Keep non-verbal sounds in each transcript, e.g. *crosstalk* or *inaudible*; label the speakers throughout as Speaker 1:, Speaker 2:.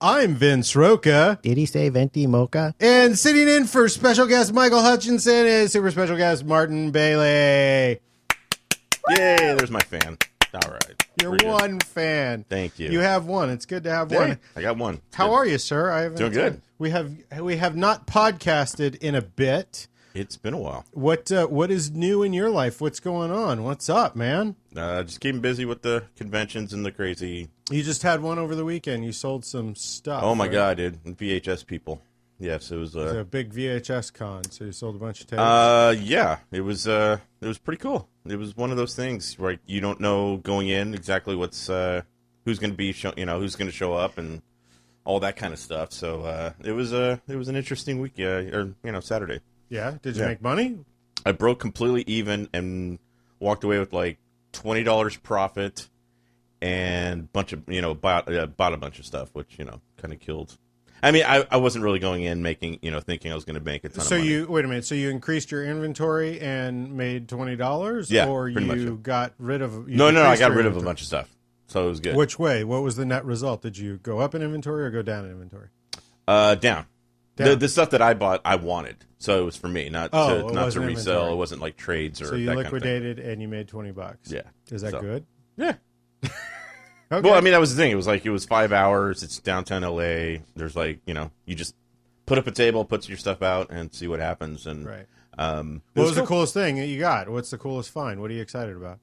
Speaker 1: I'm Vince Roca.
Speaker 2: Did he say venti mocha?
Speaker 1: And sitting in for special guest Michael Hutchinson is super special guest Martin Bailey.
Speaker 3: Yay, there's my fan. All right.
Speaker 1: You're
Speaker 3: We're good.
Speaker 1: one fan.
Speaker 3: Thank you.
Speaker 1: You have one. It's good to have
Speaker 3: Hey,
Speaker 1: one.
Speaker 3: I got one.
Speaker 1: How are you, sir? I haven't
Speaker 3: Doing good.
Speaker 1: We have we have not podcasted in a bit.
Speaker 3: It's been a while.
Speaker 1: What uh, what is new in your life? What's going on? What's up, man?
Speaker 3: Uh, just keeping busy with the conventions and the crazy.
Speaker 1: You just had one over the weekend. You sold some stuff.
Speaker 3: Oh my
Speaker 1: right?
Speaker 3: god, dude! VHS people. Yes, it was.
Speaker 1: It was
Speaker 3: Uh,
Speaker 1: a big VHS con, so you sold a bunch of tapes.
Speaker 3: uh, yeah, it was. Uh, it was pretty cool. It was one of those things where you don't know going in exactly what's uh, who's going to be, show, you know, who's going to show up and all that kind of stuff. So uh, it was uh, it was an interesting week. Uh, or you know, Saturday.
Speaker 1: yeah. Did you
Speaker 3: yeah.
Speaker 1: make money?
Speaker 3: I broke completely even and walked away with like twenty dollars profit and bunch of you know bought uh, bought a bunch of stuff, which you know kind of killed. I mean, I, I wasn't really going in making you know thinking I was going to make a ton
Speaker 1: So
Speaker 3: of money.
Speaker 1: you wait a minute. So you increased your inventory and made twenty dollars,
Speaker 3: Yeah,
Speaker 1: or you
Speaker 3: pretty much, yeah.
Speaker 1: got rid of? You
Speaker 3: no, no, no, I
Speaker 1: increased
Speaker 3: got
Speaker 1: your
Speaker 3: rid of a
Speaker 1: inventory.
Speaker 3: bunch of stuff, so it was good.
Speaker 1: Which way? What was the net result? Did you go up in inventory or go down in inventory?
Speaker 3: uh, down. The,
Speaker 1: Down.
Speaker 3: the stuff that I bought, I wanted, so it was for me, not
Speaker 1: Oh,
Speaker 3: to,
Speaker 1: it
Speaker 3: not to
Speaker 1: wasn't
Speaker 3: resell.
Speaker 1: inventory.
Speaker 3: It wasn't like trades or
Speaker 1: So you
Speaker 3: that kind
Speaker 1: liquidated and you made twenty bucks.
Speaker 3: Yeah.
Speaker 1: is that
Speaker 3: So-
Speaker 1: good?
Speaker 3: of thing.
Speaker 1: *laughs* Okay.
Speaker 3: Yeah. Well, I mean, that was the thing. It was like it was five hours. It's downtown LA. There's like you know, you just put up a table, puts your stuff out, and see what happens. And
Speaker 1: right.
Speaker 3: Um, it
Speaker 1: What was,
Speaker 3: was
Speaker 1: the
Speaker 3: cool.
Speaker 1: coolest thing that you got? What's the coolest find? What are you excited about?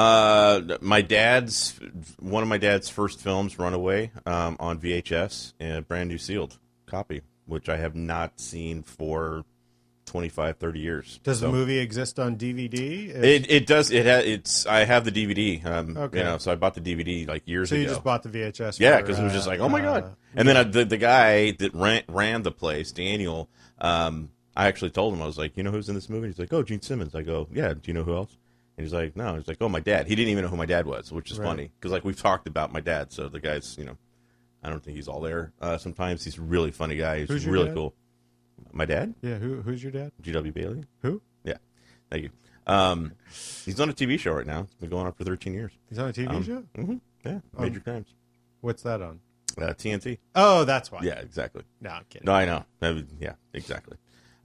Speaker 3: Uh, my dad's one of my dad's first films, Runaway, um, on VHS, a brand new sealed copy, which I have not seen for 25, 30 years.
Speaker 1: Does
Speaker 3: So-
Speaker 1: the movie exist on DVD? If-
Speaker 3: It, it does. It ha, it's. I have the DVD. Um,
Speaker 1: Okay.
Speaker 3: You know, so I bought the DVD like years
Speaker 1: so
Speaker 3: ago.
Speaker 1: you just bought the VHS?
Speaker 3: Yeah,
Speaker 1: for,
Speaker 3: because it was just
Speaker 1: uh,
Speaker 3: like, oh my
Speaker 1: uh,
Speaker 3: god! And then I, the the guy that ran ran the place, Daniel. Um, I actually told him I was like, you know who's in this movie? He's like, oh, Gene Simmons. I go, yeah. Do you know who else? And he's like, no. He's like, oh, my dad. He didn't even know who my dad was, which is
Speaker 1: Right.
Speaker 3: funny because like we've talked about my dad. So the guy's, you know, I don't think he's all there. Uh, sometimes he's a really funny guy. He's
Speaker 1: Who's your
Speaker 3: really
Speaker 1: dad?
Speaker 3: cool. My dad,
Speaker 1: yeah. Who, who's your dad?
Speaker 3: G.W. Bailey.
Speaker 1: Who?
Speaker 3: Yeah, thank you. Um, he's on a TV show right now. It's been going on for 13 years.
Speaker 1: He's on a TV
Speaker 3: Um,
Speaker 1: show.
Speaker 3: hmm Yeah,
Speaker 1: Um,
Speaker 3: major crimes.
Speaker 1: What's that on?
Speaker 3: Uh, TNT.
Speaker 1: Oh, that's why.
Speaker 3: Yeah, exactly.
Speaker 1: No, I'm kidding.
Speaker 3: No, I know. That was- yeah, exactly.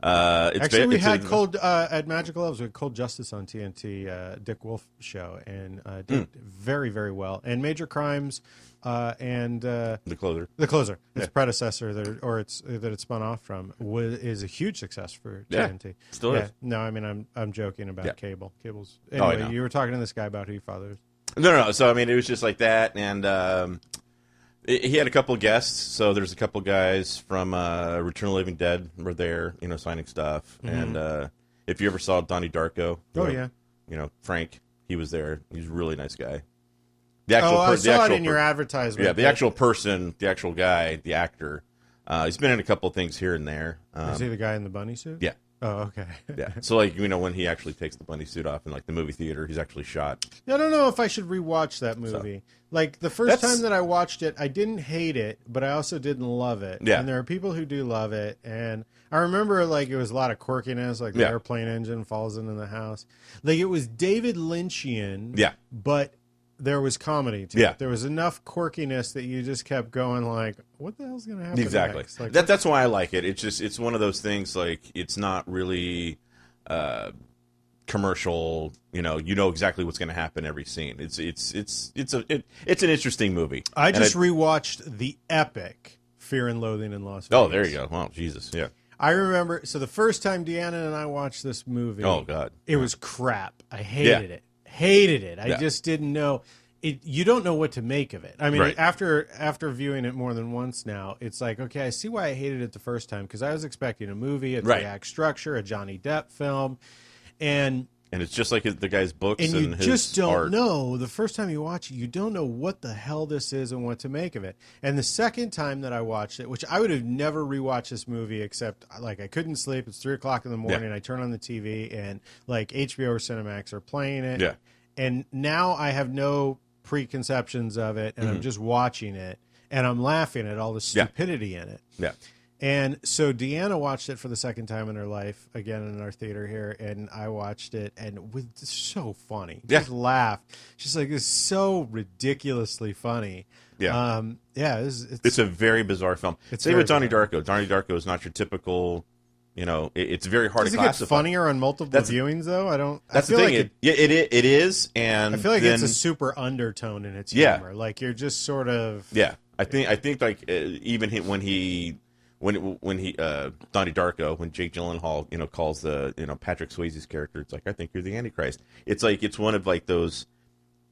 Speaker 3: Uh, it's
Speaker 1: Actually,
Speaker 3: ba-
Speaker 1: we
Speaker 3: it's
Speaker 1: had
Speaker 3: a-
Speaker 1: Cold uh, at Magical Elves. We had Cold Justice on TNT, uh, Dick Wolf show, and uh, did
Speaker 3: Hmm.
Speaker 1: very, very well. And Major Crimes, uh, and uh,
Speaker 3: the closer.
Speaker 1: The Closer, its predecessor, that, or its that it spun off from, was, is a huge success for
Speaker 3: Yeah,
Speaker 1: TNT.
Speaker 3: still
Speaker 1: yeah.
Speaker 3: is.
Speaker 1: No, I mean, I'm I'm joking about
Speaker 3: Yeah. Oh,
Speaker 1: cable. Cables.
Speaker 3: I
Speaker 1: Anyway,
Speaker 3: know.
Speaker 1: you were talking to this guy about who your father is.
Speaker 3: No, no, no. So I mean, it was just like that, and um, i he had a couple guests. So there's a couple guys from uh, Return of the Living Dead were there, you know, signing stuff. And uh, if you ever saw Donnie Darko,
Speaker 1: Mm-hmm.
Speaker 3: who
Speaker 1: Oh,
Speaker 3: I-
Speaker 1: yeah.
Speaker 3: you know Frank, he was there. He's a really nice guy. The
Speaker 1: Oh, I
Speaker 3: per- the
Speaker 1: saw it
Speaker 3: actual
Speaker 1: in your
Speaker 3: per-
Speaker 1: advertisement.
Speaker 3: Yeah, the
Speaker 1: but
Speaker 3: actual person, the actual guy, the actor. Uh, he's been in a couple things here and there. Um,
Speaker 1: Is he the guy in the bunny suit?
Speaker 3: yeah.
Speaker 1: Oh, okay.
Speaker 3: Yeah. *laughs* So like you know when he actually takes the bunny suit off in like the movie theater, he's actually shot.
Speaker 1: I don't know if I should rewatch that movie. Like the first
Speaker 3: That's-
Speaker 1: time that I watched it, I didn't hate it, but I also didn't love it.
Speaker 3: Yeah.
Speaker 1: And there are people who do love it, and I remember like it was a lot of quirkiness, like the
Speaker 3: Yeah.
Speaker 1: airplane engine falls into the house. Like it was David Lynchian.
Speaker 3: Yeah.
Speaker 1: But there was comedy to
Speaker 3: Yeah.
Speaker 1: it. There was enough quirkiness that you just kept going like, what the hell's gonna happen?
Speaker 3: Exactly.
Speaker 1: next? Like,
Speaker 3: that that's why I like it. It's just it's one of those things like it's not really uh commercial, you know, you know exactly what's going to happen every scene. It's it's it's it's a it, it's an interesting movie.
Speaker 1: I
Speaker 3: And
Speaker 1: just rewatched the epic Fear and Loathing in Las Vegas.
Speaker 3: Oh, there you go. Wow, Jesus. Yeah.
Speaker 1: I remember. So the first time Deanna and I watched this movie,
Speaker 3: Oh god.
Speaker 1: it was crap. I hated it. Hated it. I
Speaker 3: Yeah.
Speaker 1: just didn't know. It, you don't know what to make of it. I mean,
Speaker 3: Right.
Speaker 1: after after viewing it more than once now, it's like okay, I see why I hated it the first time because I was expecting a movie, a
Speaker 3: Right.
Speaker 1: three-act structure, a Johnny Depp film, and
Speaker 3: And it's just like his, the guy's books
Speaker 1: and
Speaker 3: and,
Speaker 1: you
Speaker 3: his
Speaker 1: just don't
Speaker 3: art.
Speaker 1: know the first time you watch it you don't know what the hell this is and what to make of it and the second time that i watched it which i would have never rewatched this movie except like i couldn't sleep it's three o'clock in the morning i turn on the tv and like hbo or cinemax are playing it
Speaker 3: Yeah.
Speaker 1: and now i have no preconceptions of it and i'm just watching it and i'm laughing at all the
Speaker 3: Mm-hmm. Yeah.
Speaker 1: stupidity in it
Speaker 3: Yeah.
Speaker 1: And so Deanna watched it for the second time in her life, again in our theater here, and I watched it, and with it's so funny,
Speaker 3: Yeah.
Speaker 1: just laughed. She's like, "It's so ridiculously funny."
Speaker 3: Yeah.
Speaker 1: um, yeah. It's, it's,
Speaker 3: It's a very bizarre film.
Speaker 1: It's
Speaker 3: Same with
Speaker 1: very
Speaker 3: Donnie Darko. Donnie Darko is not your typical. You know, it, it's very hard
Speaker 1: does
Speaker 3: to
Speaker 1: it get
Speaker 3: classify.
Speaker 1: funnier on multiple
Speaker 3: That's-
Speaker 1: viewings though? I don't.
Speaker 3: That's
Speaker 1: I feel
Speaker 3: the thing.
Speaker 1: Like
Speaker 3: it, yeah, it, it it is, and
Speaker 1: I feel like
Speaker 3: then,
Speaker 1: it's a super undertone in its
Speaker 3: Yeah.
Speaker 1: humor. Like you're just sort of
Speaker 3: Yeah, I think I think like uh, even he, when he when when he uh Donnie Darko when Jake Gyllenhaal you know calls the you know Patrick Swayze's character it's like I think you're the Antichrist. It's like it's one of like those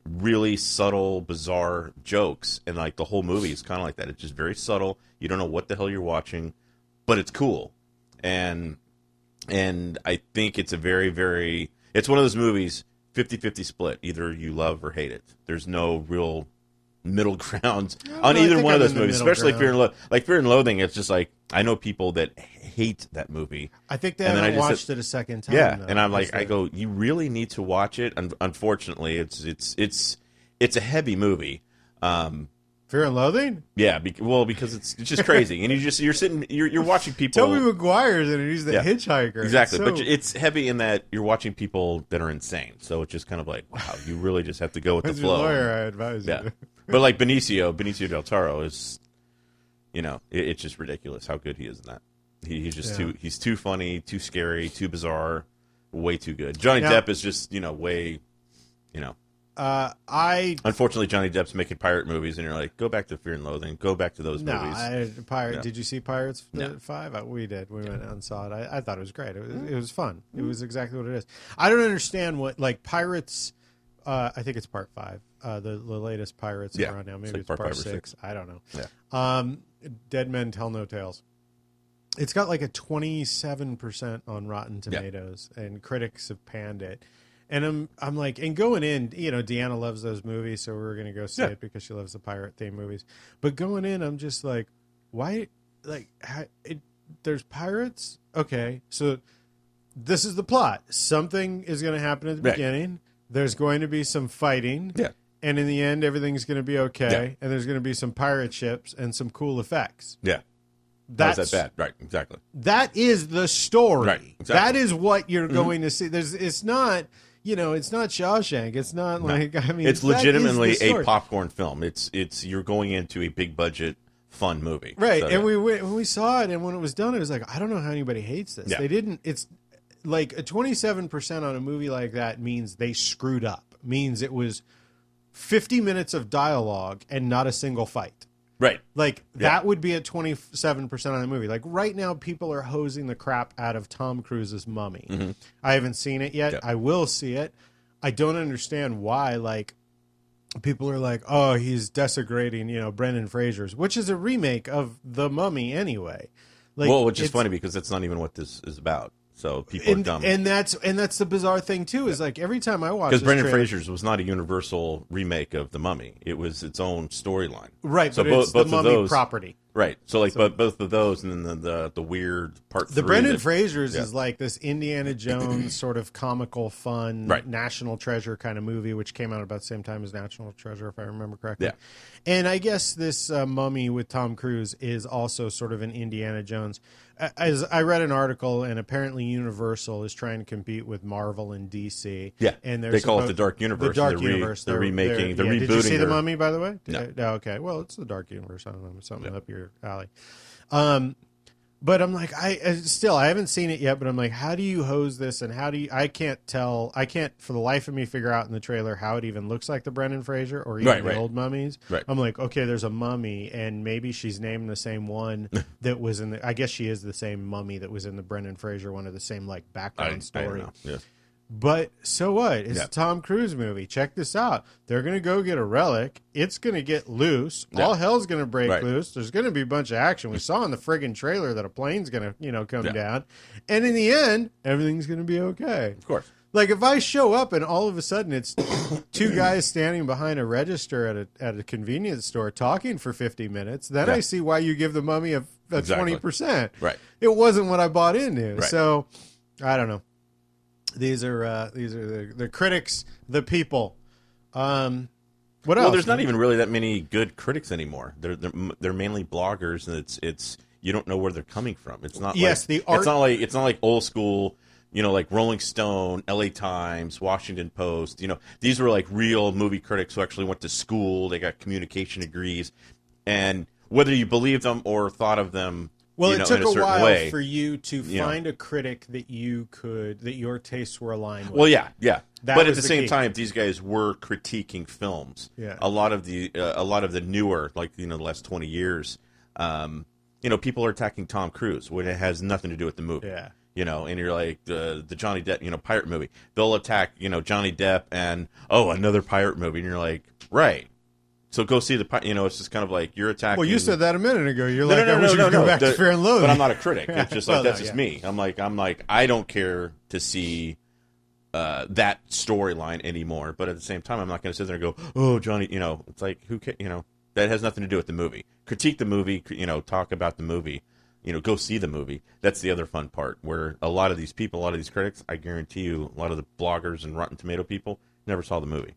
Speaker 3: really subtle bizarre jokes and like the whole movie is kind of like that. It's just very subtle. You don't know what the hell you're watching, but it's cool. And and I think it's a very very it's one of those movies 50-50 split. Either you love or hate it. There's no real middle *laughs* ground
Speaker 1: don't
Speaker 3: on
Speaker 1: know, I
Speaker 3: either
Speaker 1: think
Speaker 3: one
Speaker 1: I'm
Speaker 3: of those
Speaker 1: in the
Speaker 3: movies,
Speaker 1: middle
Speaker 3: especially
Speaker 1: ground.
Speaker 3: Fear and Lo- like Fear and Loathing. It's just like I know people that hate that movie.
Speaker 1: I think they
Speaker 3: And then
Speaker 1: haven't
Speaker 3: I just
Speaker 1: watched it a second time.
Speaker 3: yeah,
Speaker 1: though,
Speaker 3: and I'm like,
Speaker 1: because
Speaker 3: I
Speaker 1: the-
Speaker 3: go, you really need to watch it. Un- unfortunately, it's it's it's it's a heavy movie. Um,
Speaker 1: Fear and Loathing.
Speaker 3: yeah, be- well, because it's, it's just crazy, and you just you're sitting, you're you're watching people.
Speaker 1: Toby McGuire's in it. He's the
Speaker 3: Yeah.
Speaker 1: hitchhiker.
Speaker 3: Exactly,
Speaker 1: So-
Speaker 3: but it's heavy in that you're watching people that are insane. So it's just kind of like, wow, you really just have to go with the
Speaker 1: as your
Speaker 3: flow.
Speaker 1: lawyer, I advise *laughs*
Speaker 3: Yeah,
Speaker 1: you.
Speaker 3: but like Benicio, Benicio del Toro is, you know, it, it's just ridiculous how good he is in that. He, he's just
Speaker 1: Yeah.
Speaker 3: too he's too funny, too scary, too bizarre, way too good. Johnny
Speaker 1: Now-
Speaker 3: Depp is just you know way, you know.
Speaker 1: Uh, I
Speaker 3: Unfortunately, Johnny Depp's making pirate movies, and you're like, go back to Fear and Loathing, go back to those
Speaker 1: no,
Speaker 3: movies.
Speaker 1: I, pirate.
Speaker 3: Yeah.
Speaker 1: Did you see Pirates uh,
Speaker 3: No.
Speaker 1: Five? Uh, We did. We went out and saw it. I, I thought it was great. It was,
Speaker 3: Mm-hmm.
Speaker 1: it was fun. It was exactly what it is. I don't understand what like Pirates. Uh, I think it's Part Five. Uh, the, the latest Pirates
Speaker 3: Yeah.
Speaker 1: are on now. Maybe
Speaker 3: like
Speaker 1: it's Part,
Speaker 3: part five or
Speaker 1: six. I don't know.
Speaker 3: Yeah.
Speaker 1: Um, Dead Men Tell No Tales. It's got like a twenty-seven percent on Rotten
Speaker 3: Yeah.
Speaker 1: Tomatoes, and critics have panned it. And I'm I'm like, and going in, you know, Deanna loves those movies, so we were gonna go see
Speaker 3: Yeah.
Speaker 1: it because she loves the pirate theme movies. But going in, I'm just like, why? Like, how, it, there's pirates. Okay, so this is the plot. Something is going to happen at the
Speaker 3: Right.
Speaker 1: beginning. There's going to be some fighting.
Speaker 3: Yeah.
Speaker 1: And in the end, everything's going to be okay. And there's going to be some pirate ships and some cool effects.
Speaker 3: yeah,
Speaker 1: That's
Speaker 3: how's that bad? Right, exactly.
Speaker 1: that is the story.
Speaker 3: Right, exactly. Mm-hmm.
Speaker 1: That is what you're going to see. There's it's not you know it's not Shawshank. It's not like I mean that
Speaker 3: It's
Speaker 1: is the
Speaker 3: legitimately a
Speaker 1: story.
Speaker 3: popcorn film. It's it's you're going into a big budget fun movie,
Speaker 1: Right,
Speaker 3: So,
Speaker 1: and we went, when we saw it, and when it was done, it was like I don't know how anybody hates this.
Speaker 3: Yeah.
Speaker 1: They didn't. It's like a twenty-seven percent on a movie like that means they screwed up. Means it was fifty minutes of dialogue and not a single fight.
Speaker 3: right.
Speaker 1: Like
Speaker 3: Yeah.
Speaker 1: that would be at twenty seven percent on the movie. Like right now, people are hosing the crap out of Tom Cruise's Mummy. I haven't seen it yet.
Speaker 3: Mm-hmm. Yeah.
Speaker 1: I will see it. I don't understand why. Like people are like, oh, he's desecrating, you know, Brendan Fraser's, which is a remake of the Mummy anyway. Like,
Speaker 3: well, which is
Speaker 1: it's-
Speaker 3: funny because that's not even what this is about. So people are
Speaker 1: And,
Speaker 3: dumb.
Speaker 1: and that's and that's the bizarre thing too is like every time I watch
Speaker 3: because
Speaker 1: this
Speaker 3: Brendan
Speaker 1: trailer-
Speaker 3: Fraser's was not a universal remake of The Mummy; it was its own storyline.
Speaker 1: right?
Speaker 3: So
Speaker 1: but
Speaker 3: bo-
Speaker 1: it's
Speaker 3: both
Speaker 1: the
Speaker 3: of
Speaker 1: Mummy
Speaker 3: those-
Speaker 1: property.
Speaker 3: Right. So like, but both of those, and then the the, the weird part.
Speaker 1: The
Speaker 3: three
Speaker 1: Brendan
Speaker 3: that-
Speaker 1: Fraser's
Speaker 3: yeah.
Speaker 1: is like this
Speaker 3: *clears throat*
Speaker 1: Indiana Jones sort of comical, fun,
Speaker 3: Right.
Speaker 1: national treasure kind of movie, which came out about the same time as National Treasure, if I remember correctly.
Speaker 3: Yeah.
Speaker 1: And I guess this uh, mummy with Tom Cruise is also sort of an Indiana Jones. A- As I read an article, and apparently Universal is trying to compete with Marvel and DC.
Speaker 3: Yeah.
Speaker 1: And they're
Speaker 3: they call it
Speaker 1: suppo-
Speaker 3: the Dark Universe.
Speaker 1: the
Speaker 3: and
Speaker 1: Dark
Speaker 3: they're re-
Speaker 1: Universe.
Speaker 3: They're, remaking. They're,
Speaker 1: yeah,
Speaker 3: rebooting.
Speaker 1: Did you see
Speaker 3: their-
Speaker 1: the Mummy, by the way? Did
Speaker 3: No.
Speaker 1: I- no. Okay. Well, it's the Dark Universe. I don't know something up your alley. Um, but I'm like, I I- still I haven't seen it yet. But I'm like, how do you hose this? And how do you? I can't tell. I can't for the life of me figure out in the trailer how it even looks like the Brendan Fraser or even
Speaker 3: Right,
Speaker 1: the
Speaker 3: right.
Speaker 1: old mummies.
Speaker 3: Right.
Speaker 1: I'm like, okay, there's a mummy, and maybe she's named the same
Speaker 3: *laughs*
Speaker 1: one that was in the. I guess she is the same mummy that was in the Brendan Fraser one, or the same like
Speaker 3: I, I
Speaker 1: background
Speaker 3: don't
Speaker 1: story.
Speaker 3: know. Yeah.
Speaker 1: But so what? It's
Speaker 3: Yeah.
Speaker 1: a Tom Cruise movie. Check this out. They're going to go get a relic. It's going to get loose.
Speaker 3: Yeah.
Speaker 1: All hell's going to break
Speaker 3: Right.
Speaker 1: loose. There's going to be a bunch of action. We saw in the friggin' trailer that a plane's going to, you know, come
Speaker 3: Yeah.
Speaker 1: down. And in the end, everything's going to be okay.
Speaker 3: Of course.
Speaker 1: Like if I show up and all of a sudden it's two guys standing behind a register at a at a convenience store talking for 50 minutes, then
Speaker 3: Yeah.
Speaker 1: I see why you give the mummy a, a
Speaker 3: Exactly.
Speaker 1: 20%.
Speaker 3: Right.
Speaker 1: It wasn't what I bought into.
Speaker 3: Right.
Speaker 1: So I don't know. These are uh, these are the, the critics, the people. Um what
Speaker 3: Well, e-,
Speaker 1: else?
Speaker 3: there's not even really that many good critics anymore. They're they're, they're mainly bloggers, and it's it's you don't know where they're coming from. It's not
Speaker 1: Yes,
Speaker 3: like,
Speaker 1: the art-
Speaker 3: It's not like it's not like old school. You know, like Rolling Stone, L.A. Times, Washington Post. You know, these were like real movie critics who actually went to school. They got communication degrees, and whether you believe them or thought of them,
Speaker 1: Well,
Speaker 3: you
Speaker 1: it
Speaker 3: know,
Speaker 1: took
Speaker 3: in
Speaker 1: a,
Speaker 3: a, certain
Speaker 1: while
Speaker 3: way.
Speaker 1: for you to
Speaker 3: you know.
Speaker 1: find a critic that you could that your tastes were aligned with.
Speaker 3: Well, yeah, yeah.
Speaker 1: That
Speaker 3: but at
Speaker 1: was
Speaker 3: the,
Speaker 1: the
Speaker 3: same
Speaker 1: key.
Speaker 3: time, these guys were critiquing films.
Speaker 1: Yeah.
Speaker 3: A lot of the uh, a lot of the newer, like you know, the last twenty years, um, you know, people are attacking Tom Cruise when it has nothing to do with the movie.
Speaker 1: Yeah.
Speaker 3: You know, and you're like uh, the the Johnny Depp, you know, pirate movie. They'll attack you know Johnny Depp and oh another pirate movie, and you're like right. So go see the pi- you know it's just kind of like you're attacking.
Speaker 1: Well, you said that a minute ago. You're
Speaker 3: No,
Speaker 1: like,
Speaker 3: no,
Speaker 1: I
Speaker 3: no,
Speaker 1: wish
Speaker 3: no,
Speaker 1: you
Speaker 3: no,
Speaker 1: could go
Speaker 3: no.
Speaker 1: back
Speaker 3: The-
Speaker 1: to Fair and Loath. *laughs*
Speaker 3: But I'm not a critic. It's just like
Speaker 1: Well,
Speaker 3: that's
Speaker 1: no,
Speaker 3: just
Speaker 1: yeah.
Speaker 3: me. I'm like I'm like I don't care to see uh, that storyline anymore. But at the same time, I'm not going to sit there and go, oh Johnny, you know, it's like who ca You know, that has nothing to do with the movie. Critique the movie. cr- You know, talk about the movie. You know, go see the movie. That's the other fun part. Where a lot of these people, a lot of these critics, I guarantee you, a lot of the bloggers and Rotten Tomato people never saw the movie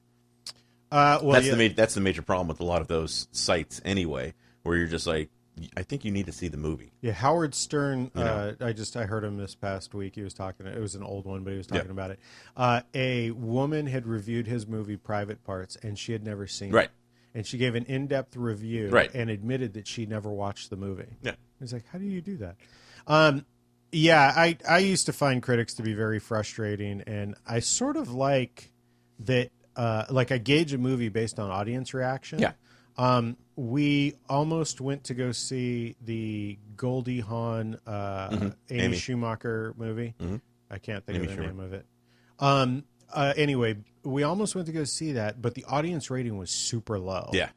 Speaker 1: Uh, well,
Speaker 3: that's
Speaker 1: yeah.
Speaker 3: the ma- that's the major problem with a lot of those sites anyway, where you're just like, I think you need to see the movie.
Speaker 1: Yeah, Howard Stern.
Speaker 3: You know.
Speaker 1: Uh, I just I heard him this past week. He was talking. It was an old one, but he was
Speaker 3: Yeah.
Speaker 1: talking about it. Uh, a woman had reviewed his movie Private Parts, and she had never seen
Speaker 3: Right.
Speaker 1: it. And she gave an in-depth review,
Speaker 3: Right.
Speaker 1: and admitted that she never watched the movie.
Speaker 3: Yeah.
Speaker 1: he's like, how do you do that? Um, yeah, I I used to find critics to be very frustrating, and I sort of like that. Uh, like I gauge a movie based on audience reaction.
Speaker 3: Yeah.
Speaker 1: Um, we almost went to go see the Goldie Hawn, uh, Amy,
Speaker 3: Mm-hmm. Amy.
Speaker 1: Schumacher movie.
Speaker 3: Mhm.
Speaker 1: I can't think
Speaker 3: Amy
Speaker 1: of the
Speaker 3: Schumer.
Speaker 1: name of it. Um, uh, anyway, we almost went to go see that, but the audience rating was super low.
Speaker 3: Yeah.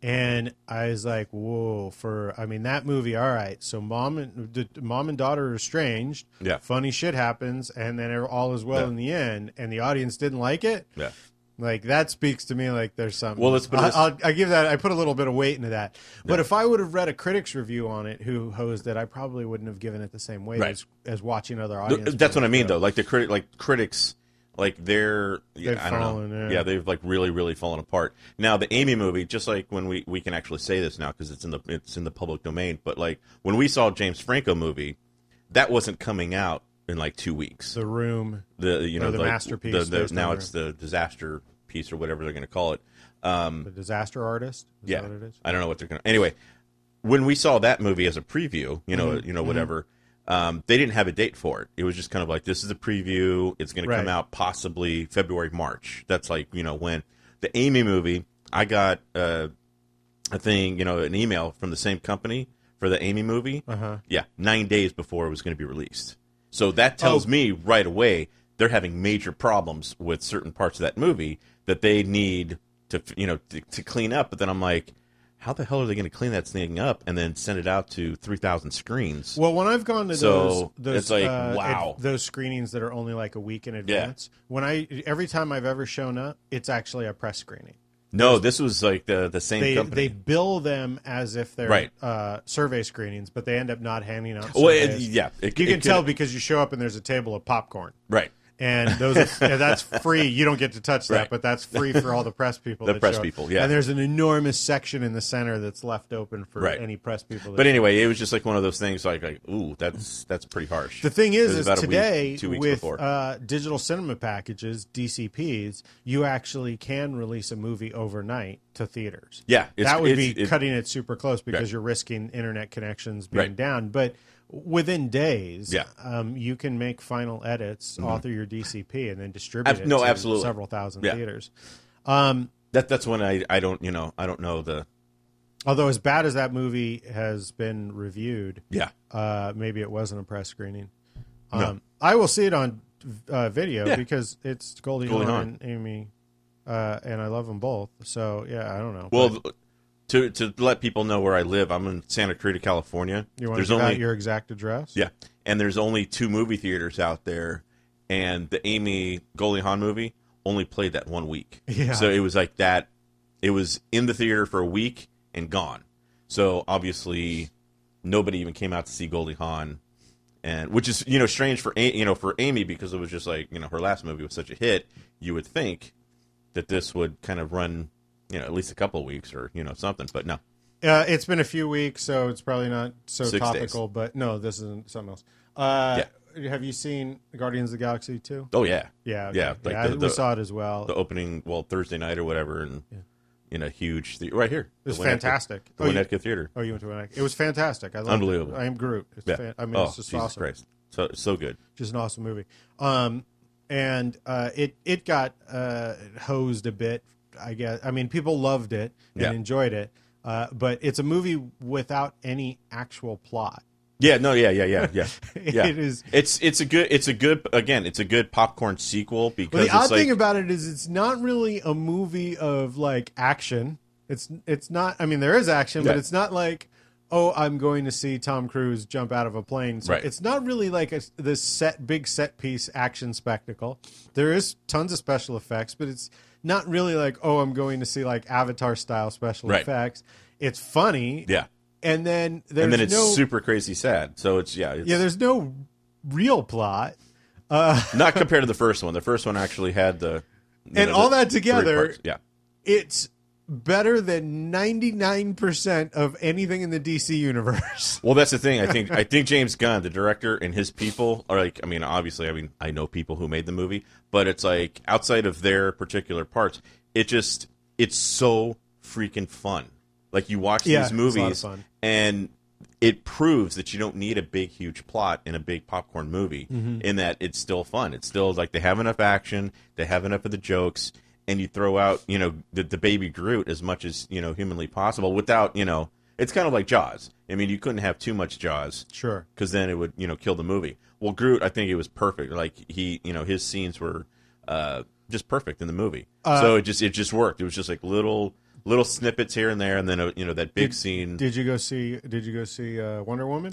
Speaker 1: And I was like, whoa, for, I mean, that movie, all right. So mom and, d- d- mom and daughter are estranged.
Speaker 3: Yeah.
Speaker 1: Funny shit happens. And then all is well
Speaker 3: Yeah.
Speaker 1: in the end. And the audience didn't like it.
Speaker 3: Yeah.
Speaker 1: Like that speaks to me like there's something.
Speaker 3: Well, let's put it
Speaker 1: I,
Speaker 3: this-
Speaker 1: I'll, I give that. I put a little bit of weight into that. But if I would have read a critic's review on it who hosed it, I probably wouldn't have given it the same weight
Speaker 3: Right.
Speaker 1: as, as watching other
Speaker 3: Th-
Speaker 1: audiences.
Speaker 3: That's what I mean though. Like the crit- like critics, like they're yeah,
Speaker 1: They've
Speaker 3: I don't
Speaker 1: fallen,
Speaker 3: know.
Speaker 1: yeah.
Speaker 3: Yeah. they've like really really fallen apart. Now the Amy movie, just like when we we can actually say this now because it's in the it's in the public domain. But like when we saw James Franco movie, that wasn't coming out in like two weeks.
Speaker 1: The room.
Speaker 3: The you
Speaker 1: Or
Speaker 3: know
Speaker 1: the
Speaker 3: like,
Speaker 1: masterpiece
Speaker 3: the- the-
Speaker 1: based on
Speaker 3: now
Speaker 1: the-
Speaker 3: it's the disaster piece or whatever they're going to call it. Um,
Speaker 1: The disaster artist. Is
Speaker 3: yeah,
Speaker 1: That what it is?
Speaker 3: I don't know what they're gonna. Anyway, when we saw that movie as a preview, you know,
Speaker 1: Mm-hmm.
Speaker 3: you know, whatever, um, they didn't have a date for it. It was just kind of like this is a preview. It's going to
Speaker 1: Right.
Speaker 3: come out possibly February, March. That's like you know when the Amy movie. I got uh, a thing, you know, an email from the same company for the Amy movie.
Speaker 1: Uh huh.
Speaker 3: Yeah, nine days before it was going to be released. So that tells
Speaker 1: Oh.
Speaker 3: me right away they're having major problems with certain parts of that movie that they need to you know to, to clean up. But then I'm like, how the hell are they going to clean that thing up and then send it out to three thousand screens?
Speaker 1: Well, when I've gone to
Speaker 3: So,
Speaker 1: those, those
Speaker 3: it's like,
Speaker 1: uh, ad-
Speaker 3: wow.
Speaker 1: those screenings that are only like a week in advance. When I every time I've ever shown up, it's actually a press screening.
Speaker 3: no, this was like the the same
Speaker 1: They they
Speaker 3: company.
Speaker 1: bill them as if they're
Speaker 3: Right.
Speaker 1: uh, survey screenings, but they end up not handing out.
Speaker 3: well, it-
Speaker 1: surveys.
Speaker 3: yeah, it,
Speaker 1: You
Speaker 3: it
Speaker 1: can
Speaker 3: could-
Speaker 1: tell because you show up and there's a table of popcorn,
Speaker 3: right.
Speaker 1: and those are, and that's free. You don't get to touch that,
Speaker 3: Right.
Speaker 1: but that's free for all the press people.
Speaker 3: *laughs* The
Speaker 1: that
Speaker 3: press
Speaker 1: show up.
Speaker 3: people, yeah.
Speaker 1: And there's an enormous section in the center that's left open for
Speaker 3: Right.
Speaker 1: any press people. That
Speaker 3: But anyway, it was just like one of those things. Like, like ooh, that's that's pretty harsh.
Speaker 1: The thing is,
Speaker 3: It was
Speaker 1: is
Speaker 3: about a week-
Speaker 1: today
Speaker 3: two weeks
Speaker 1: with
Speaker 3: before.
Speaker 1: uh, digital cinema packages (DCPs), you actually can release a movie overnight to theaters.
Speaker 3: yeah, it's-
Speaker 1: that would
Speaker 3: it's-
Speaker 1: be
Speaker 3: it-
Speaker 1: cutting it super close because
Speaker 3: Right.
Speaker 1: you're risking internet connections being
Speaker 3: Right.
Speaker 1: down. But within days,
Speaker 3: Yeah.
Speaker 1: um, you can make final edits, author your DCP, and then distribute
Speaker 3: Ab-
Speaker 1: it
Speaker 3: no,
Speaker 1: to
Speaker 3: absolutely.
Speaker 1: several thousand
Speaker 3: Yeah.
Speaker 1: theaters. Um,
Speaker 3: That that's when I I don't you know I don't know the
Speaker 1: although, as bad as that movie has been reviewed,
Speaker 3: yeah
Speaker 1: uh, maybe it wasn't a press screening. Um,
Speaker 3: No.
Speaker 1: I will see it on uh, video
Speaker 3: Yeah.
Speaker 1: because it's Goldie,
Speaker 3: Goldie
Speaker 1: Hawn and Amy, uh, and I love them both. So yeah, I don't know.
Speaker 3: Well, to to let people know where I live, I'm in Santa Cruz, California.
Speaker 1: you want to
Speaker 3: there's
Speaker 1: give
Speaker 3: only
Speaker 1: out your exact address?
Speaker 3: yeah, and there's only two movie theaters out there, and the Amy Goldie Hawn movie only played that one week.
Speaker 1: Yeah.
Speaker 3: So it was like that. It was in the theater for a week and gone. So obviously, nobody even came out to see Goldie Hawn, and which is you know strange for A- you know for Amy because it was just like you know her last movie was such a hit. You would think that this would kind of run you know at least a couple of weeks or you know something, but no.
Speaker 1: Uh, it's been a few weeks, so it's probably not so
Speaker 3: Six
Speaker 1: topical. But no, this isn't something else. Uh, Have you seen Guardians of the Galaxy two?
Speaker 3: Oh yeah,
Speaker 1: Yeah,
Speaker 3: Yeah, like the-
Speaker 1: we
Speaker 3: the-
Speaker 1: saw it as well.
Speaker 3: the opening well Thursday night or whatever, and in a huge the- right here.
Speaker 1: it was
Speaker 3: the Winnetka-
Speaker 1: fantastic.
Speaker 3: The
Speaker 1: oh, you,
Speaker 3: Winnetka Theater.
Speaker 1: oh, you went to Winnetka. It was fantastic. I loved it.
Speaker 3: Unbelievable.
Speaker 1: I am Groot. It's
Speaker 3: Yeah.
Speaker 1: fan- I mean,
Speaker 3: oh,
Speaker 1: it's just
Speaker 3: Jesus
Speaker 1: awesome.
Speaker 3: Christ, so so good.
Speaker 1: just an awesome movie. Um, and uh, it it got uh, hosed a bit, I guess. I mean, people loved it and
Speaker 3: Yeah.
Speaker 1: enjoyed it, uh, but it's a movie without any actual plot. *laughs*
Speaker 3: Yeah, no, yeah, yeah, yeah, yeah, yeah.
Speaker 1: it is.
Speaker 3: It's it's a good it's a good again it's a good popcorn sequel because
Speaker 1: Well, the odd
Speaker 3: it's like
Speaker 1: thing about it is it's not really a movie of like action. It's it's not. I mean, there is action, but
Speaker 3: Yeah.
Speaker 1: it's not like. Oh, I'm going to see Tom Cruise jump out of a plane. So
Speaker 3: Right.
Speaker 1: it's not really like a, this set, big set piece action spectacle. There is tons of special effects, but it's not really like, oh, I'm going to see like Avatar style special
Speaker 3: Right.
Speaker 1: effects. It's funny,
Speaker 3: yeah,
Speaker 1: and then there's
Speaker 3: and then it's
Speaker 1: no,
Speaker 3: super crazy sad. So it's yeah, it's
Speaker 1: yeah, there's no real plot. Uh,
Speaker 3: not compared to the first one. The first one actually had the you
Speaker 1: And all
Speaker 3: the
Speaker 1: that
Speaker 3: three
Speaker 1: together-
Speaker 3: parts. Yeah,
Speaker 1: it's better than 99% of anything in the DC universe.
Speaker 3: Well, that's the thing. I think I think James Gunn, the director, and his people are like. I mean, obviously, I mean, I know people who made the movie, but it's like outside of their particular parts, it just it's so freaking fun. Like you watch
Speaker 1: Yeah,
Speaker 3: *laughs* these
Speaker 1: it's a lot of
Speaker 3: movies,
Speaker 1: fun.
Speaker 3: and it proves that you don't need a big, huge plot in a big popcorn movie. In that it's still fun. It's still like they have enough action, they have enough of the jokes, and you throw out you know the, the baby Groot as much as you know humanly possible without you know. It's kind of like Jaws. I mean, you couldn't have too much Jaws
Speaker 1: Sure.
Speaker 3: because then it would you know kill the movie. Well, Groot, I think it was perfect. Like he, you know, his scenes were uh, just perfect in the movie. so it just it just worked. It was just like little little snippets here and there, and then uh, you know that big scene.
Speaker 1: Did you go see did you go see uh, Wonder Woman?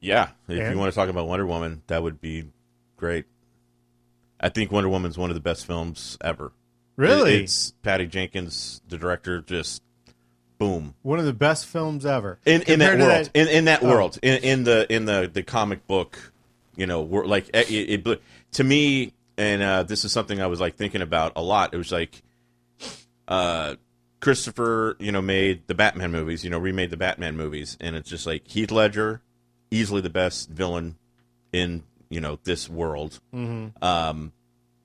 Speaker 3: yeah, if
Speaker 1: And-
Speaker 3: you want to talk about Wonder Woman, that would be great. I think Wonder Woman's one of the best films ever.
Speaker 1: Really?
Speaker 3: It- it's Patty Jenkins, the director, just boom.
Speaker 1: One of the best films ever.
Speaker 3: in, in that
Speaker 1: Compared to Oh.
Speaker 3: world in, in that world in, in the in the the comic book you know wor- like it, it, it blew- to me and uh, this is something i was like thinking about a lot it was like uh christopher you know made the batman movies you know remade the batman movies and it's just like heath ledger easily the best villain in you know this world
Speaker 1: Mm-hmm.
Speaker 3: um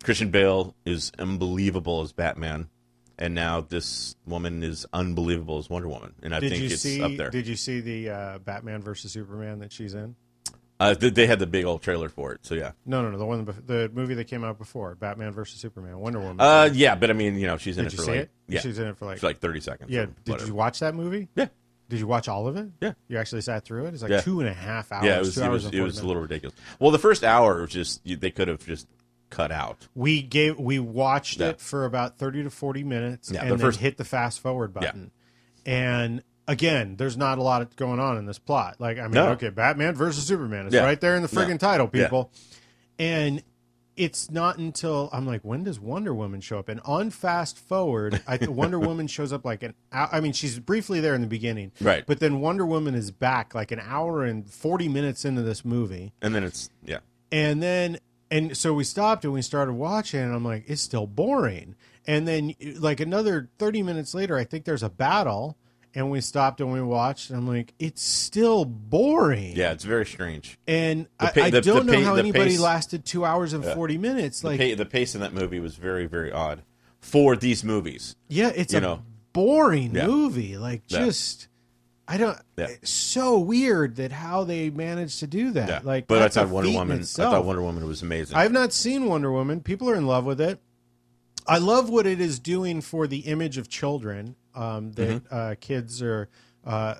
Speaker 3: christian bale is unbelievable as batman and now this woman is unbelievable as Wonder Woman, and I
Speaker 1: did
Speaker 3: think
Speaker 1: you
Speaker 3: it's
Speaker 1: see
Speaker 3: up there.
Speaker 1: did you see the uh, Batman versus Superman that she's in?
Speaker 3: Uh, th- they had the big old trailer for it, so yeah.
Speaker 1: No, no, no, the one bef- the movie that came out before, Batman versus Superman, Wonder Woman.
Speaker 3: Uh, yeah, but I mean, you know, she's in
Speaker 1: did
Speaker 3: it
Speaker 1: you
Speaker 3: for
Speaker 1: see
Speaker 3: like,
Speaker 1: it?
Speaker 3: yeah,
Speaker 1: She's in it for like
Speaker 3: for like thirty seconds.
Speaker 1: Yeah,
Speaker 3: or
Speaker 1: did
Speaker 3: whatever.
Speaker 1: you watch that movie?
Speaker 3: Yeah,
Speaker 1: Did you watch all of it?
Speaker 3: Yeah.
Speaker 1: You actually sat through it? It's like
Speaker 3: Yeah.
Speaker 1: two and a half hours.
Speaker 3: yeah. It was
Speaker 1: two
Speaker 3: it
Speaker 1: hours
Speaker 3: was
Speaker 1: and
Speaker 3: it
Speaker 1: 40
Speaker 3: was a
Speaker 1: minutes.
Speaker 3: little ridiculous. Well, the first hour was just you, they could have just cut out.
Speaker 1: we gave we watched
Speaker 3: Yeah.
Speaker 1: it for about 30 to 40 minutes
Speaker 3: Yeah,
Speaker 1: and
Speaker 3: the
Speaker 1: then
Speaker 3: first-
Speaker 1: hit the fast forward button and again there's not a lot going on in this plot like i mean
Speaker 3: No.
Speaker 1: okay batman versus superman is
Speaker 3: Yeah.
Speaker 1: right there in the
Speaker 3: No.
Speaker 1: friggin' title
Speaker 3: Yeah.
Speaker 1: people and it's not until i'm like when does wonder woman show up and on fast forward i
Speaker 3: *laughs*
Speaker 1: wonder woman shows up like an hour i mean she's briefly there in the beginning
Speaker 3: Right.
Speaker 1: but then wonder woman is back like an hour and 40 minutes into this movie
Speaker 3: And then it's yeah,
Speaker 1: and then and so we stopped and we started watching and i'm like it's still boring and then like another 30 minutes later i think there's a battle and we stopped and we watched and i'm like it's still boring
Speaker 3: yeah. It's very strange.
Speaker 1: and
Speaker 3: The pa-
Speaker 1: I, I
Speaker 3: the-
Speaker 1: don't
Speaker 3: the
Speaker 1: know
Speaker 3: pa-
Speaker 1: how
Speaker 3: the
Speaker 1: anybody
Speaker 3: pace-
Speaker 1: lasted two hours and 40 minutes like
Speaker 3: the, pa- the pace in that movie was very very odd for these movies.
Speaker 1: yeah it's
Speaker 3: you
Speaker 1: a
Speaker 3: know.
Speaker 1: boring
Speaker 3: Yeah.
Speaker 1: movie like
Speaker 3: Yeah.
Speaker 1: just i don't
Speaker 3: Yeah.
Speaker 1: it's so weird that how they managed to do that
Speaker 3: Yeah,
Speaker 1: like
Speaker 3: but I
Speaker 1: that's a
Speaker 3: thought Wonder
Speaker 1: feat in
Speaker 3: Woman. I
Speaker 1: itself.
Speaker 3: thought Wonder Woman was amazing.
Speaker 1: I've not seen Wonder Woman. People are in love with it. I love what it is doing for the image of children um, that
Speaker 3: Mm-hmm.
Speaker 1: uh, kids are, uh,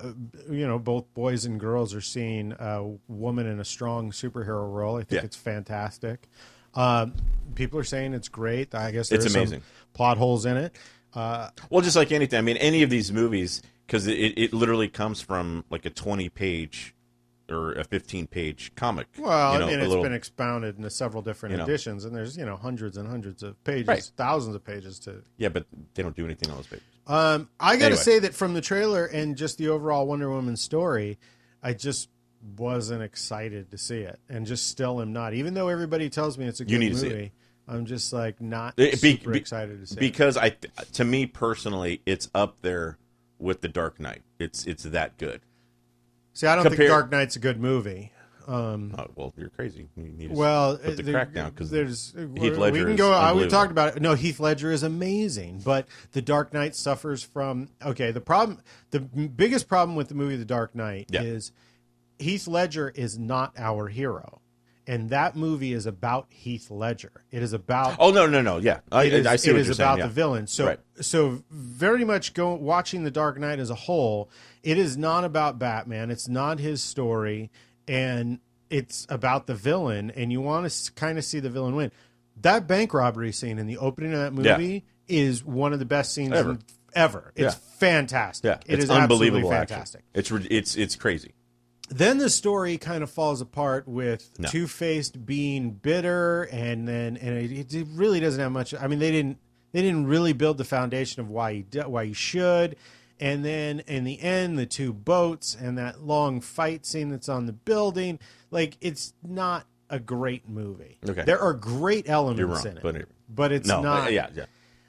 Speaker 1: you know, both boys and girls are seeing a woman in a strong superhero role. I think
Speaker 3: Yeah.
Speaker 1: it's fantastic. Um, people are saying it's great. I guess
Speaker 3: It's
Speaker 1: there's some
Speaker 3: amazing.
Speaker 1: plot holes in it. Uh,
Speaker 3: Well, just like anything. I mean, any of these movies, because it, it, it literally comes from like a 20 page or a 15 page comic.
Speaker 1: well,
Speaker 3: you know,
Speaker 1: I mean,
Speaker 3: a
Speaker 1: it's
Speaker 3: little-
Speaker 1: been expounded into several different
Speaker 3: you know.
Speaker 1: editions, and there's you know hundreds and hundreds of pages,
Speaker 3: Right.
Speaker 1: thousands of pages to
Speaker 3: Yeah, but they don't do anything on those pages.
Speaker 1: Um, I got to
Speaker 3: Anyway.
Speaker 1: say that from the trailer and just the overall Wonder Woman story, I just wasn't excited to see it, and just still am not. Even though everybody tells me it's a good
Speaker 3: You need to
Speaker 1: movie,
Speaker 3: see
Speaker 1: I'm just like not
Speaker 3: It- be-
Speaker 1: super
Speaker 3: be-
Speaker 1: excited to see. it.
Speaker 3: Because I, to me personally, it's up there with The Dark Knight. It's it's that good.
Speaker 1: See, I don't
Speaker 3: Compare-
Speaker 1: think Dark Knight's a good movie. Um,
Speaker 3: Oh, well, you're crazy. You need to
Speaker 1: well, uh,
Speaker 3: put the
Speaker 1: there-
Speaker 3: crack down because
Speaker 1: there's we
Speaker 3: Ledger
Speaker 1: can
Speaker 3: is
Speaker 1: go. I, we
Speaker 3: unbelievable.
Speaker 1: talked about it. No, Heath Ledger is amazing, but The Dark Knight suffers from okay. The problem, the m- biggest problem with the movie The Dark Knight
Speaker 3: Yeah.
Speaker 1: is Heath Ledger is not our hero, and that movie is about Heath Ledger. It is about
Speaker 3: Oh no, no, no. Yeah, I,
Speaker 1: it is,
Speaker 3: I see
Speaker 1: it
Speaker 3: what
Speaker 1: is
Speaker 3: you're
Speaker 1: about
Speaker 3: saying. yeah.
Speaker 1: the villain. So
Speaker 3: Right.
Speaker 1: so very much go watching the Dark Knight as a whole. It is not about Batman. It's not his story, and it's about the villain. And you want to kind of see the villain win. That bank robbery scene in the opening of that
Speaker 3: Yeah.
Speaker 1: movie is one of the best scenes
Speaker 3: Ever.
Speaker 1: in- ever. It's
Speaker 3: Yeah.
Speaker 1: fantastic.
Speaker 3: yeah,
Speaker 1: It
Speaker 3: it's
Speaker 1: is
Speaker 3: unbelievable.
Speaker 1: absolutely
Speaker 3: action.
Speaker 1: fantastic
Speaker 3: It's re- it's it's crazy.
Speaker 1: then the story kind of falls apart with
Speaker 3: No.
Speaker 1: Two Faced being bitter, and then and it, it really doesn't have much. I mean, they didn't they didn't really build the foundation of why he de- why he should. And then in the end, the two boats and that long fight scene that's on the building, like it's not a great movie.
Speaker 3: Okay.
Speaker 1: There are great elements
Speaker 3: You're wrong,
Speaker 1: in it,
Speaker 3: but
Speaker 1: but,
Speaker 3: it-
Speaker 1: it's
Speaker 3: no,
Speaker 1: not. um,
Speaker 3: yeah, yeah.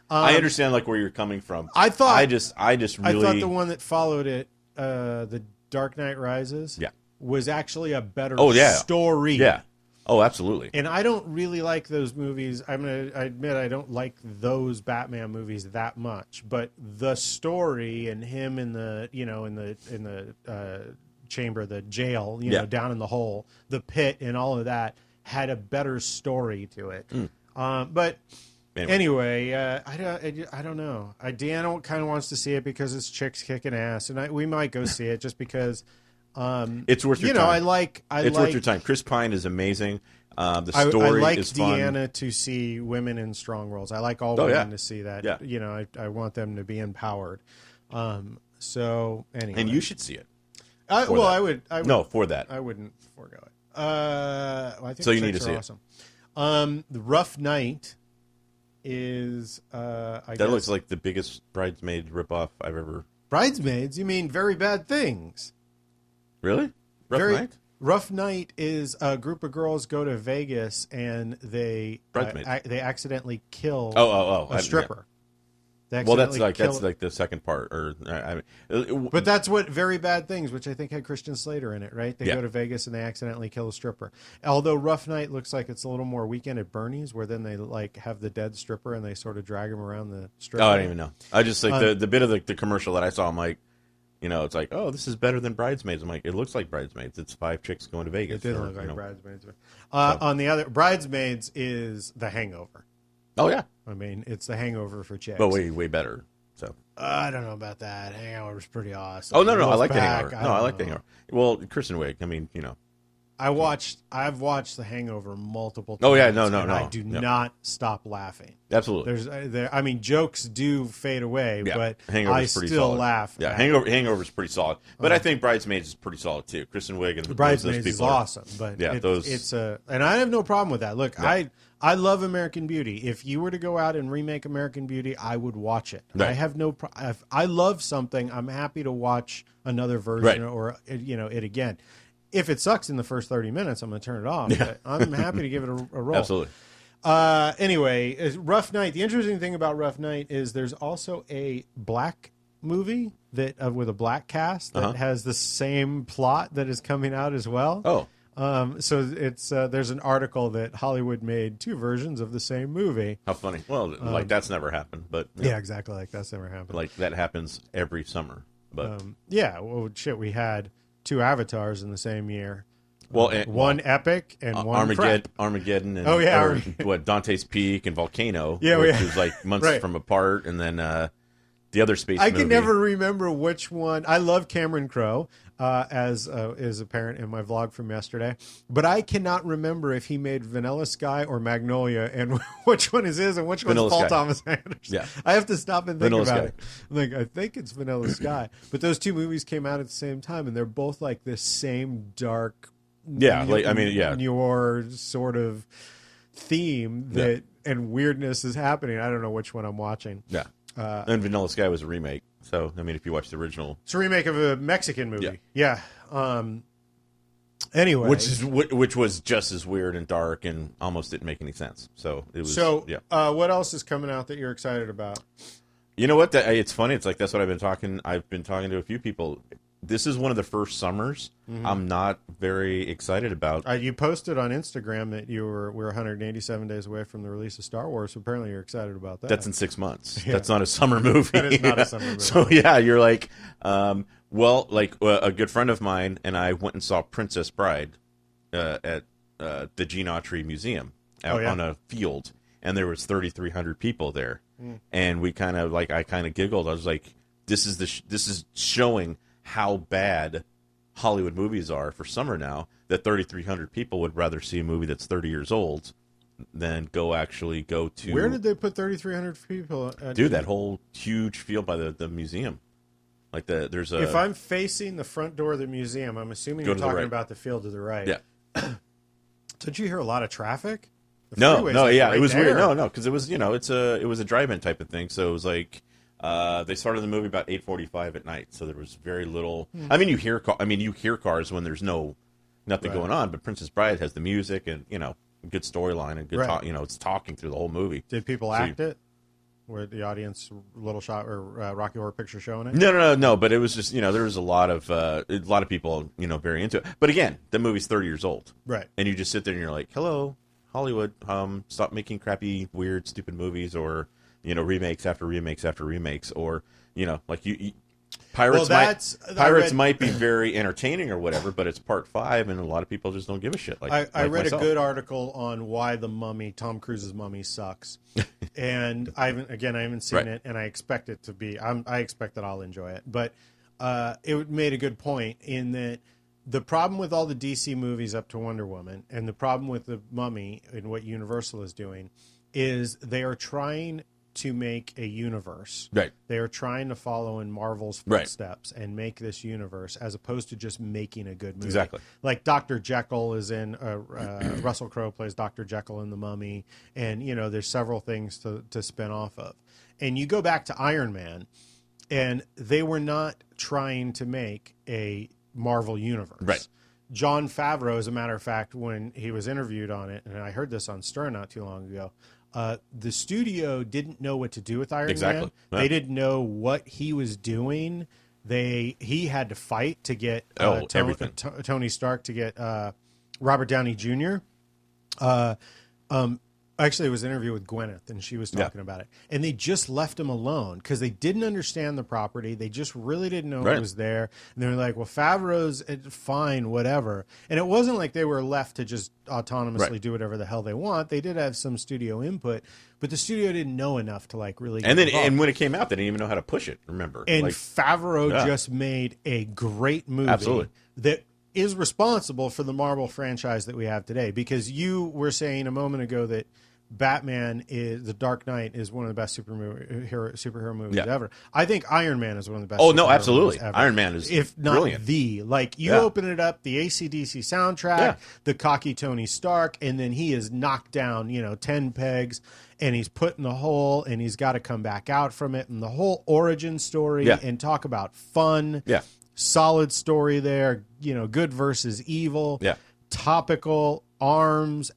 Speaker 3: I understand like where you're coming from.
Speaker 1: I thought-
Speaker 3: I just I just
Speaker 1: I
Speaker 3: really
Speaker 1: thought the one that followed it, uh, the Dark Knight Rises,
Speaker 3: Yeah.
Speaker 1: was actually a better
Speaker 3: Oh, yeah.
Speaker 1: story.
Speaker 3: yeah. Oh, absolutely.
Speaker 1: and I don't really like those movies. I'm gonna I admit I don't like those Batman movies that much, but the story and him in the you know in the in the uh, chamber, the jail, you
Speaker 3: Yeah.
Speaker 1: know, down in the hole, the pit, and all of that had a better story to it. Um, but
Speaker 3: Hmm. Anyway.
Speaker 1: anyway, uh, I don't I, I don't know. I, Deanna kind of wants to see it because it's chicks kicking ass, and I, we might go see it just because. Um,
Speaker 3: It's worth your
Speaker 1: you know,
Speaker 3: time.
Speaker 1: I like I
Speaker 3: it's
Speaker 1: like
Speaker 3: worth your time. Chris Pine is amazing. Uh, the
Speaker 1: I, I
Speaker 3: story
Speaker 1: like
Speaker 3: is fun.
Speaker 1: Deanna to see women in strong roles. I like all
Speaker 3: Oh,
Speaker 1: women
Speaker 3: yeah.
Speaker 1: to see that.
Speaker 3: Yeah.
Speaker 1: You know, I, I want them to be empowered. Um, so anyway,
Speaker 3: and you should see it.
Speaker 1: I, well,
Speaker 3: that.
Speaker 1: I would, I would,
Speaker 3: No, for that.
Speaker 1: I wouldn't forego it. Uh, well, I think
Speaker 3: So
Speaker 1: the
Speaker 3: you need
Speaker 1: chicks
Speaker 3: to
Speaker 1: are
Speaker 3: see it.
Speaker 1: awesome. Um, the Rough Night is, uh, I
Speaker 3: that
Speaker 1: guess,
Speaker 3: looks like the biggest bridesmaid ripoff I've ever.
Speaker 1: Bridesmaids. You mean Very Bad Things?
Speaker 3: Really? Rough
Speaker 1: Very-
Speaker 3: Night?
Speaker 1: Rough Night is a group of girls go to Vegas and they uh,
Speaker 3: Bridesmaids.
Speaker 1: ac- they accidentally kill
Speaker 3: Oh, oh, oh! I-
Speaker 1: a
Speaker 3: yeah.
Speaker 1: stripper. They
Speaker 3: Well,
Speaker 1: accidentally
Speaker 3: that's like that's
Speaker 1: kill-
Speaker 3: like the second part, or I I mean, uh, it- it-
Speaker 1: But that's what very bad things, which I think had Christian Slater in it, right? They
Speaker 3: Yeah.
Speaker 1: go to Vegas and they accidentally kill a stripper. Although Rough Night looks like it's a little more Weekend at Bernie's, where then they like have the dead stripper and they sort of drag him around the strip.
Speaker 3: Oh, I don't even know. I just like
Speaker 1: Um,
Speaker 3: the, the bit of the, the commercial that I saw. I'm like, you know, it's like, oh, this is better than Bridesmaids. I'm like, it looks like Bridesmaids. It's five chicks going to Vegas.
Speaker 1: It didn't
Speaker 3: or,
Speaker 1: look
Speaker 3: you
Speaker 1: like
Speaker 3: know.
Speaker 1: Bridesmaids. Uh, On the other, Bridesmaids is The Hangover.
Speaker 3: Oh yeah,
Speaker 1: I mean, it's The Hangover for chicks.
Speaker 3: but way way better. So,
Speaker 1: I don't know about that. Hangover's pretty awesome.
Speaker 3: oh no, no, I like the
Speaker 1: Wolfpack,
Speaker 3: Hangover. No, I
Speaker 1: don't
Speaker 3: like the
Speaker 1: know.
Speaker 3: Hangover. Well, Kristen Wiig. I mean, you know,
Speaker 1: I watched. I've watched The Hangover multiple times.
Speaker 3: Oh, yeah, no, no,
Speaker 1: and
Speaker 3: no.
Speaker 1: I do
Speaker 3: Yeah.
Speaker 1: not stop laughing.
Speaker 3: absolutely.
Speaker 1: There's, uh, there. I mean, jokes do fade away,
Speaker 3: yeah,
Speaker 1: but I
Speaker 3: Hangover's
Speaker 1: still
Speaker 3: pretty solid.
Speaker 1: laugh.
Speaker 3: Yeah,
Speaker 1: at Uh-huh.
Speaker 3: Hangover Hangover's pretty solid. But I think Bridesmaids is pretty solid too. Kristen Wiig and those-
Speaker 1: Bridesmaids
Speaker 3: those
Speaker 1: is
Speaker 3: people are-
Speaker 1: awesome, but
Speaker 3: Yeah,
Speaker 1: it-
Speaker 3: those-
Speaker 1: it's a, and I have no problem with that. Look, I I love American Beauty. If you were to go out and remake American Beauty, I would watch it.
Speaker 3: Right.
Speaker 1: I have no. Pro- if I love something, I'm happy to watch another version
Speaker 3: Right.
Speaker 1: or uh, you know it again. If it sucks in the first thirty minutes, I'm going to turn it off. But I'm happy to give it a,
Speaker 3: *laughs*
Speaker 1: a roll.
Speaker 3: Absolutely.
Speaker 1: Uh, anyway, is Rough Night. The interesting thing about Rough Night is there's also a black movie that uh, with a black cast that
Speaker 3: Uh-huh.
Speaker 1: has the same plot that is coming out as well.
Speaker 3: Oh,
Speaker 1: Um, so it's uh, there's an article that Hollywood made two versions of the same movie.
Speaker 3: how funny. Well, like that's never happened, but you
Speaker 1: Um, Yeah,
Speaker 3: know,
Speaker 1: exactly. Like that's never happened.
Speaker 3: like that happens every summer. But
Speaker 1: um, yeah, well, shit, we had two avatars in the same year.
Speaker 3: well, and,
Speaker 1: One epic and one crap.
Speaker 3: Armageddon, Armageddon, and
Speaker 1: Oh, yeah,
Speaker 3: or
Speaker 1: Armageddon.
Speaker 3: what Dante's Peak and Volcano,
Speaker 1: *laughs* Yeah,
Speaker 3: which
Speaker 1: we-
Speaker 3: is like months
Speaker 1: Right.
Speaker 3: from apart, and then uh, the other space.
Speaker 1: I can
Speaker 3: movie.
Speaker 1: never remember which one. I love Cameron Crowe uh, as uh, is apparent in my vlog from yesterday, but I cannot remember if he made Vanilla Sky or Magnolia, and *laughs* which one is his and which one's
Speaker 3: Vanilla
Speaker 1: Paul
Speaker 3: Sky.
Speaker 1: Thomas Anderson.
Speaker 3: Yeah.
Speaker 1: I have to stop and think
Speaker 3: Vanilla
Speaker 1: about
Speaker 3: Sky.
Speaker 1: it. Like I think it's Vanilla Sky, but those two movies came out at the same time, and they're both like this same dark.
Speaker 3: Yeah, like, I mean, yeah.
Speaker 1: noir sort of theme that and weirdness is happening. I don't know which one I'm watching.
Speaker 3: Yeah,
Speaker 1: Uh,
Speaker 3: and Vanilla Sky was a remake. So I mean, if you watch the original,
Speaker 1: it's a remake of a Mexican movie. Yeah. Um. Anyway,
Speaker 3: which is whi- which was just as weird and dark and almost didn't make any sense. So it was
Speaker 1: so.
Speaker 3: yeah.
Speaker 1: Uh, what else is coming out that you're excited about?
Speaker 3: You know what? That, it's funny. It's like that's what I've been talking. I've been talking to a few people. This is one of the first summers
Speaker 1: Mhm.
Speaker 3: I'm not very excited about.
Speaker 1: Uh, you posted on Instagram that you were we were 187 days away from the release of Star Wars. So apparently, you're excited about that.
Speaker 3: That's in six months.
Speaker 1: *laughs* Yeah.
Speaker 3: That's not a summer movie.
Speaker 1: That is not a summer movie.
Speaker 3: *laughs* So yeah, you're like, um, well, like uh, a good friend of mine and I went and saw Princess Bride uh, at uh, the Gene Autry Museum out
Speaker 1: Oh, yeah?
Speaker 3: on a field, and there was 3,300 people there,
Speaker 1: Mm.
Speaker 3: and we kind of like I kind of giggled. I was like, this is the sh- this is showing how bad Hollywood movies are for summer now. That 3,300 people would rather see a movie that's 30 years old than go actually go to
Speaker 1: where did they put 3,300 people? At
Speaker 3: Dude, that whole huge field by the, the museum. Like the there's a
Speaker 1: if I'm facing the front door of the museum, I'm assuming
Speaker 3: uh, Go
Speaker 1: you're
Speaker 3: to the
Speaker 1: talking
Speaker 3: right.
Speaker 1: about the field to the right.
Speaker 3: Yeah.
Speaker 1: *coughs* Did you hear a lot of traffic? The
Speaker 3: no
Speaker 1: freeway's,
Speaker 3: no
Speaker 1: like,
Speaker 3: yeah
Speaker 1: right
Speaker 3: it was
Speaker 1: there.
Speaker 3: weird no no because it was you know it's a it was a drive-in type of thing so it was like uh, they started the movie about 8:45 at night so there was very little I mean you hear ca- I mean you hear cars when there's no nothing
Speaker 1: Right.
Speaker 3: going on but Princess Bride has the music and you know good storyline and good
Speaker 1: Right.
Speaker 3: talk you know it's talking through the whole movie
Speaker 1: Did people
Speaker 3: So
Speaker 1: act it? Were the audience little shot or uh, Rocky Horror Picture showing it?
Speaker 3: No, no, no, no. But it was just you know there was a lot of uh, a lot of people you know very into it. But again, the movie's thirty years old,
Speaker 1: Right.
Speaker 3: and you just sit there and you're like, "Hello, Hollywood, um, stop making crappy, weird, stupid movies, or you know, remakes after remakes after remakes, or you know, like you, you
Speaker 1: Well,
Speaker 3: pirates might
Speaker 1: that's I
Speaker 3: pirates
Speaker 1: read-
Speaker 3: might be very entertaining or whatever, but it's part five, and a lot of people just don't give a shit. Like
Speaker 1: I, I
Speaker 3: like
Speaker 1: read
Speaker 3: myself.
Speaker 1: a good article on why the mummy, Tom Cruise's mummy,
Speaker 3: *laughs*
Speaker 1: sucks, and I haven't again I haven't seen
Speaker 3: Right.
Speaker 1: it, and I expect it to be I'm, I expect that I'll enjoy it, but uh, it made a good point in that the problem with all the DC movies up to Wonder Woman, and the problem with the mummy and what Universal is doing, is they are trying to make a universe.
Speaker 3: right.
Speaker 1: They are trying to follow in Marvel's
Speaker 3: Right.
Speaker 1: footsteps and make this universe, as opposed to just making a good movie
Speaker 3: Exactly.
Speaker 1: like Dr. Jekyll is in uh, uh, *clears throat* Russell Crowe plays Dr. Jekyll in The Mummy and you know there's several things to to spin off of. And you go back to Iron Man and they were not trying to make a Marvel universe.
Speaker 3: Right.
Speaker 1: John Favreau, as a matter of fact, when he was interviewed on it, and I heard this on Stern not too long ago, uh, the studio didn't know what to do with Iron Man.
Speaker 3: Exactly. Yeah.
Speaker 1: They didn't know what he was doing. They he had to fight to get uh,
Speaker 3: Oh,
Speaker 1: Ton-
Speaker 3: everything.
Speaker 1: T- Tony Stark to get uh, Robert Downey Jr. Uh, um, actually, it was an interview with Gwyneth, and she was
Speaker 3: Yeah.
Speaker 1: talking about it. And they just left him alone because they didn't understand the property. They just really didn't know it
Speaker 3: Right.
Speaker 1: was there. And they were like, "Well, Favreau's eh, fine, whatever." And it wasn't like they were left to just autonomously
Speaker 3: Right.
Speaker 1: do whatever the hell they want. They did have some studio input, but the studio didn't know enough to like really. get
Speaker 3: And then
Speaker 1: involved.
Speaker 3: and when it came out, they didn't even know how to push it. Remember,
Speaker 1: And
Speaker 3: like,
Speaker 1: Favreau
Speaker 3: Yeah.
Speaker 1: just made a great movie
Speaker 3: Absolutely.
Speaker 1: that is responsible for the Marvel franchise that we have today. Because you were saying a moment ago that Batman is the Dark Knight is one of the best superhero hero- superhero movies
Speaker 3: Yeah.
Speaker 1: ever. I think Iron Man is one of the best.
Speaker 3: oh no,
Speaker 1: superhero
Speaker 3: absolutely,
Speaker 1: movies ever.
Speaker 3: Iron Man is
Speaker 1: if not
Speaker 3: brilliant.
Speaker 1: the like you
Speaker 3: Yeah.
Speaker 1: open it up the acdc soundtrack
Speaker 3: Yeah.
Speaker 1: the cocky tony stark and then he is knocked down you know 10 pegs and he's put in the hole and he's got to come back out from it and the whole origin story
Speaker 3: Yeah.
Speaker 1: and talk about fun
Speaker 3: yeah,
Speaker 1: solid story there you know good versus evil
Speaker 3: yeah.
Speaker 1: topical arms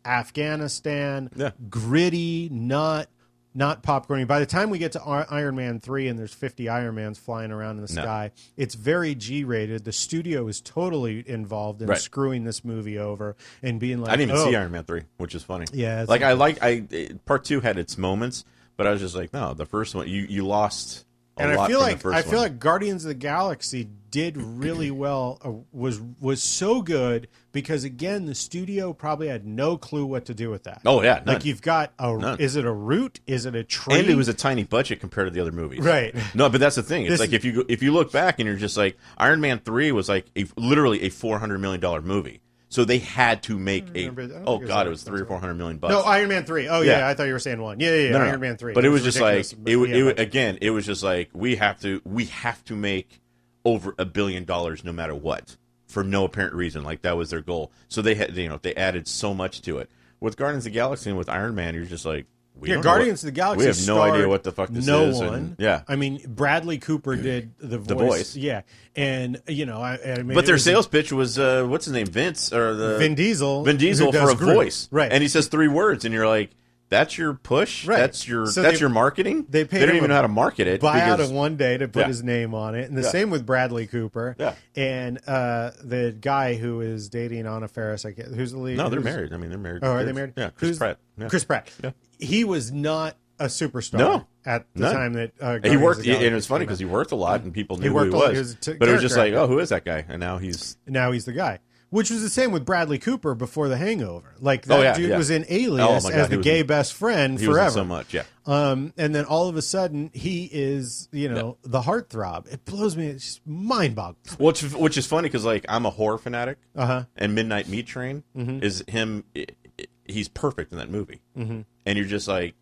Speaker 1: afghanistan
Speaker 3: Yeah.
Speaker 1: gritty not not popcorny by the time we get to Ar- iron man 3 and there's 50 iron mans flying around in the
Speaker 3: No.
Speaker 1: sky it's very g-rated the studio is totally involved in
Speaker 3: Right.
Speaker 1: screwing this movie over and being like
Speaker 3: I didn't even
Speaker 1: oh,
Speaker 3: see Iron Man three, which is funny.
Speaker 1: Yeah, it's
Speaker 3: like I like I it- part two had its moments, but I was just like, no, the first one you you lost. A
Speaker 1: and
Speaker 3: lot
Speaker 1: I feel
Speaker 3: from
Speaker 1: like
Speaker 3: the first
Speaker 1: I feel
Speaker 3: one.
Speaker 1: like Guardians of the Galaxy did
Speaker 3: *clears throat*
Speaker 1: really well. Uh, was was so good because again, the studio probably had no clue what to do with that.
Speaker 3: oh yeah, none.
Speaker 1: like you've got a
Speaker 3: None.
Speaker 1: is it a root? Is it a tree?
Speaker 3: and it was a tiny budget compared to the other
Speaker 1: *laughs*
Speaker 3: movies, *laughs*
Speaker 1: Right.
Speaker 3: No, but that's the thing. It's
Speaker 1: This
Speaker 3: like
Speaker 1: is-
Speaker 3: if you go- if you look back and you're just like Iron Man three was like a, literally a four hundred million dollar movie, so they had to make a
Speaker 1: remember- I don't
Speaker 3: oh
Speaker 1: think it was
Speaker 3: god,
Speaker 1: that
Speaker 3: it was three or
Speaker 1: expensive.
Speaker 3: four hundred million bucks.
Speaker 1: no Iron Man three. Oh yeah.
Speaker 3: Yeah.
Speaker 1: I thought you were saying one. Yeah, yeah, yeah
Speaker 3: No, no,
Speaker 1: Iron
Speaker 3: no.
Speaker 1: Man three.
Speaker 3: But it was, just like
Speaker 1: ridiculous,
Speaker 3: it, w-
Speaker 1: yeah,
Speaker 3: it w-
Speaker 1: budget.
Speaker 3: again. It was just like we have to we have to make over a billion dollars no matter what for no apparent reason. Like that was their goal. So they had you know they added so much to it with Guardians of the Galaxy and with Iron Man. You're just like we
Speaker 1: yeah,
Speaker 3: don't know what-
Speaker 1: Guardians of the Galaxy.
Speaker 3: We have no idea
Speaker 1: starred
Speaker 3: what the fuck this
Speaker 1: no
Speaker 3: is. and-
Speaker 1: one.
Speaker 3: yeah,
Speaker 1: I mean Bradley Cooper
Speaker 3: *clears throat*
Speaker 1: did the voice.
Speaker 3: voice.
Speaker 1: Yeah, and you know, I, I mean,
Speaker 3: but
Speaker 1: it
Speaker 3: their
Speaker 1: was
Speaker 3: sales pitch was uh, what's his name Vince or the
Speaker 1: Vin Diesel.
Speaker 3: Vin Diesel
Speaker 1: who
Speaker 3: for
Speaker 1: does
Speaker 3: a
Speaker 1: Groot.
Speaker 3: voice,
Speaker 1: right?
Speaker 3: And he says three words, and you're like, that's your push.
Speaker 1: Right.
Speaker 3: That's your
Speaker 1: So
Speaker 3: that's
Speaker 1: they-
Speaker 3: your marketing.
Speaker 1: they paid
Speaker 3: They don't
Speaker 1: him
Speaker 3: even
Speaker 1: a
Speaker 3: know how to market it.
Speaker 1: buy out
Speaker 3: because-
Speaker 1: in one day to put
Speaker 3: Yeah.
Speaker 1: his name on it. And the
Speaker 3: Yeah.
Speaker 1: same with Bradley Cooper.
Speaker 3: Yeah.
Speaker 1: And uh, the guy who is dating Anna Faris, I guess, who's the lead?
Speaker 3: no, they're
Speaker 1: who's-
Speaker 3: married. I mean, they're married.
Speaker 1: Oh, are they
Speaker 3: There's-
Speaker 1: married?
Speaker 3: Yeah, Chris
Speaker 1: Who's-
Speaker 3: Pratt. Yeah.
Speaker 1: Chris Pratt.
Speaker 3: Yeah.
Speaker 1: He was not a superstar
Speaker 3: No.
Speaker 1: at the
Speaker 3: None.
Speaker 1: time that uh,
Speaker 3: he
Speaker 1: Guardians
Speaker 3: worked,
Speaker 1: of the
Speaker 3: and it was
Speaker 1: Galaxy
Speaker 3: funny
Speaker 1: came out.
Speaker 3: because he worked a lot, and people knew
Speaker 1: He worked a
Speaker 3: who
Speaker 1: lot.
Speaker 3: he
Speaker 1: He
Speaker 3: was.
Speaker 1: was a t-
Speaker 3: but it was just like,
Speaker 1: character
Speaker 3: oh, who is that guy? And now he's
Speaker 1: now he's the guy. Which was the same with Bradley Cooper before The Hangover. Like
Speaker 3: Oh,
Speaker 1: that
Speaker 3: yeah,
Speaker 1: dude
Speaker 3: yeah.
Speaker 1: was in
Speaker 3: Oh,
Speaker 1: Alias
Speaker 3: my God,
Speaker 1: as
Speaker 3: he
Speaker 1: the
Speaker 3: was
Speaker 1: gay
Speaker 3: in-
Speaker 1: best friend
Speaker 3: he was in
Speaker 1: forever.
Speaker 3: so much. Yeah,
Speaker 1: Um, and then all of a sudden he is, you know, the heartthrob. It blows me. It's just mind boggling.
Speaker 3: which which is funny because like I'm a horror fanatic,
Speaker 1: Uh huh.
Speaker 3: and Midnight Meat Train is him. i i he's perfect in that movie, mm-hmm. and you're just like,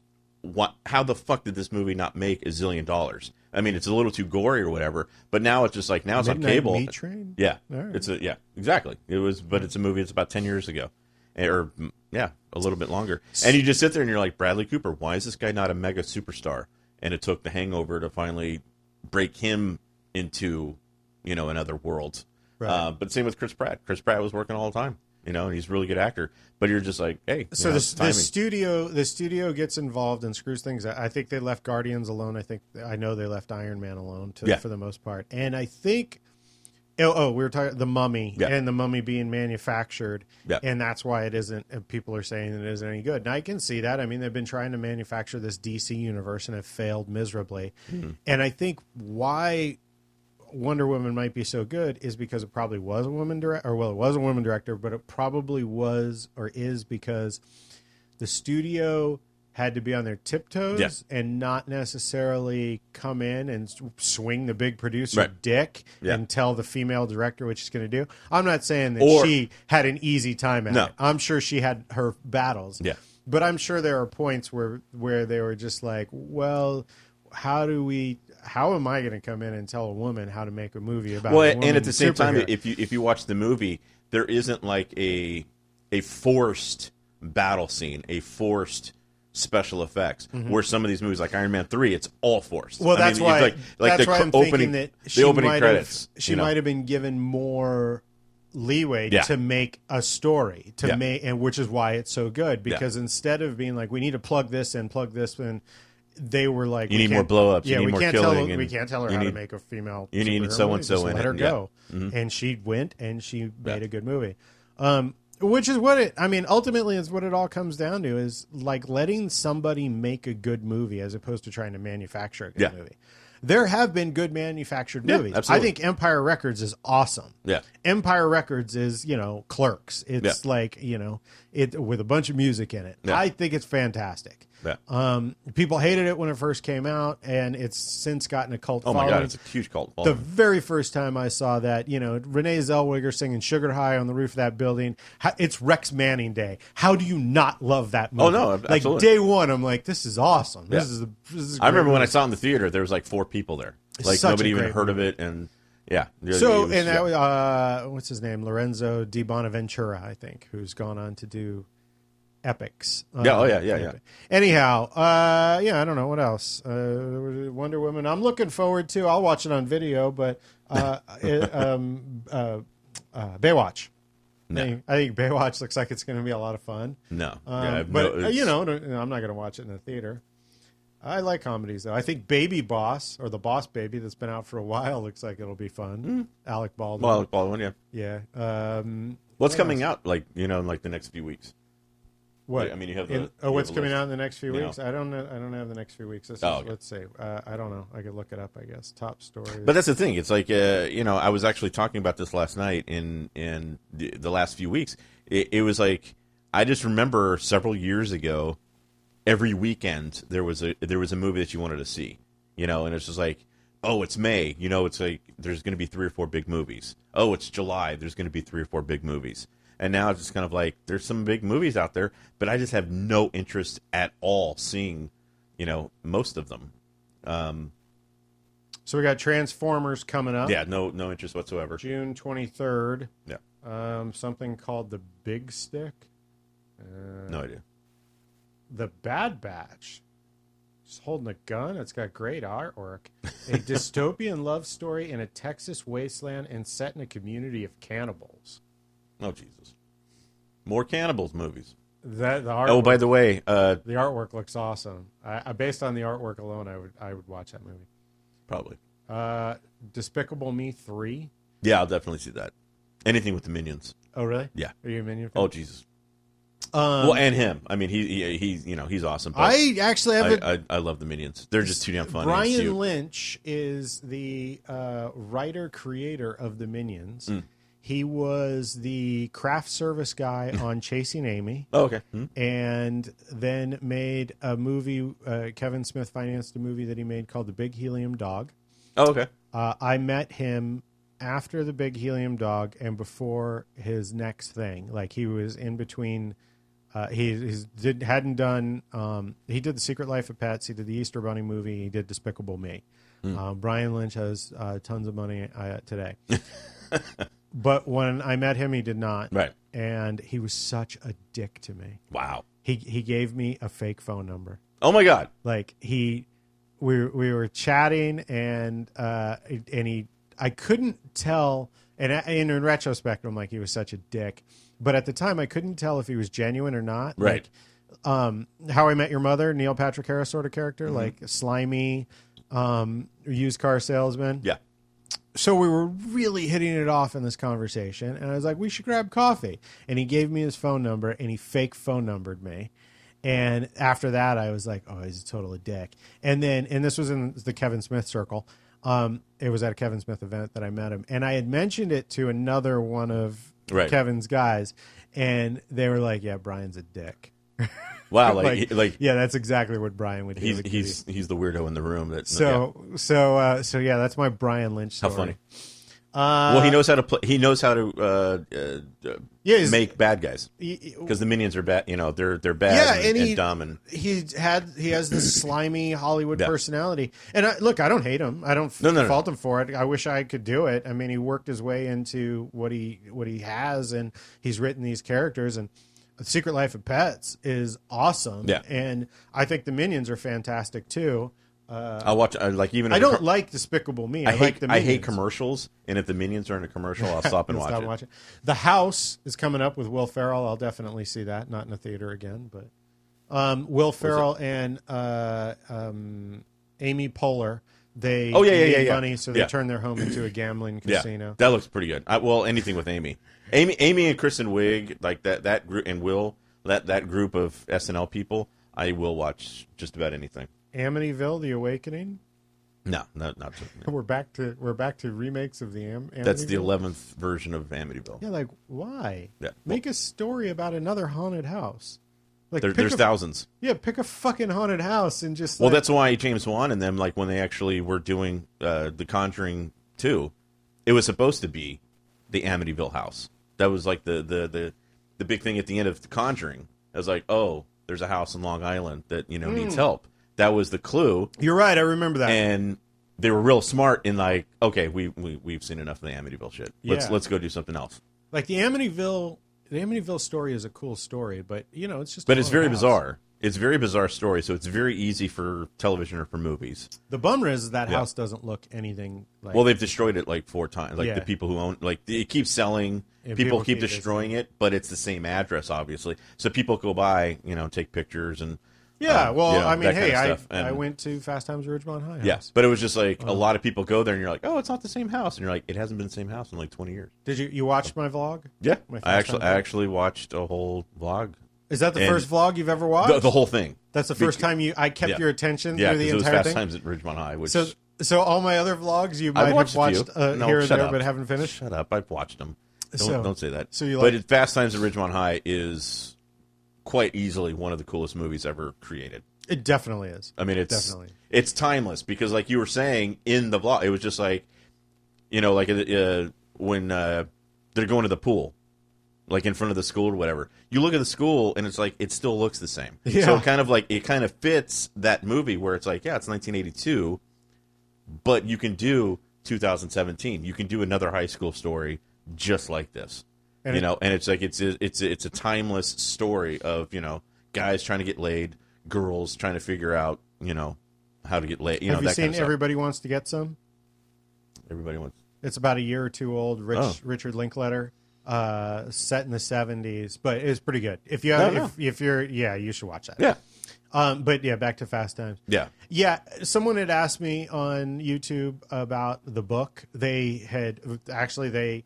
Speaker 3: what? How the fuck did this movie not make a zillion dollars? I mean, it's a little too gory or whatever, but now it's just like now it's
Speaker 1: Midnight
Speaker 3: on cable.
Speaker 1: Meat Train.
Speaker 3: Yeah,
Speaker 1: All right.
Speaker 3: it's a yeah, exactly. It was, but it's a movie. It's about ten years ago, Eh, or mm, yeah, a little bit longer. And you just sit there and you're like, Bradley Cooper, why is this guy not a mega superstar? And it took The Hangover to finally break him into, you know, another world.
Speaker 1: Right.
Speaker 3: Uh, but same with Chris Pratt. Chris Pratt was working all the time, you know, and he's a really good actor. But you're just like, hey,
Speaker 1: So
Speaker 3: you know,
Speaker 1: the,
Speaker 3: it's
Speaker 1: the
Speaker 3: timing.
Speaker 1: studio the studio gets involved and screws things up. I think they left Guardians alone. I think I know they left Iron Man alone to,
Speaker 3: Yeah.
Speaker 1: for the most part. And I think oh, oh we were talking the Mummy
Speaker 3: Yeah.
Speaker 1: and the Mummy being manufactured,
Speaker 3: Yeah.
Speaker 1: and that's why it isn't. And people are saying it isn't any good. And I can see that. I mean, they've been trying to manufacture this DC universe and have failed miserably.
Speaker 3: Mm-hmm.
Speaker 1: And I think why Wonder Woman might be so good is because it probably was a woman director, or well, it was a woman director, but it probably was or is because the studio had to be on their tiptoes
Speaker 3: Yeah.
Speaker 1: and not necessarily come in and s- swing the big producer
Speaker 3: Right.
Speaker 1: dick
Speaker 3: Yeah.
Speaker 1: and tell the female director what she's going to do. I'm not saying that
Speaker 3: Or-
Speaker 1: she had an easy time at
Speaker 3: No.
Speaker 1: it. I'm sure she had her battles.
Speaker 3: Yeah.
Speaker 1: But I'm sure there are points where where they were just like, well, how do we how am I going to come in and tell a woman how to make a movie about a
Speaker 3: well,
Speaker 1: woman
Speaker 3: and at the same time,
Speaker 1: superhero?
Speaker 3: if you if you watch the movie, there isn't like a a forced battle scene, a forced special effects. Where some of these movies, like Iron Man three, it's all forced.
Speaker 1: Mm-hmm. Well,
Speaker 3: I mean,
Speaker 1: that's why.
Speaker 3: it's like like
Speaker 1: that's
Speaker 3: the
Speaker 1: why
Speaker 3: cr-
Speaker 1: I'm
Speaker 3: opening
Speaker 1: thinking that she
Speaker 3: the opening
Speaker 1: might
Speaker 3: credits.
Speaker 1: Have, she
Speaker 3: you know?
Speaker 1: might have been given more leeway
Speaker 3: Yeah.
Speaker 1: to make a story to
Speaker 3: Yeah.
Speaker 1: make, and which is why it's so good because instead of being like, we need to plug this and plug this in. They were like,
Speaker 3: You
Speaker 1: we
Speaker 3: need more
Speaker 1: can't-
Speaker 3: blow-ups, you
Speaker 1: Yeah,
Speaker 3: need
Speaker 1: we
Speaker 3: more
Speaker 1: can't tell
Speaker 3: killing,
Speaker 1: her,
Speaker 3: and
Speaker 1: we can't tell her
Speaker 3: you
Speaker 1: how
Speaker 3: need-
Speaker 1: to make a female.
Speaker 3: you need
Speaker 1: superhero
Speaker 3: so-and-so
Speaker 1: movie, just
Speaker 3: in it,
Speaker 1: Let her
Speaker 3: yeah. Mm-hmm.
Speaker 1: go, and she went and she made a good movie. Um, which is what it. I mean, ultimately, is what it all comes down to is like letting somebody make a good movie as opposed to trying to manufacture a good
Speaker 3: Yeah.
Speaker 1: movie. There have been good manufactured
Speaker 3: Yeah,
Speaker 1: movies. I
Speaker 3: absolutely.
Speaker 1: think Empire Records is awesome.
Speaker 3: Yeah.
Speaker 1: Empire Records is, you know, Clerks. It's
Speaker 3: Yeah.
Speaker 1: like, you know, it with a bunch of music in it.
Speaker 3: Yeah.
Speaker 1: I think it's fantastic.
Speaker 3: Yeah.
Speaker 1: Um, people hated it when it first came out, and it's since gotten a cult
Speaker 3: oh my
Speaker 1: following.
Speaker 3: god, it's a huge cult.
Speaker 1: the
Speaker 3: following.
Speaker 1: very first time I saw that, you know, Renee Zellweger singing "Sugar High" on the roof of that building. How, it's Rex Manning Day. How do you not love that movie?
Speaker 3: Oh, no, ab-
Speaker 1: like
Speaker 3: absolutely.
Speaker 1: day one, I'm like, this is awesome. This
Speaker 3: Yeah.
Speaker 1: is the. This is
Speaker 3: I remember
Speaker 1: great
Speaker 3: when I saw it in the theater, there was like four people there.
Speaker 1: It's
Speaker 3: Like
Speaker 1: such a
Speaker 3: nobody even
Speaker 1: great
Speaker 3: heard of it, and yeah.
Speaker 1: So
Speaker 3: It was-
Speaker 1: and that
Speaker 3: yeah.
Speaker 1: was uh, what's his name, Lorenzo Di Bonaventura, I think, who's gone on to do epics.
Speaker 3: Yeah, oh,
Speaker 1: Um,
Speaker 3: yeah, yeah, yeah.
Speaker 1: Anyhow, uh, yeah, I don't know what else. Uh, Wonder Woman. I'm looking forward to. I'll watch it on video, but
Speaker 3: *laughs*
Speaker 1: uh, it, um, uh, uh, Baywatch. I, think, I think Baywatch looks like it's going to be a lot of fun.
Speaker 3: no, Yeah,
Speaker 1: Um,
Speaker 3: I have
Speaker 1: but
Speaker 3: no-
Speaker 1: uh, you know, no- no, I'm not going to watch it in the theater. I like comedies though. I think Baby Boss or the Boss Baby that's been out for a while *laughs* looks like it'll be fun. Alec Baldwin.
Speaker 3: well, Baldwin, yeah.
Speaker 1: yeah. Um,
Speaker 3: What's
Speaker 1: What
Speaker 3: coming out like you know in like the next few weeks?
Speaker 1: what?
Speaker 3: I mean, you have the-
Speaker 1: In,
Speaker 3: you
Speaker 1: oh,
Speaker 3: have
Speaker 1: what's
Speaker 3: the
Speaker 1: coming
Speaker 3: list.
Speaker 1: out in the next few
Speaker 3: You know.
Speaker 1: weeks? I don't know. I don't have the next few weeks. This is,
Speaker 3: Oh, okay.
Speaker 1: Let's see. Uh, I don't know. I could look it up. I guess top story.
Speaker 3: But that's the thing. It's like uh, you know, I was actually talking about this last night in in the, the last few weeks. It, it was like I just remember several years ago, every weekend there was a there was a movie that you wanted to see, you know, and it's just like, oh, it's May, you know, it's like there's going to be three or four big movies. Oh, it's July, there's going to be three or four big movies. And now it's just kind of like there's some big movies out there, but I just have no interest at all seeing, you know, most of them. Um,
Speaker 1: so we got Transformers coming up.
Speaker 3: yeah, no, no interest whatsoever.
Speaker 1: June 23rd.
Speaker 3: Yeah.
Speaker 1: Um, something called the Big Stick. Uh,
Speaker 3: No idea.
Speaker 1: The Bad Batch. Just holding a gun. It's got great artwork.
Speaker 3: *laughs*
Speaker 1: A dystopian love story in a Texas wasteland and set in a community of cannibals.
Speaker 3: Oh Jesus! More cannibals movies.
Speaker 1: That the artwork,
Speaker 3: Oh, by the way, uh,
Speaker 1: the artwork looks awesome. I, I, based on the artwork alone, I would I would watch that movie.
Speaker 3: probably.
Speaker 1: Uh, Despicable Me three.
Speaker 3: Yeah, I'll definitely see that. Anything with the minions.
Speaker 1: Oh really?
Speaker 3: Yeah.
Speaker 1: Are you a minion? Fan?
Speaker 3: Oh Jesus.
Speaker 1: um,
Speaker 3: well, and him. I mean, he he he's you know he's awesome. But
Speaker 1: I actually
Speaker 3: I,
Speaker 1: haven't.
Speaker 3: I, I, love the minions. They're just too damn funny. and
Speaker 1: Brian
Speaker 3: cute.
Speaker 1: Lynch is the uh, writer creator of the Minions.
Speaker 3: Mm.
Speaker 1: He was the craft service guy on Chasing Amy,
Speaker 3: Oh, okay. Hmm?
Speaker 1: and then made a movie. Uh, Kevin Smith financed a movie that he made called The Big Helium Dog.
Speaker 3: Oh, okay.
Speaker 1: Uh, I met him after the Big Helium Dog and before his next thing. Like he was in between. Uh, he he's did, hadn't done. Um, he did the Secret Life of Pets. He did the Easter Bunny movie. He did Despicable Me. Uh, Brian Lynch has uh, tons of money uh, today. but when I met him, he did not,
Speaker 3: Right.
Speaker 1: and he was such a dick to me.
Speaker 3: Wow.
Speaker 1: He he gave me a fake phone number
Speaker 3: Oh my God.
Speaker 1: like he we we were chatting and uh and he I couldn't tell and, I, and in retrospect I'm like he was such a dick but at the time I couldn't tell if he was genuine or not
Speaker 3: Right.
Speaker 1: like, um how I met your mother Neil Patrick Harris sort of character
Speaker 3: Mm-hmm.
Speaker 1: like slimy um used car salesman
Speaker 3: Yeah.
Speaker 1: so we were really hitting it off in this conversation and i was like we should grab coffee and he gave me his phone number and he fake phone numbered me and after that i was like oh he's a total dick and then and this was in the kevin smith circle um, it was at a kevin smith event that i met him and i had mentioned it to another one of
Speaker 3: Right.
Speaker 1: kevin's guys and they were like yeah brian's a dick
Speaker 3: Wow.
Speaker 1: *laughs*
Speaker 3: Like like, he, like
Speaker 1: yeah that's exactly what brian would do
Speaker 3: he's
Speaker 1: Like,
Speaker 3: he's he's the weirdo in the room. That's
Speaker 1: so so uh, so yeah that's my brian lynch
Speaker 3: yeah.
Speaker 1: story.
Speaker 3: how funny.
Speaker 1: uh,
Speaker 3: well, he knows how to play. He knows how to uh, uh,
Speaker 1: yeah, he's-
Speaker 3: make bad guys
Speaker 1: he-
Speaker 3: because the minions are bad. You know, they're they're bad
Speaker 1: Yeah,
Speaker 3: and,
Speaker 1: and he-
Speaker 3: and dumb and
Speaker 1: he had he has
Speaker 3: *coughs*
Speaker 1: this slimy Hollywood
Speaker 3: Yeah.
Speaker 1: personality. And I, look, I don't hate him. I don't f-
Speaker 3: No, no, no.
Speaker 1: fault him for it. I wish I could do it. I mean, he worked his way into what he what he has, and he's written these characters. And The Secret Life of Pets is awesome.
Speaker 3: Yeah.
Speaker 1: and I think the Minions are fantastic too. Uh,
Speaker 3: I watch. I like even. if
Speaker 1: I
Speaker 3: a
Speaker 1: don't
Speaker 3: com-
Speaker 1: like Despicable Me. I,
Speaker 3: I hate.
Speaker 1: like the
Speaker 3: I
Speaker 1: Minions.
Speaker 3: hate commercials, and if the minions are in a
Speaker 1: *laughs*
Speaker 3: commercial, I'll stop and
Speaker 1: You'll
Speaker 3: watch
Speaker 1: stop
Speaker 3: it.
Speaker 1: watching. The House is coming up with Will Ferrell. I'll definitely see that. Not in a theater again, but um, Will Ferrell and uh, um, Amy Poehler. They
Speaker 3: Oh, yeah, yeah,
Speaker 1: need
Speaker 3: yeah, yeah.
Speaker 1: money, so they
Speaker 3: Yeah.
Speaker 1: turn their home into a gambling
Speaker 3: *clears throat* Yeah,
Speaker 1: casino.
Speaker 3: that looks pretty good. I, well, anything with Amy, Amy, Amy and Kristen Wiig, like that that group and Will that that group of SNL people, I will watch just about anything.
Speaker 1: Amityville: The Awakening.
Speaker 3: No, no, not no.
Speaker 1: We're back to we're back to remakes of the Am. Amityville.
Speaker 3: that's the eleventh version of Amityville.
Speaker 1: Yeah, like why?
Speaker 3: Yeah.
Speaker 1: Make a story about another haunted house. Like
Speaker 3: There,
Speaker 1: pick
Speaker 3: there's
Speaker 1: a,
Speaker 3: thousands.
Speaker 1: yeah, pick a fucking haunted house and just
Speaker 3: Well,
Speaker 1: like,
Speaker 3: that's why James Wan and them, like when they actually were doing uh, The Conjuring Two, it was supposed to be the Amityville house. That was like the the the, the big thing at the end of The Conjuring. I was like, oh, there's a house in Long Island that you know needs help. That was the clue,
Speaker 1: you're Hmm. right. I remember that.
Speaker 3: and they were real smart in like, okay, we, we we've seen enough of the Amityville shit. Let's
Speaker 1: Yeah.
Speaker 3: let's go do something else.
Speaker 1: like the Amityville, the Amityville story is a cool story, but you know, it's just.
Speaker 3: But it's
Speaker 1: haunted
Speaker 3: very
Speaker 1: house.
Speaker 3: bizarre. It's a very bizarre story, so it's very easy for television or for movies.
Speaker 1: The bummer is that
Speaker 3: Yeah.
Speaker 1: house doesn't look anything like.
Speaker 3: Well, they've destroyed it like four times. Like
Speaker 1: Yeah.
Speaker 3: the people who own, like it keeps selling.
Speaker 1: And
Speaker 3: people,
Speaker 1: people
Speaker 3: keep
Speaker 1: keep
Speaker 3: destroying it, but it's the same address, obviously. So people go by, you know, take pictures and
Speaker 1: yeah,
Speaker 3: um,
Speaker 1: well,
Speaker 3: you know,
Speaker 1: I mean,
Speaker 3: that kind
Speaker 1: hey,
Speaker 3: of
Speaker 1: I,
Speaker 3: stuff. And-
Speaker 1: I went Uh-huh. to Fast Times at Ridgemont High.
Speaker 3: Yeah,
Speaker 1: House.
Speaker 3: but it was just like a lot of people go there, and you're like, oh, it's not the same house, and you're like, it hasn't been the same house in like 20 years.
Speaker 1: Did you you watched my vlog?
Speaker 3: Yeah,
Speaker 1: My
Speaker 3: I
Speaker 1: first
Speaker 3: actually
Speaker 1: time.
Speaker 3: I actually watched a whole vlog,
Speaker 1: Is that the
Speaker 3: And-
Speaker 1: first vlog you've ever watched?
Speaker 3: the, the whole thing.
Speaker 1: That's the first
Speaker 3: Bec-
Speaker 1: time you. I kept
Speaker 3: yeah.
Speaker 1: your attention
Speaker 3: Yeah,
Speaker 1: through the
Speaker 3: because it was
Speaker 1: entire
Speaker 3: Fast
Speaker 1: thing.
Speaker 3: Times at Ridgemont High. Which
Speaker 1: So, so all my other vlogs you
Speaker 3: I've
Speaker 1: might
Speaker 3: watched
Speaker 1: have watched
Speaker 3: a few.
Speaker 1: uh,
Speaker 3: No,
Speaker 1: here and
Speaker 3: shut
Speaker 1: there,
Speaker 3: up.
Speaker 1: but haven't finished.
Speaker 3: shut up, I've watched them. Don't,
Speaker 1: So-
Speaker 3: don't say that.
Speaker 1: so you
Speaker 3: but
Speaker 1: like-
Speaker 3: it- Fast Times at Ridgemont High is quite easily one of the coolest movies ever created.
Speaker 1: It definitely is.
Speaker 3: I mean, it's
Speaker 1: Definitely.
Speaker 3: it's timeless because, like you were saying in the vlog, it was just like, you know, like uh, when uh, they're going to the pool, like in front of the school or whatever. You look at the school and it's like it still looks the same. So
Speaker 1: Yeah.
Speaker 3: it kind of like it kind of fits that movie where it's like, yeah, it's 1982, but you can do 2017. You can do another high school story just like this.
Speaker 1: And
Speaker 3: you
Speaker 1: it-
Speaker 3: know, and it's like it's a, it's a, it's a timeless story of you know guys trying to get laid, girls trying to figure out you know how to get laid. You
Speaker 1: have
Speaker 3: know,
Speaker 1: you
Speaker 3: that
Speaker 1: seen
Speaker 3: kind of stuff.
Speaker 1: Everybody Wants to Get Some?
Speaker 3: everybody wants.
Speaker 1: It's about a year or two old. Rich
Speaker 3: Oh.
Speaker 1: Richard Linkletter uh, set in the seventies, but it was pretty good. If you have,
Speaker 3: No, no.
Speaker 1: If, if you're, yeah, you should watch that.
Speaker 3: Yeah.
Speaker 1: Um, but yeah, back to Fast Times.
Speaker 3: Yeah.
Speaker 1: Yeah, someone had asked me on YouTube about the book. They had actually they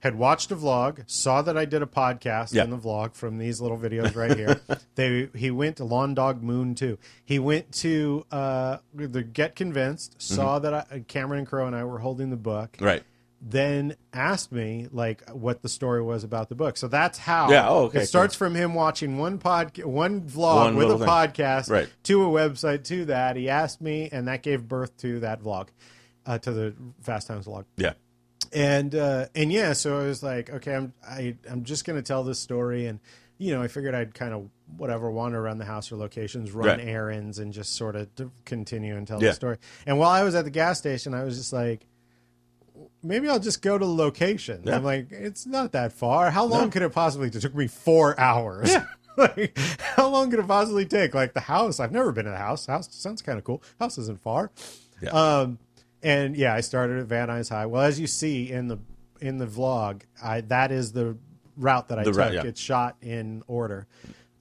Speaker 1: had watched a vlog, saw that I did a podcast
Speaker 3: Yeah.
Speaker 1: in the vlog from these little videos right
Speaker 3: *laughs*
Speaker 1: here. they he went to Lawn Dog Moon too. He went to uh, the Get Convinced,
Speaker 3: Mm-hmm.
Speaker 1: saw that I, Cameron and Crow and I were holding the book,
Speaker 3: Right.
Speaker 1: then asked me like what the story was about the book. So that's how.
Speaker 3: Yeah, oh, okay,
Speaker 1: It starts from him watching one pod, one vlog
Speaker 3: One
Speaker 1: with a
Speaker 3: little thing.
Speaker 1: podcast,
Speaker 3: Right.
Speaker 1: to a website to that. He asked me, and that gave birth to that vlog, uh, to the Fast Times vlog.
Speaker 3: Yeah.
Speaker 1: And uh, and yeah, so I was like, okay, I'm I, I'm just gonna tell this story, and you know, I figured I'd kind of whatever wander around the house or locations, run
Speaker 3: Right.
Speaker 1: errands, and just sort of d- continue and tell
Speaker 3: Yeah.
Speaker 1: the story. And while I was at the gas station, I was just like. Maybe I'll just go to the location.
Speaker 3: Yeah.
Speaker 1: I'm like, it's not that far. How long could it possibly? It took me four hours.
Speaker 3: Yeah.
Speaker 1: *laughs* like, how long could it possibly take? Like the house. I've never been to the house. House sounds kind of cool. House isn't far.
Speaker 3: Yeah.
Speaker 1: Um, and yeah, I started at Van Nuys High. Well, as you see in the in the vlog, I that is the route that I
Speaker 3: The
Speaker 1: took.
Speaker 3: route, yeah.
Speaker 1: It's shot in order.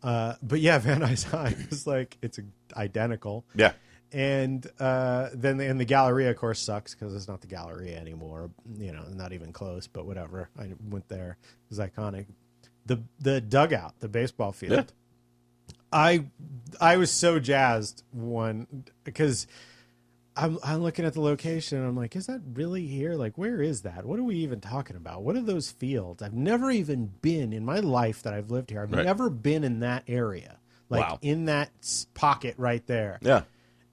Speaker 1: Uh, but yeah, *laughs* Van Nuys High is like it's identical.
Speaker 3: Yeah.
Speaker 1: And uh, then and the Galleria, of course, sucks because it's not the Galleria anymore. You know, not even close. But whatever, I went there. It was iconic. The the dugout, the baseball field.
Speaker 3: Yeah.
Speaker 1: I I was so jazzed one because I'm I'm looking at the location and I'm like, is that really here? Like, where is that? What are we even talking about? What are those fields? I've never even been in my life that I've lived here. I've
Speaker 3: Right.
Speaker 1: never been in that area, like
Speaker 3: Wow.
Speaker 1: in that s- pocket right there.
Speaker 3: Yeah.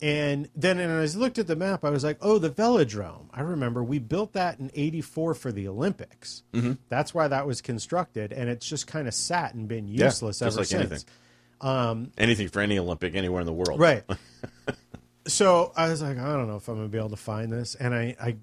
Speaker 1: And then and as I looked at the map, I was like, oh, the velodrome. I remember we built that in 84 for the Olympics.
Speaker 3: Mm-hmm.
Speaker 1: That's why that was constructed. And it's just kind of sat and been
Speaker 3: Yeah,
Speaker 1: useless
Speaker 3: just
Speaker 1: ever
Speaker 3: like
Speaker 1: since.
Speaker 3: anything. Anything for any Olympic anywhere in the world.
Speaker 1: Right.
Speaker 3: *laughs*
Speaker 1: so I was like, I don't know if I'm gonna be able to find this, and I I,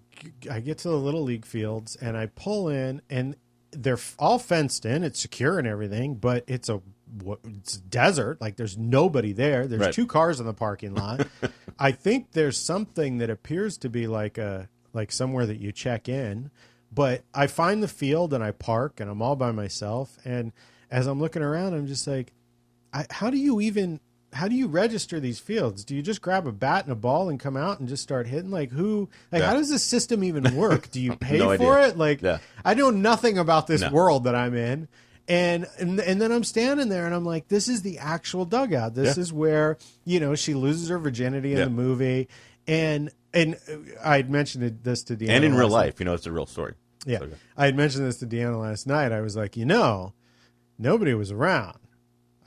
Speaker 1: I get to the little league fields and I pull in, and they're f- all fenced in, it's secure and everything, but it's a wa- it's desert. Like there's nobody there. There's
Speaker 3: Right.
Speaker 1: two cars in the parking lot.
Speaker 3: *laughs*
Speaker 1: I think there's something that appears to be like a like somewhere that you check in, but I find the field and I park and I'm all by myself. And as I'm looking around, I'm just like, I, how do you even how do you register these fields? Do you just grab a bat and a ball and come out and just start hitting? Like who? Like
Speaker 3: Yeah.
Speaker 1: how does this system
Speaker 3: *laughs*
Speaker 1: even work? Do you pay
Speaker 3: No
Speaker 1: for
Speaker 3: idea.
Speaker 1: it? Like
Speaker 3: Yeah.
Speaker 1: I know nothing about this
Speaker 3: No.
Speaker 1: world that I'm in. And, and and then I'm standing there and I'm like, this is the actual dugout. This
Speaker 3: Yeah.
Speaker 1: is where you know she loses her virginity in
Speaker 3: Yeah.
Speaker 1: the movie, and and uh, I had mentioned it- this to Deanna
Speaker 3: And in real
Speaker 1: last
Speaker 3: life, you know, it's a real story.
Speaker 1: yeah.
Speaker 3: So,
Speaker 1: I had mentioned this to Deanna last night. I was like, you know, nobody was around.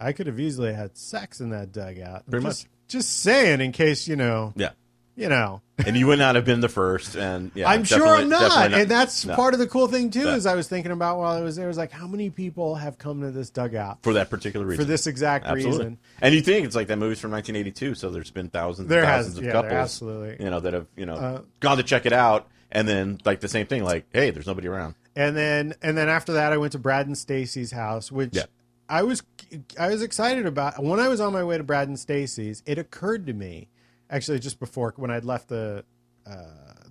Speaker 1: I could have easily had sex in that dugout.
Speaker 3: Pretty
Speaker 1: just, Just saying, in case, you know,
Speaker 3: yeah.
Speaker 1: you know.
Speaker 3: And you would not have been the first. And yeah,
Speaker 1: I'm sure
Speaker 3: definitely-
Speaker 1: I'm not.
Speaker 3: definitely
Speaker 1: And that's
Speaker 3: No.
Speaker 1: part of the cool thing, too,
Speaker 3: Yeah.
Speaker 1: is I was thinking about while I was there, was like, how many people have come to this dugout
Speaker 3: for that particular reason.
Speaker 1: for this exact
Speaker 3: Absolutely.
Speaker 1: reason?
Speaker 3: And you think it's like that movie's from 1982, so there's been thousands,
Speaker 1: There
Speaker 3: and
Speaker 1: has-
Speaker 3: thousands
Speaker 1: yeah, there
Speaker 3: of couples,
Speaker 1: absolutely. Uh,
Speaker 3: you know, that have you know gone to check it out, and then like the same thing, like, hey, there's nobody around.
Speaker 1: and then and then after that, I went to Brad and Stacy's house, which
Speaker 3: Yeah.
Speaker 1: I was I was excited about. When I was on my way to Brad and Stacy's, it occurred to me, actually, just before when I'd left the uh,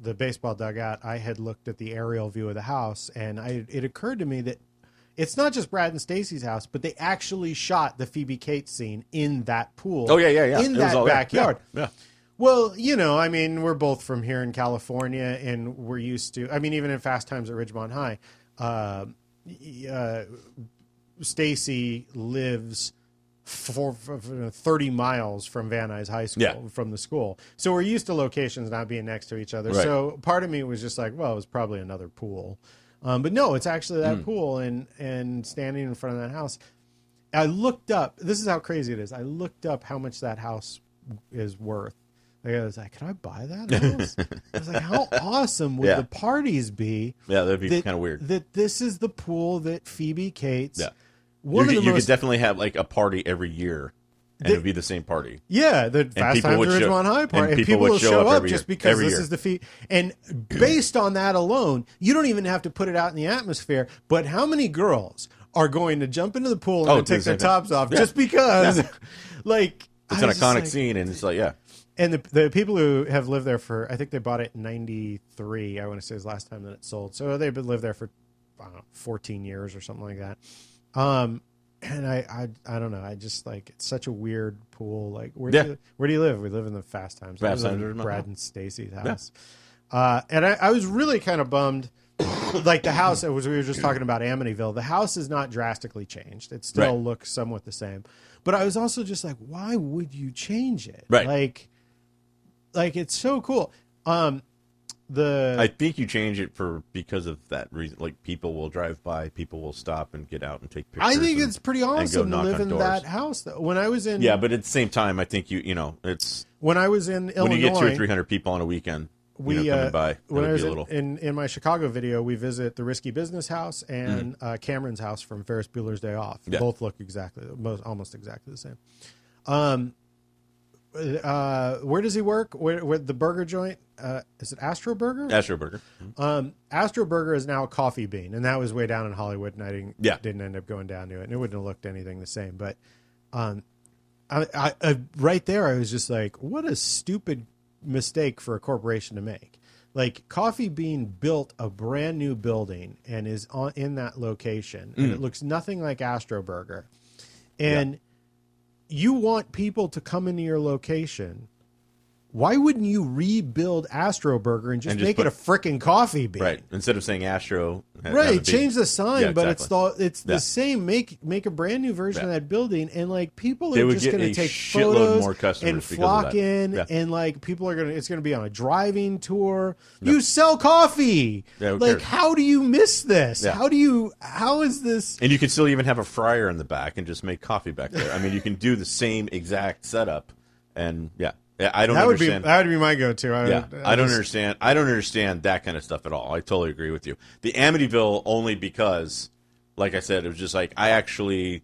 Speaker 1: the baseball dugout, I had looked at the aerial view of the house, and I it occurred to me that it's not just Brad and Stacy's house, but they actually shot the Phoebe Cates scene in that pool.
Speaker 3: Oh yeah, yeah, yeah.
Speaker 1: in
Speaker 3: It was
Speaker 1: that
Speaker 3: all there.
Speaker 1: backyard.
Speaker 3: Yeah, yeah.
Speaker 1: Well, you know, I mean, we're both from here in California, and we're used to. I mean, even in Fast Times at Ridgemont High, uh, y- uh, Stacy lives for, for- for thirty miles from Van Nuys High School,
Speaker 3: Yeah.
Speaker 1: from the school. So we're used to locations not being next to each other.
Speaker 3: Right.
Speaker 1: So part of me was just like, well, it was probably another pool, um, but no, it's actually that
Speaker 3: Hmm.
Speaker 1: pool, and and standing in front of that house. I looked up. This is how crazy it is. I looked up how much that house is worth. Like, I was like, "Can I buy that
Speaker 3: *laughs*
Speaker 1: house?" I was like, "How awesome would
Speaker 3: Yeah.
Speaker 1: the parties be?"
Speaker 3: Yeah, that'd be
Speaker 1: that-
Speaker 3: kind of weird.
Speaker 1: That this is the pool that Phoebe Cates.
Speaker 3: Yeah.
Speaker 1: One
Speaker 3: you
Speaker 1: of
Speaker 3: could,
Speaker 1: the
Speaker 3: you
Speaker 1: most
Speaker 3: could definitely have like a party every year, and
Speaker 1: The-
Speaker 3: it'd be the same party.
Speaker 1: Yeah, the Fast
Speaker 3: people
Speaker 1: Times
Speaker 3: would
Speaker 1: at
Speaker 3: show-
Speaker 1: Ridgemont High Park,
Speaker 3: and
Speaker 1: and
Speaker 3: people
Speaker 1: people,
Speaker 3: would
Speaker 1: will
Speaker 3: show
Speaker 1: show
Speaker 3: up
Speaker 1: up
Speaker 3: every
Speaker 1: just
Speaker 3: year-
Speaker 1: because
Speaker 3: every
Speaker 1: this
Speaker 3: year.
Speaker 1: is the feat. And based on that alone, you don't even have to put it out in the atmosphere. But how many girls are going to jump into the pool and
Speaker 3: Oh,
Speaker 1: then
Speaker 3: do the
Speaker 1: take their
Speaker 3: same thing.
Speaker 1: tops off
Speaker 3: Yeah.
Speaker 1: just because? *laughs* like
Speaker 3: It's
Speaker 1: I
Speaker 3: an
Speaker 1: was just
Speaker 3: iconic
Speaker 1: like-
Speaker 3: scene, and it's like, yeah,
Speaker 1: And the the people who have lived there for, I think they bought it in '93. I want to say is the last time that it sold. So they've been lived there for I don't know, 14 years or something like that. Um, and I, I, I don't know. I just like it's such a weird pool. Like where
Speaker 3: Yeah.
Speaker 1: do you, where do you live? We live in the Fast Times. I
Speaker 3: Fast
Speaker 1: live
Speaker 3: Times
Speaker 1: in
Speaker 3: is my
Speaker 1: Brad
Speaker 3: house.
Speaker 1: and Stacy's house. Uh, and I, I was really kind of bummed. like the house, as we were just talking about Amityville, the house is not drastically changed. It still
Speaker 3: Right.
Speaker 1: looks somewhat the same. But I was also just like, why would you change it?
Speaker 3: Right.
Speaker 1: Like, like it's so cool. Um, the
Speaker 3: I think you change it for because of that reason. Like people will drive by, people will stop and get out and take pictures.
Speaker 1: I think
Speaker 3: and-
Speaker 1: it's pretty
Speaker 3: go
Speaker 1: awesome to
Speaker 3: knock
Speaker 1: live
Speaker 3: on
Speaker 1: in
Speaker 3: doors.
Speaker 1: that house. Though when I was in
Speaker 3: yeah, but at the same time, I think you you know it's
Speaker 1: when I was in Illinois,
Speaker 3: when you get two or three hundred people on a weekend,
Speaker 1: we
Speaker 3: you know, coming
Speaker 1: uh,
Speaker 3: by, it
Speaker 1: when I
Speaker 3: would
Speaker 1: was
Speaker 3: be a
Speaker 1: in,
Speaker 3: little.
Speaker 1: in in my Chicago video, we visit the Risky Business House and uh, Cameron's house from Ferris Bueller's Day Off.
Speaker 3: Mm-hmm. Yeah.
Speaker 1: Both look exactly, most, almost exactly the same. Um, uh, where does he work? Where, where the burger joint? Uh, is it Astro Burger?
Speaker 3: Astro Burger.
Speaker 1: Um, Astro Burger is now a coffee bean, and that was way down in Hollywood, and I didn't,
Speaker 3: Yeah.
Speaker 1: didn't end up going down to it, and it wouldn't have looked anything the same. But um, I, I, I, right there, I was just like, what a stupid mistake for a corporation to make. Like, Coffee Bean built a brand new building and is on, in that location, and it
Speaker 3: Mm.
Speaker 1: looks nothing like Astro Burger. And you want people to come into your location. Why wouldn't you rebuild Astro Burger and just,
Speaker 3: And just
Speaker 1: make
Speaker 3: put-
Speaker 1: it a freaking coffee bean?
Speaker 3: Right. Instead of saying Astro, ha- have
Speaker 1: right
Speaker 3: it be-
Speaker 1: change the sign
Speaker 3: Yeah,
Speaker 1: but it's the it's the
Speaker 3: Yeah.
Speaker 1: same make make a brand new version of
Speaker 3: Yeah.
Speaker 1: that building and like people
Speaker 3: They
Speaker 1: are
Speaker 3: would
Speaker 1: just
Speaker 3: get
Speaker 1: going
Speaker 3: a
Speaker 1: to take
Speaker 3: shitload
Speaker 1: photos
Speaker 3: more customers
Speaker 1: and
Speaker 3: because of
Speaker 1: flock
Speaker 3: that.
Speaker 1: in
Speaker 3: Yeah.
Speaker 1: and like people are going to it's going to be on a driving tour you sell coffee
Speaker 3: Yeah, who
Speaker 1: like
Speaker 3: cares?
Speaker 1: how do you miss this
Speaker 3: Yeah.
Speaker 1: how do you how is this
Speaker 3: And you can still even have a fryer in the back and just make coffee back there. I mean, you can do the same exact setup. And yeah, Yeah, I don't
Speaker 1: that would be
Speaker 3: understand.
Speaker 1: that would be my go-to I, uh,
Speaker 3: yeah, I, don't
Speaker 1: just-
Speaker 3: understand. I don't understand that kind of stuff at all. I totally agree with you. The Amityville only because, like I said, it was just like I actually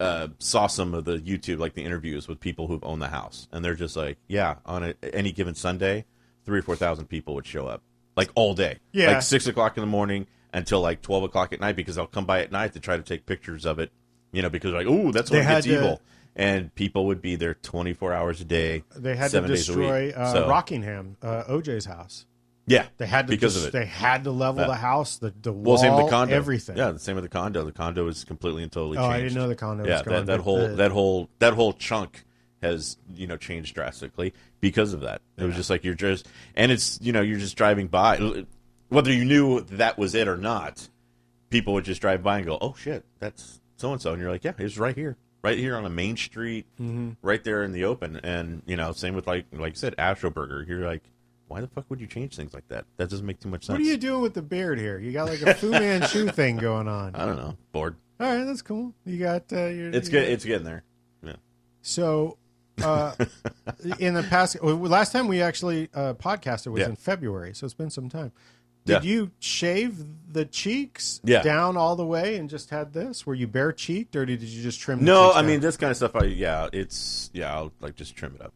Speaker 3: uh, saw some of the YouTube like the interviews with people who've owned the house, and they're just like, yeah, on a, any given Sunday, three or four thousand people would show up, like all day,
Speaker 1: Yeah.
Speaker 3: like six o'clock in the morning until like twelve o'clock at night because they'll come by at night to try to take pictures of it, you know, because like, oh, that's
Speaker 1: They
Speaker 3: when it gets
Speaker 1: had to-
Speaker 3: evil. And people would be there 24 hours a day.
Speaker 1: they had to
Speaker 3: seven days a week.
Speaker 1: destroy uh,
Speaker 3: So-
Speaker 1: Rockingham uh, OJ's house
Speaker 3: Yeah,
Speaker 1: they had to
Speaker 3: because
Speaker 1: just,
Speaker 3: of it.
Speaker 1: they had to level
Speaker 3: Yeah.
Speaker 1: the house the the wall
Speaker 3: Well, same with the condo.
Speaker 1: everything
Speaker 3: Yeah, the same with the condo. The condo is completely and totally
Speaker 1: oh
Speaker 3: changed.
Speaker 1: I didn't know the condo
Speaker 3: yeah,
Speaker 1: was gone
Speaker 3: that, that
Speaker 1: but
Speaker 3: whole
Speaker 1: the-
Speaker 3: that whole that whole chunk has you know changed drastically because of that. It was just like you're just and it's you know you're just driving by, whether you knew that was it or not. People would just drive by and go, "Oh shit, that's so and so," and you're like, "Yeah, it's right here, right here on a main street,
Speaker 1: Mm-hmm.
Speaker 3: right there in the open." And you know, same with like like you said, Astro Burger. You're like, "Why the fuck would you change things like that? That doesn't make too much sense."
Speaker 1: What are you doing with the beard here? You got like a
Speaker 3: *laughs*
Speaker 1: Fu Manchu thing going on.
Speaker 3: I don't know. Bored.
Speaker 1: All right, that's cool. You got uh, your.
Speaker 3: It's
Speaker 1: your-
Speaker 3: good. It's getting there. Yeah.
Speaker 1: So,
Speaker 3: *laughs*
Speaker 1: uh, in the past, well, last time we actually uh, podcasted was
Speaker 3: Yeah.
Speaker 1: in February, so it's been some time. Did
Speaker 3: Yeah.
Speaker 1: you shave the cheeks
Speaker 3: Yeah.
Speaker 1: down all the way and just had this? Were you bare cheeked, or did you just trim? The
Speaker 3: No,
Speaker 1: cheeks
Speaker 3: I
Speaker 1: down?
Speaker 3: mean this kind of stuff. I yeah, it's yeah. I'll like just trim it up.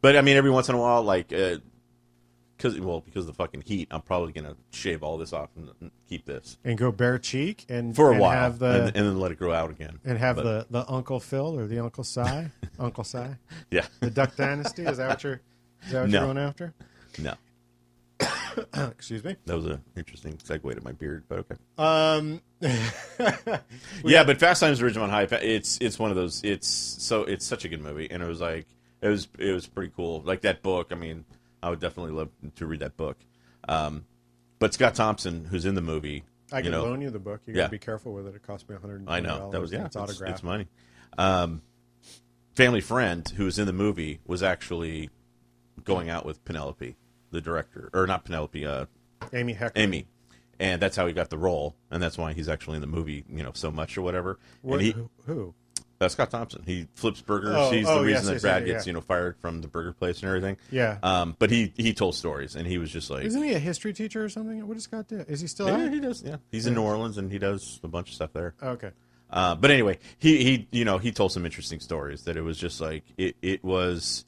Speaker 3: But I mean every once in a while, like uh 'cause well because of the fucking heat, I'm probably gonna shave all this off and and keep this
Speaker 1: and go bare cheek and
Speaker 3: for a
Speaker 1: and
Speaker 3: while,
Speaker 1: Have the,
Speaker 3: and,
Speaker 1: and,
Speaker 3: and then let it grow out again.
Speaker 1: have
Speaker 3: but-
Speaker 1: the, the Uncle Phil or the Uncle Si, Uncle Si,
Speaker 3: *laughs* Yeah. *laughs*
Speaker 1: the Duck Dynasty. Is that what you're? Is that what
Speaker 3: No.
Speaker 1: you're going after?
Speaker 3: *clears throat* No,
Speaker 1: Excuse me.
Speaker 3: that was an interesting segue to my beard, but okay.
Speaker 1: Um, *laughs*
Speaker 3: yeah, but Fast Times at Ridgemont High, it's it's one of those. It's so it's such a good movie, and it was like it was it was pretty cool. Like that book, I mean, I would definitely love to read that book. Um, but Scott Thompson, who's in the movie,
Speaker 1: I
Speaker 3: you
Speaker 1: can
Speaker 3: know,
Speaker 1: loan you the book. You
Speaker 3: yeah.
Speaker 1: gotta be careful with it. It cost me 100
Speaker 3: I know that was yeah,
Speaker 1: It's
Speaker 3: it's, it's,
Speaker 1: autographed.
Speaker 3: money. Um, family friend who was in the movie was actually going out with Penelope, the director, or not Penelope, uh,
Speaker 1: Amy Hecker.
Speaker 3: Amy, and that's how he got the role, and that's why he's actually in the movie, you know, so much or whatever.
Speaker 1: What,
Speaker 3: and he,
Speaker 1: who- who?
Speaker 3: uh, Scott Thompson. He flips burgers.
Speaker 1: Oh,
Speaker 3: He's
Speaker 1: oh,
Speaker 3: the
Speaker 1: yes,
Speaker 3: reason
Speaker 1: yes,
Speaker 3: that Brad
Speaker 1: yes, yeah.
Speaker 3: gets you know fired from the burger place and everything.
Speaker 1: Yeah.
Speaker 3: Um, but he he told stories and he was just like,
Speaker 1: Isn't he a history teacher or something? What does Scott do? Is he still
Speaker 3: yeah,
Speaker 1: out?
Speaker 3: he does. Yeah, he's in New Orleans and he does a bunch of stuff there.
Speaker 1: Okay.
Speaker 3: Uh, but anyway, he he you know he told some interesting stories that it was just like it it was.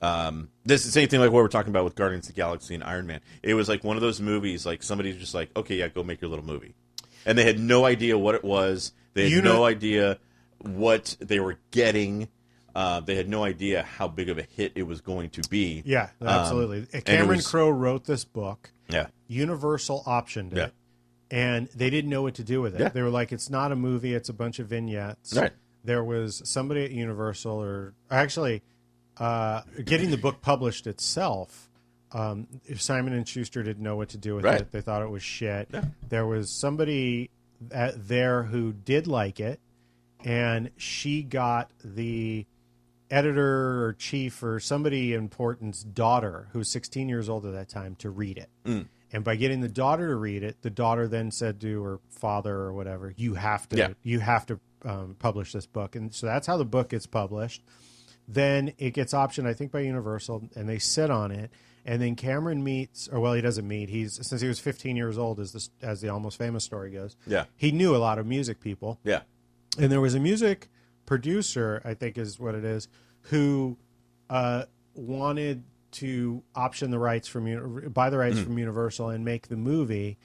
Speaker 3: Um, this is the same thing like what we're talking about with Guardians of the Galaxy and Iron Man. It was like one of those movies like somebody's just like, okay, yeah, go make your little movie, and they had no idea what it was. They had
Speaker 1: You know-
Speaker 3: no idea what they were getting. Uh, they had no idea how big of a hit it was going to be.
Speaker 1: Yeah,
Speaker 3: Um,
Speaker 1: absolutely. Cameron
Speaker 3: was-
Speaker 1: Crowe wrote this book.
Speaker 3: yeah,
Speaker 1: Universal optioned it.
Speaker 3: Yeah.
Speaker 1: and they didn't know what to do with it.
Speaker 3: Yeah.
Speaker 1: They were like, "It's not a movie; it's a bunch of vignettes."
Speaker 3: Right.
Speaker 1: There was somebody at Universal, or actually, uh, getting the book published itself. Um, Simon and Schuster didn't know what to do with
Speaker 3: Right.
Speaker 1: it. They thought it was shit.
Speaker 3: Yeah.
Speaker 1: There was somebody at there who did like it, and she got the editor or chief or somebody important's daughter, who was 16 years old at that time, to read it.
Speaker 3: Mm.
Speaker 1: And by getting the daughter to read it, the daughter then said to her father or whatever, "You have to,
Speaker 3: Yeah.
Speaker 1: you have to um, publish this book." And so that's how the book gets published. Then it gets optioned, I think, by Universal, and they sit on it. And then Cameron meets, or well, he doesn't meet. He's since he was 15 years old, as this as the almost famous story goes.
Speaker 3: Yeah.
Speaker 1: He knew a lot of music people
Speaker 3: Yeah.
Speaker 1: and there was a music producer, I think is what it is, who uh, wanted to option the rights from Uni- buy the
Speaker 3: Mm.
Speaker 1: rights from Universal and make the movie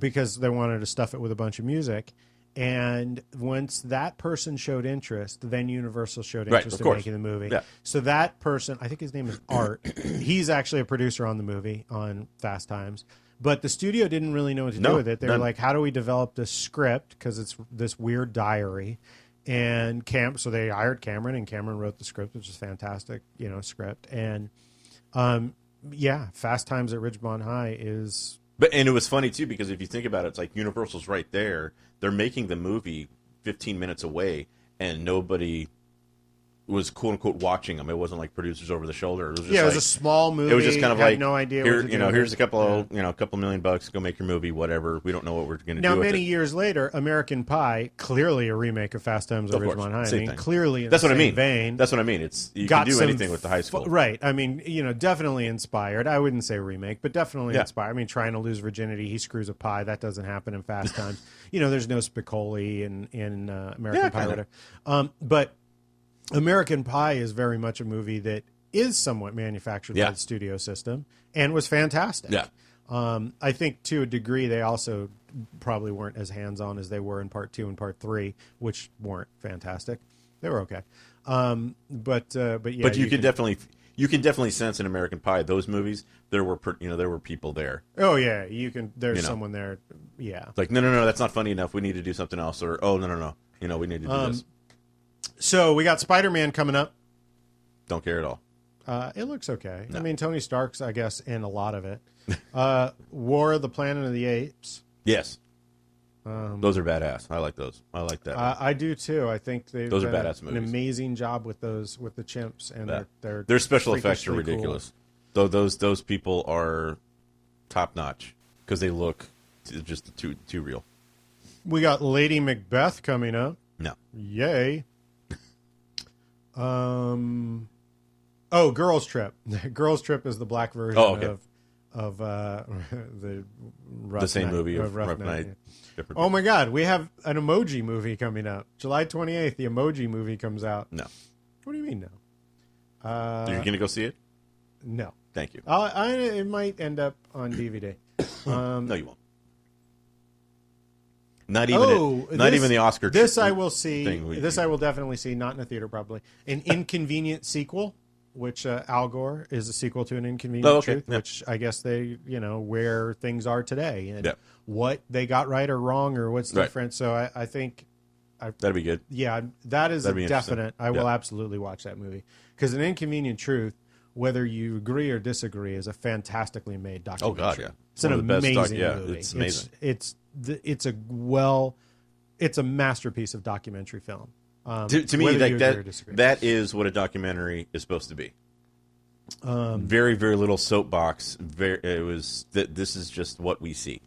Speaker 1: because they wanted to stuff it with a bunch of music. And once that person showed interest, then Universal showed
Speaker 3: Right,
Speaker 1: interest
Speaker 3: of
Speaker 1: in
Speaker 3: course.
Speaker 1: making the movie.
Speaker 3: Yeah.
Speaker 1: So that person, I think his name is
Speaker 3: *clears throat*
Speaker 1: Art. He's actually a producer on the movie on Fast Times. But the studio didn't really know what to do
Speaker 3: No,
Speaker 1: with it. They
Speaker 3: none.
Speaker 1: were like, how do we develop this script? Because it's this weird diary. And Cam, so they hired Cameron, and Cameron wrote the script, which is fantastic, you know, script. And um, yeah, Fast Times at Ridgemont High is
Speaker 3: But and it was funny too because if you think about it, it's like Universal's right there. They're making the movie 15 minutes away, and nobody was quote unquote watching them. It wasn't like producers over the shoulder. It was just
Speaker 1: yeah, it was
Speaker 3: like-
Speaker 1: a small movie.
Speaker 3: it was just kind of
Speaker 1: had
Speaker 3: like
Speaker 1: no idea.
Speaker 3: Here,
Speaker 1: what to do
Speaker 3: you know,
Speaker 1: with
Speaker 3: here's
Speaker 1: it.
Speaker 3: a couple
Speaker 1: Yeah.
Speaker 3: of you know, a couple million bucks. Go make your movie, whatever. We don't know what we're going to
Speaker 1: Now,
Speaker 3: do. with
Speaker 1: many
Speaker 3: it.
Speaker 1: years later, American Pie, clearly a remake of Fast Times at
Speaker 3: Of course,
Speaker 1: Ridgemont High. I
Speaker 3: same
Speaker 1: mean,
Speaker 3: thing.
Speaker 1: clearly, in
Speaker 3: That's
Speaker 1: the
Speaker 3: what I
Speaker 1: same
Speaker 3: mean.
Speaker 1: Vein,
Speaker 3: That's what I mean. It's you
Speaker 1: got
Speaker 3: can do
Speaker 1: some
Speaker 3: anything with the high school.
Speaker 1: fu- right? I mean, you know, definitely inspired. I wouldn't say remake, but definitely
Speaker 3: Yeah.
Speaker 1: inspired. I mean, trying to lose virginity, he screws a pie. That doesn't happen in Fast
Speaker 3: *laughs*
Speaker 1: Times. you know, there's no Spicoli in in uh, American
Speaker 3: Yeah,
Speaker 1: Pie, or
Speaker 3: kinda.
Speaker 1: whatever. Um, but American Pie is very much a movie that is somewhat manufactured
Speaker 3: Yeah.
Speaker 1: by the studio system and was fantastic.
Speaker 3: Yeah.
Speaker 1: Um, I think to a degree they also probably weren't as hands on as they were in part two and part three, which weren't fantastic. They were okay. Um, but uh, but yeah,
Speaker 3: but you, can, definitely you can definitely sense in American Pie those movies there were per- you know there were people there.
Speaker 1: oh yeah, you can. There's
Speaker 3: You know.
Speaker 1: someone there. Yeah.
Speaker 3: It's like no no no that's not funny enough. We need to do something else. Or oh no no no you know we need to do
Speaker 1: Um,
Speaker 3: this.
Speaker 1: So we got Spider Man coming up.
Speaker 3: Don't care at all.
Speaker 1: Uh, it looks okay.
Speaker 3: No.
Speaker 1: I mean, Tony Stark's, I guess, in a lot of it. *laughs* Uh, War of the Planet of the Apes.
Speaker 3: Yes. those are badass. I like those. I like that.
Speaker 1: Uh, um, I do too. I think they've
Speaker 3: Those are
Speaker 1: done
Speaker 3: badass
Speaker 1: An
Speaker 3: movies.
Speaker 1: amazing job with those with the chimps and
Speaker 3: Yeah.
Speaker 1: their, their
Speaker 3: Their special effects are
Speaker 1: freakishly cool.
Speaker 3: ridiculous. Though those those people are top notch because they look t- just too too real.
Speaker 1: We got Lady Macbeth coming up.
Speaker 3: No.
Speaker 1: Yay. Um Oh, Girls Trip. *laughs* Girls Trip is the black version
Speaker 3: Oh, okay.
Speaker 1: of of uh *laughs* the rough
Speaker 3: The same
Speaker 1: Night- Uh,
Speaker 3: movie of
Speaker 1: Rough
Speaker 3: Rough
Speaker 1: Night,
Speaker 3: Night.
Speaker 1: yeah.
Speaker 3: Different
Speaker 1: Oh my god, we have an emoji movie coming up. July 28th, the emoji movie comes out.
Speaker 3: No.
Speaker 1: What do you mean no? Uh
Speaker 3: Are you gonna go see it?
Speaker 1: no. Uh,
Speaker 3: Thank you.
Speaker 1: I, I it might end up on DVD. Um
Speaker 3: No, you won't. Not even
Speaker 1: Oh,
Speaker 3: it, not
Speaker 1: this-
Speaker 3: even the Oscar.
Speaker 1: This
Speaker 3: tr-
Speaker 1: I will see.
Speaker 3: thing we-
Speaker 1: this I will definitely see. Not in a theater, probably.
Speaker 3: *laughs*
Speaker 1: An inconvenient sequel, which uh, Al Gore is a sequel to an inconvenient
Speaker 3: Oh, okay.
Speaker 1: truth,
Speaker 3: Yeah.
Speaker 1: which I guess they you know where things are today and
Speaker 3: Yeah.
Speaker 1: what they got right or wrong or what's
Speaker 3: Right.
Speaker 1: different. So I, I think,
Speaker 3: That'd be good.
Speaker 1: yeah, that is
Speaker 3: That'd be
Speaker 1: a
Speaker 3: interesting.
Speaker 1: definite. I will absolutely watch that movie because an inconvenient truth. Whether you agree or disagree, is a fantastically made
Speaker 3: Oh
Speaker 1: documentary.
Speaker 3: god, yeah.
Speaker 1: It's an
Speaker 3: One of the
Speaker 1: amazing
Speaker 3: best doc- yeah,
Speaker 1: movie.
Speaker 3: It's amazing.
Speaker 1: It's it's, th- it's a well, it's a masterpiece of documentary film. Um,
Speaker 3: to, to me,
Speaker 1: whether you
Speaker 3: like
Speaker 1: agree or
Speaker 3: that,
Speaker 1: disagree.
Speaker 3: that is what a documentary is supposed to be.
Speaker 1: Um,
Speaker 3: very, very little soapbox. Very, it was that this is just what we see.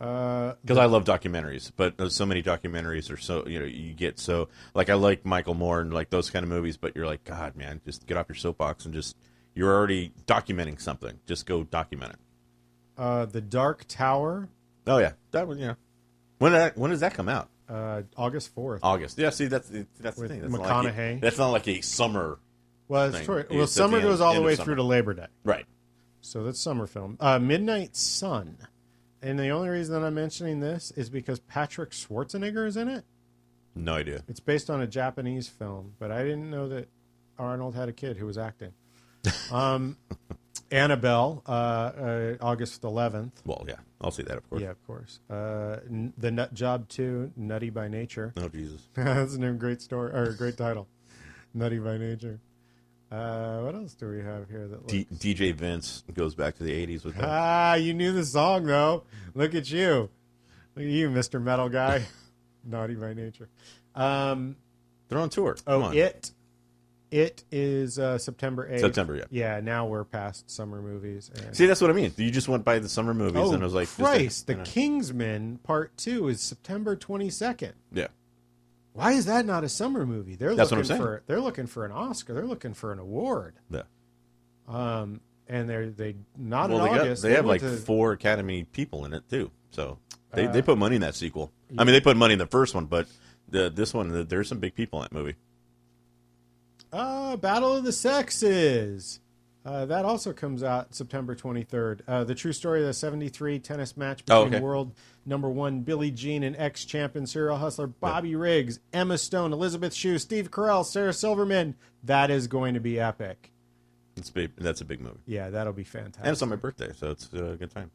Speaker 1: uh,
Speaker 3: Because I love documentaries, but there's so many documentaries are so you know you get so like I like Michael Moore and like those kind of movies, but you're like, God, man, just get off your soapbox and just you're already documenting something. Just go document it.
Speaker 1: uh, the Dark Tower,
Speaker 3: Oh yeah, that one. Yeah. When did that, when does that come out?
Speaker 1: uh, August fourth.
Speaker 3: August. Yeah. See, that's that's the
Speaker 1: With
Speaker 3: thing. That's not like a-
Speaker 1: McConaughey.
Speaker 3: that's not like a summer.
Speaker 1: well, it's
Speaker 3: thing.
Speaker 1: toward-
Speaker 3: It's
Speaker 1: well,
Speaker 3: at the
Speaker 1: summer
Speaker 3: end-
Speaker 1: goes all
Speaker 3: end
Speaker 1: the
Speaker 3: of
Speaker 1: way
Speaker 3: summer.
Speaker 1: through to Labor Day,
Speaker 3: Right.
Speaker 1: so that's summer film. Uh, Midnight Sun, and the only reason that I'm mentioning this is because Patrick Schwarzenegger is in it.
Speaker 3: No idea.
Speaker 1: It's based on a Japanese
Speaker 3: *laughs*
Speaker 1: film, but I didn't know that Arnold had a kid who was acting. Um, Annabelle, uh, uh, August 11th.
Speaker 3: Well, yeah, I'll see that, of course.
Speaker 1: Yeah, of course. Uh, N- the Nut Job 2, Nutty by Nature. *laughs*
Speaker 3: Oh Jesus,
Speaker 1: That's a great story, or a great title. Nutty by Nature. Uh, what else do we have here that looks...
Speaker 3: D- DJ Vince goes back to the '80s with
Speaker 1: *laughs*
Speaker 3: that.
Speaker 1: Ah, you knew the song though. Look at you, look at you, Mister Metal
Speaker 3: *laughs*
Speaker 1: guy, naughty by nature. Um,
Speaker 3: They're on tour. Come
Speaker 1: oh,
Speaker 3: on.
Speaker 1: it, it is uh, September eighth.
Speaker 3: September, yeah.
Speaker 1: Yeah, now we're past summer movies. And...
Speaker 3: See, that's what I mean. You just went by the summer movies,
Speaker 1: oh,
Speaker 3: and I was like, just like,
Speaker 1: Christ,
Speaker 3: you know,
Speaker 1: the Kingsman Part Two is September twenty second.
Speaker 3: yeah,
Speaker 1: Why is that not a summer movie? They're
Speaker 3: That's what I'm
Speaker 1: looking
Speaker 3: saying.
Speaker 1: for they're looking for an Oscar. They're looking for an award.
Speaker 3: yeah.
Speaker 1: Um, and they're they not
Speaker 3: Well,
Speaker 1: in
Speaker 3: they, got-
Speaker 1: August.
Speaker 3: they have like
Speaker 1: went to- Uh,
Speaker 3: four Academy people in it too, so they, they put money in that sequel. I mean, they put money in the first one, but the this one, the, there's some big people in that movie.
Speaker 1: Uh, Battle of the Sexes. Uh, that also comes out September 23rd. Uh, the true story of the 73 tennis match between
Speaker 3: Oh, okay.
Speaker 1: world number one Billie Jean and ex champion serial hustler Bobby Riggs, Emma Stone, Elizabeth Shue, Steve Carell, Sarah Silverman. That is going to be epic.
Speaker 3: It's big. That's a big movie,
Speaker 1: Yeah, that'll be
Speaker 3: and it's
Speaker 1: fantastic.
Speaker 3: on my birthday, so it's uh, a good time.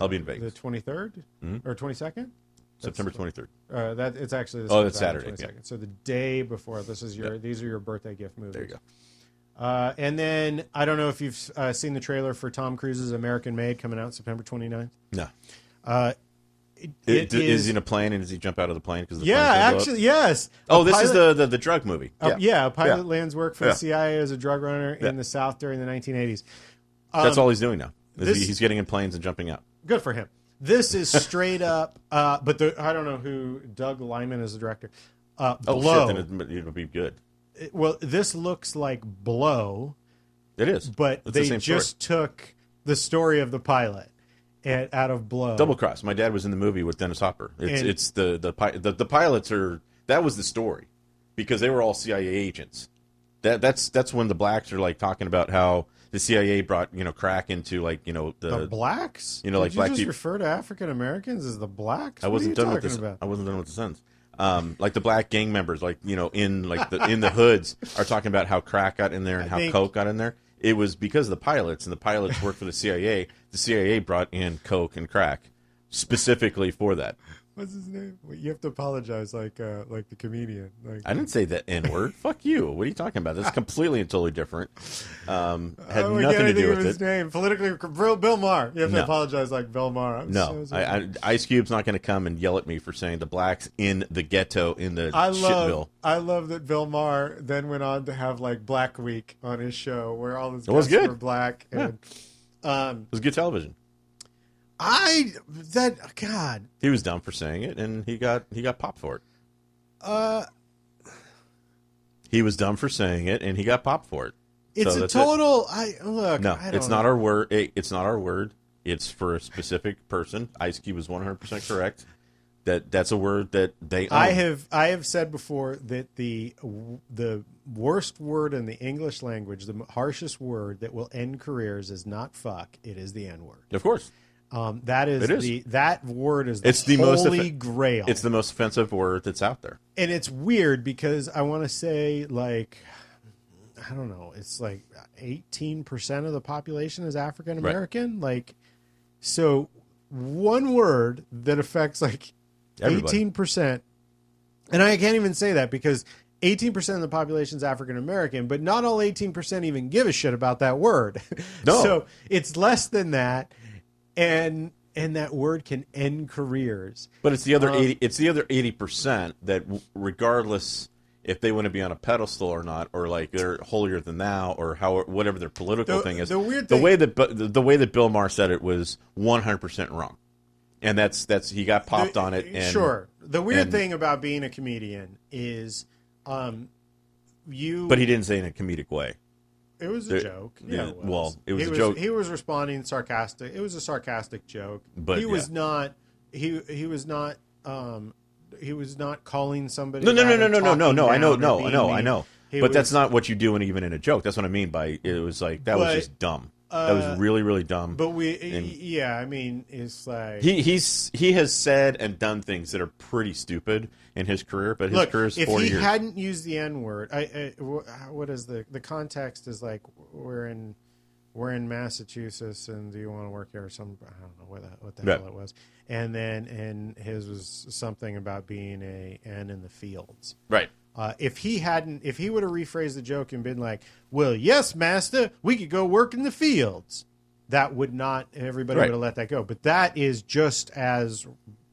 Speaker 3: I'll be in
Speaker 1: The
Speaker 3: Vegas
Speaker 1: 23rd
Speaker 3: Mm-hmm.
Speaker 1: or 22nd?
Speaker 3: September 23rd.
Speaker 1: Uh, that it's actually the
Speaker 3: Oh,
Speaker 1: same
Speaker 3: that's
Speaker 1: time,
Speaker 3: Saturday, yeah.
Speaker 1: 22nd. So the day before this is your these are your birthday gift movies.
Speaker 3: There you go.
Speaker 1: Uh, and then I don't know if you've uh, seen the trailer for Tom Cruise's American Made coming out September 29th.
Speaker 3: No,
Speaker 1: Uh, it,
Speaker 3: It-
Speaker 1: it
Speaker 3: d- is, he in a plane, and does he jump out of the plane? Because
Speaker 1: yeah, actually, yes.
Speaker 3: Oh,
Speaker 1: A
Speaker 3: this is
Speaker 1: pilot-
Speaker 3: the, the the drug movie.
Speaker 1: uh, yeah. A pilot
Speaker 3: Yeah.
Speaker 1: lands work for
Speaker 3: Yeah.
Speaker 1: the CIA as a drug runner
Speaker 3: Yeah.
Speaker 1: in the South during the 1980s.
Speaker 3: That's all he's doing now. is
Speaker 1: um, this-
Speaker 3: he, he's getting in planes and jumping out.
Speaker 1: good for him. This
Speaker 3: *laughs*
Speaker 1: is straight up. Uh, but the, I don't know who Doug Lyman is the director. Uh,
Speaker 3: Oh
Speaker 1: Blow.
Speaker 3: shit! Then it, it'll be good.
Speaker 1: It- well, this looks like Blow,
Speaker 3: It is,
Speaker 1: but um,
Speaker 3: It's the
Speaker 1: they
Speaker 3: same story.
Speaker 1: just took the story of the pilot and out of Blow.
Speaker 3: Double Cross. My dad was in the movie with Dennis Hopper. It's
Speaker 1: And-
Speaker 3: it's the the, pi- the the pilots are that was the story because they were all CIA agents. That that's that's when the blacks are like talking about how the CIA brought you know crack into like you know the.
Speaker 1: the blacks?
Speaker 3: you know, like
Speaker 1: Did
Speaker 3: black
Speaker 1: you just
Speaker 3: people-
Speaker 1: refer to African Americans as the blacks?
Speaker 3: I wasn't
Speaker 1: what are you
Speaker 3: done with
Speaker 1: talking
Speaker 3: this.
Speaker 1: About?
Speaker 3: I wasn't done with the sentence. Um, like the black gang members, like you know, in like the in the hoods, are talking about how crack got in there and
Speaker 1: I
Speaker 3: how
Speaker 1: think-
Speaker 3: coke got in there. It was because of the pilots, and the pilots worked for the CIA. The CIA brought in coke and crack specifically for that.
Speaker 1: What's his name? Well, You have to apologize, like uh, like the comedian. Like,
Speaker 3: I didn't say that N word. Fuck you. What are you talking about? That's completely and totally different. Um, had
Speaker 1: Oh, I
Speaker 3: nothing
Speaker 1: can't
Speaker 3: to
Speaker 1: think
Speaker 3: do
Speaker 1: of
Speaker 3: with
Speaker 1: his
Speaker 3: it.
Speaker 1: name. Politically, Bill, Bill Maher. You have
Speaker 3: No.
Speaker 1: to apologize, like Bill Mahr. I'm
Speaker 3: No,
Speaker 1: so
Speaker 3: I,
Speaker 1: sorry.
Speaker 3: I, Ice Cube's not going to come and yell at me for saying the blacks in the ghetto in the
Speaker 1: I
Speaker 3: shitville.
Speaker 1: love, I love that Bill Maher then went on to have like Black Week on his show, where all his
Speaker 3: It was
Speaker 1: guests
Speaker 3: good.
Speaker 1: were black. And, um,
Speaker 3: It was good television.
Speaker 1: I that God,
Speaker 3: He was dumb for saying it, and he got he got popped for it.
Speaker 1: uh,
Speaker 3: He was dumb for saying it, and he got popped for it.
Speaker 1: it's
Speaker 3: So
Speaker 1: a
Speaker 3: that's it.
Speaker 1: total. I look.
Speaker 3: No,
Speaker 1: I don't
Speaker 3: it's not our word. It, it's not our word. It's for a specific person. Ice Cube was one hundred percent correct. That that's a word that they. Own.
Speaker 1: I have I have said before that the the worst word in the English language, the harshest word that will end careers is not fuck. It is the N word.
Speaker 3: of course.
Speaker 1: Um, that is,
Speaker 3: It is.
Speaker 1: the that word is the,
Speaker 3: It's the most
Speaker 1: holy
Speaker 3: offe-
Speaker 1: grail.
Speaker 3: It's the most offensive word that's out there.
Speaker 1: and it's weird because I want to say like I don't know. It's like eighteen percent of the population is African American. Like so, one word that affects like
Speaker 3: Everybody.
Speaker 1: eighteen percent, and I can't even say that because eighteen percent of the population is African American. But not all eighteen percent even give a shit about that word. *laughs*
Speaker 3: No.
Speaker 1: so it's less than that, and and that word can end careers.
Speaker 3: But it's the
Speaker 1: Uh-huh.
Speaker 3: other eighty. It's the other eighty percent that, w- regardless if they want to be on a pedestal or not, or like they're holier than thou, or how whatever their political
Speaker 1: The-
Speaker 3: thing is.
Speaker 1: the weird
Speaker 3: the
Speaker 1: thing-
Speaker 3: way that Bu- the, the way that Bill Maher said it was one hundred percent wrong, and that's that's he got popped
Speaker 1: the-
Speaker 3: on it. And
Speaker 1: sure. The weird
Speaker 3: and-
Speaker 1: thing about being a comedian is, um, you.
Speaker 3: but he didn't say it in a comedic way.
Speaker 1: it was a
Speaker 3: there-
Speaker 1: joke.
Speaker 3: yeah,
Speaker 1: Yeah, it was.
Speaker 3: well, it was
Speaker 1: he
Speaker 3: a joke.
Speaker 1: He was responding sarcastic. It was a sarcastic joke.
Speaker 3: But,
Speaker 1: he was
Speaker 3: yeah.
Speaker 1: not. He he was not. Um, he was not calling somebody.
Speaker 3: No, no, no,
Speaker 1: out
Speaker 3: no,
Speaker 1: or
Speaker 3: no, no, no,
Speaker 1: talking
Speaker 3: no. I know,
Speaker 1: down or
Speaker 3: no,
Speaker 1: being
Speaker 3: no, I
Speaker 1: mean.
Speaker 3: know.
Speaker 1: He
Speaker 3: but
Speaker 1: was-
Speaker 3: that's not what you do, and even in a joke. That's what I mean by it was like that
Speaker 1: But,
Speaker 3: was just dumb. that
Speaker 1: uh,
Speaker 3: was really, really dumb.
Speaker 1: But we,
Speaker 3: And-
Speaker 1: yeah, I mean, it's like
Speaker 3: He he's he has said and done things that are pretty stupid in his career, but his
Speaker 1: Look,
Speaker 3: career is
Speaker 1: if
Speaker 3: forty
Speaker 1: he
Speaker 3: years.
Speaker 1: hadn't used the N word, I, I- wh- what is the the context is like we're in we're in Massachusetts, and do you want to work here? Or some I don't know what the, what the
Speaker 3: Right.
Speaker 1: hell it was. And then and his was something about being a N in the fields.
Speaker 3: Right.
Speaker 1: Uh, if he hadn't, if he would have rephrased the joke and been like, "Well, yes, master, we could go work in the fields," that would not everybody
Speaker 3: Right.
Speaker 1: would have let that go. But that is just as